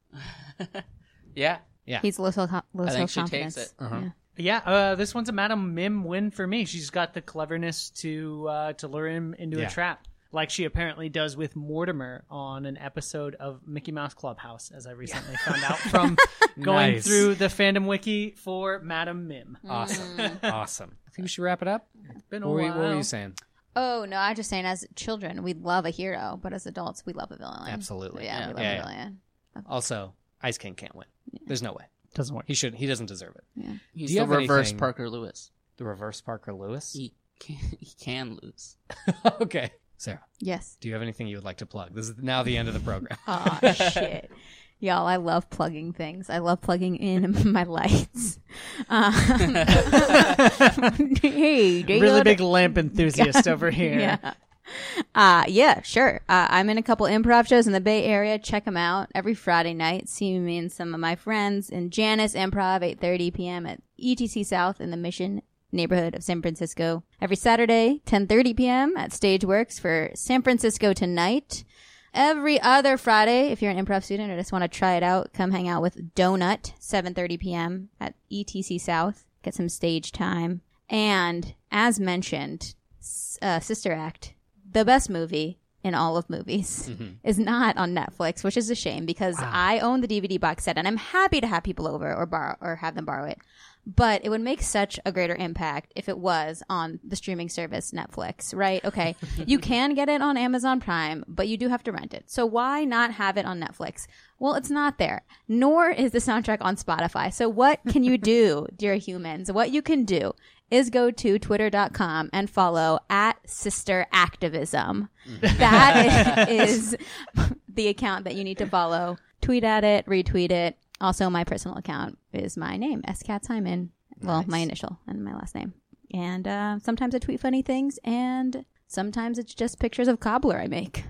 Yeah.
Yeah.
He's low self low
I think she
self-confidence.
takes it.
Uh-huh.
Yeah.
Yeah, uh, this one's a Madam Mim win for me. She's got the cleverness to uh, to lure him into
Yeah.
a trap, like she apparently does with Mortimer on an episode of Mickey Mouse Clubhouse, as I recently found out *laughs* from going
Nice.
through the fandom wiki for Madam Mim.
Mm.
Awesome. *laughs*
*laughs*
awesome. I think we should wrap it up.
Been a
What were, you, what were
while.
you saying?
Oh no, I'm just saying. As children, we love a hero, but as adults, we love a villain.
Absolutely.
Yeah,
Yeah.
we love
Yeah,
a
yeah.
villain.
Also, Ice King can't win. There's no way.
Doesn't work.
He should he doesn't deserve it.
He's
Do you
the
have
reverse
anything-
Parker Lewis.
The reverse Parker Lewis?
He can, *laughs* he can lose.
*laughs* okay. Sarah,
Yes.
do you have anything you would like to plug? This is now the end of the program.
Oh shit, y'all! I love plugging things. I love plugging in *laughs* my lights.
*laughs*
Um, *laughs* hey, they
Really
got-
big lamp enthusiast over here.
*laughs* Yeah. Uh, yeah, sure. Uh, I'm in a couple improv shows in the Bay Area. Check them out every Friday night. See me and some of my friends in Janice Improv, 8:30 p.m. at ETC South in the Mission neighborhood of San Francisco. Every Saturday, 10:30 p.m. at Stageworks for San Francisco Tonight. Every other Friday, if you're an improv student or just want to try it out, come hang out with Donut, 7:30 p.m. at ETC South. Get some stage time. And as mentioned, S- uh, Sister Act, the best movie in all of movies, *laughs* is not on Netflix, which is a shame because I own the DVD box set and I'm happy to have people over or borrow or have them borrow it. But it would make such a greater impact if it was on the streaming service Netflix, right? Okay. you can get it on Amazon Prime, but you do have to rent it. So why not have it on Netflix? Well, it's not there, nor is the soundtrack on Spotify. So what can you do, dear humans? What you can do is go to twitter.com and follow at sister activism. That is *laughs* the account that you need to follow. Tweet at it, retweet it. Also, my personal account is my name, S. Cat Simon. Well, my initial and my last name. And uh, sometimes I tweet funny things, and sometimes it's just pictures of cobbler I make.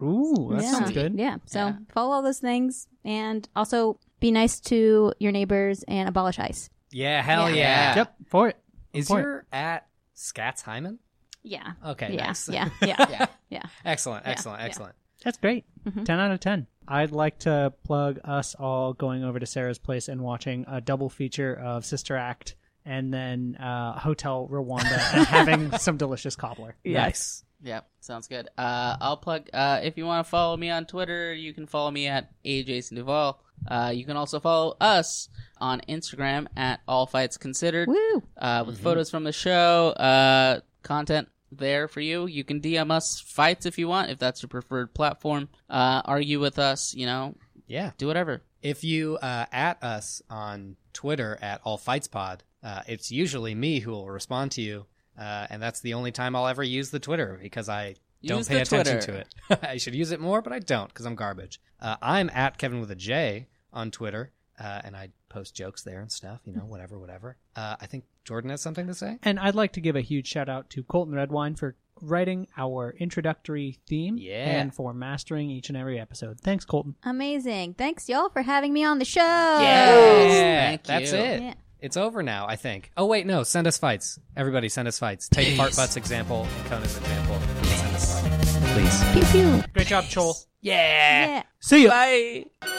Ooh, that
Yeah.
sounds good.
Yeah. So
Yeah.
follow all those things, and also be nice to your neighbors and abolish ICE.
*laughs* yeah, hell yeah.
Yeah.
Yep, for it.
Is
Point.
your at Scats Hyman?
Yeah.
Okay.
Yeah,
nice. *laughs*
yeah, yeah, yeah,
Excellent,
Yeah,
excellent,
yeah.
excellent.
That's great.
Mhm.
10 out of 10. I'd like to plug us all going over to Sarah's place and watching a double feature of Sister Act and then uh, Hotel Rwanda and having some delicious cobbler.
Nice.
Yep, sounds good. Uh, I'll plug. Uh, if you want to follow me on Twitter, you can follow me at AJason Duval. Uh, you can also follow us on Instagram at All Fights Considered
Woo.
uh,
Mm-hmm.
with photos from the show, uh, content there for you. You can DM us fights if you want, if that's your preferred platform. Uh, argue with us, you know,
Yeah.
do whatever.
If you uh, at us on Twitter at All Fights Pod, uh, it's usually me who will respond to you, uh, and that's the only time I'll ever use the Twitter because I don't
Use
pay
the
attention
Twitter.
to it. *laughs* I should use it more, but I don't because I'm garbage. Uh, I'm at Kevin with a J on Twitter, uh, and I post jokes there and stuff. You know, whatever, whatever. Uh, I think Jordan has something to say.
And I'd like to give a huge shout out to Colton Redwine for writing our introductory theme
Yeah.
and for mastering each and every episode. Thanks, Colton.
Amazing. Thanks, y'all, for having me on the show.
Thank
that's
you.
it.
Yeah.
It's over now, I think. Oh wait, no. Send us fights, everybody. Send us fights. Take Fart Butt's example, Kona's example. and Send us fights, please.
Pew pew.
Great job, Chol.
Yeah.
See ya.
Bye.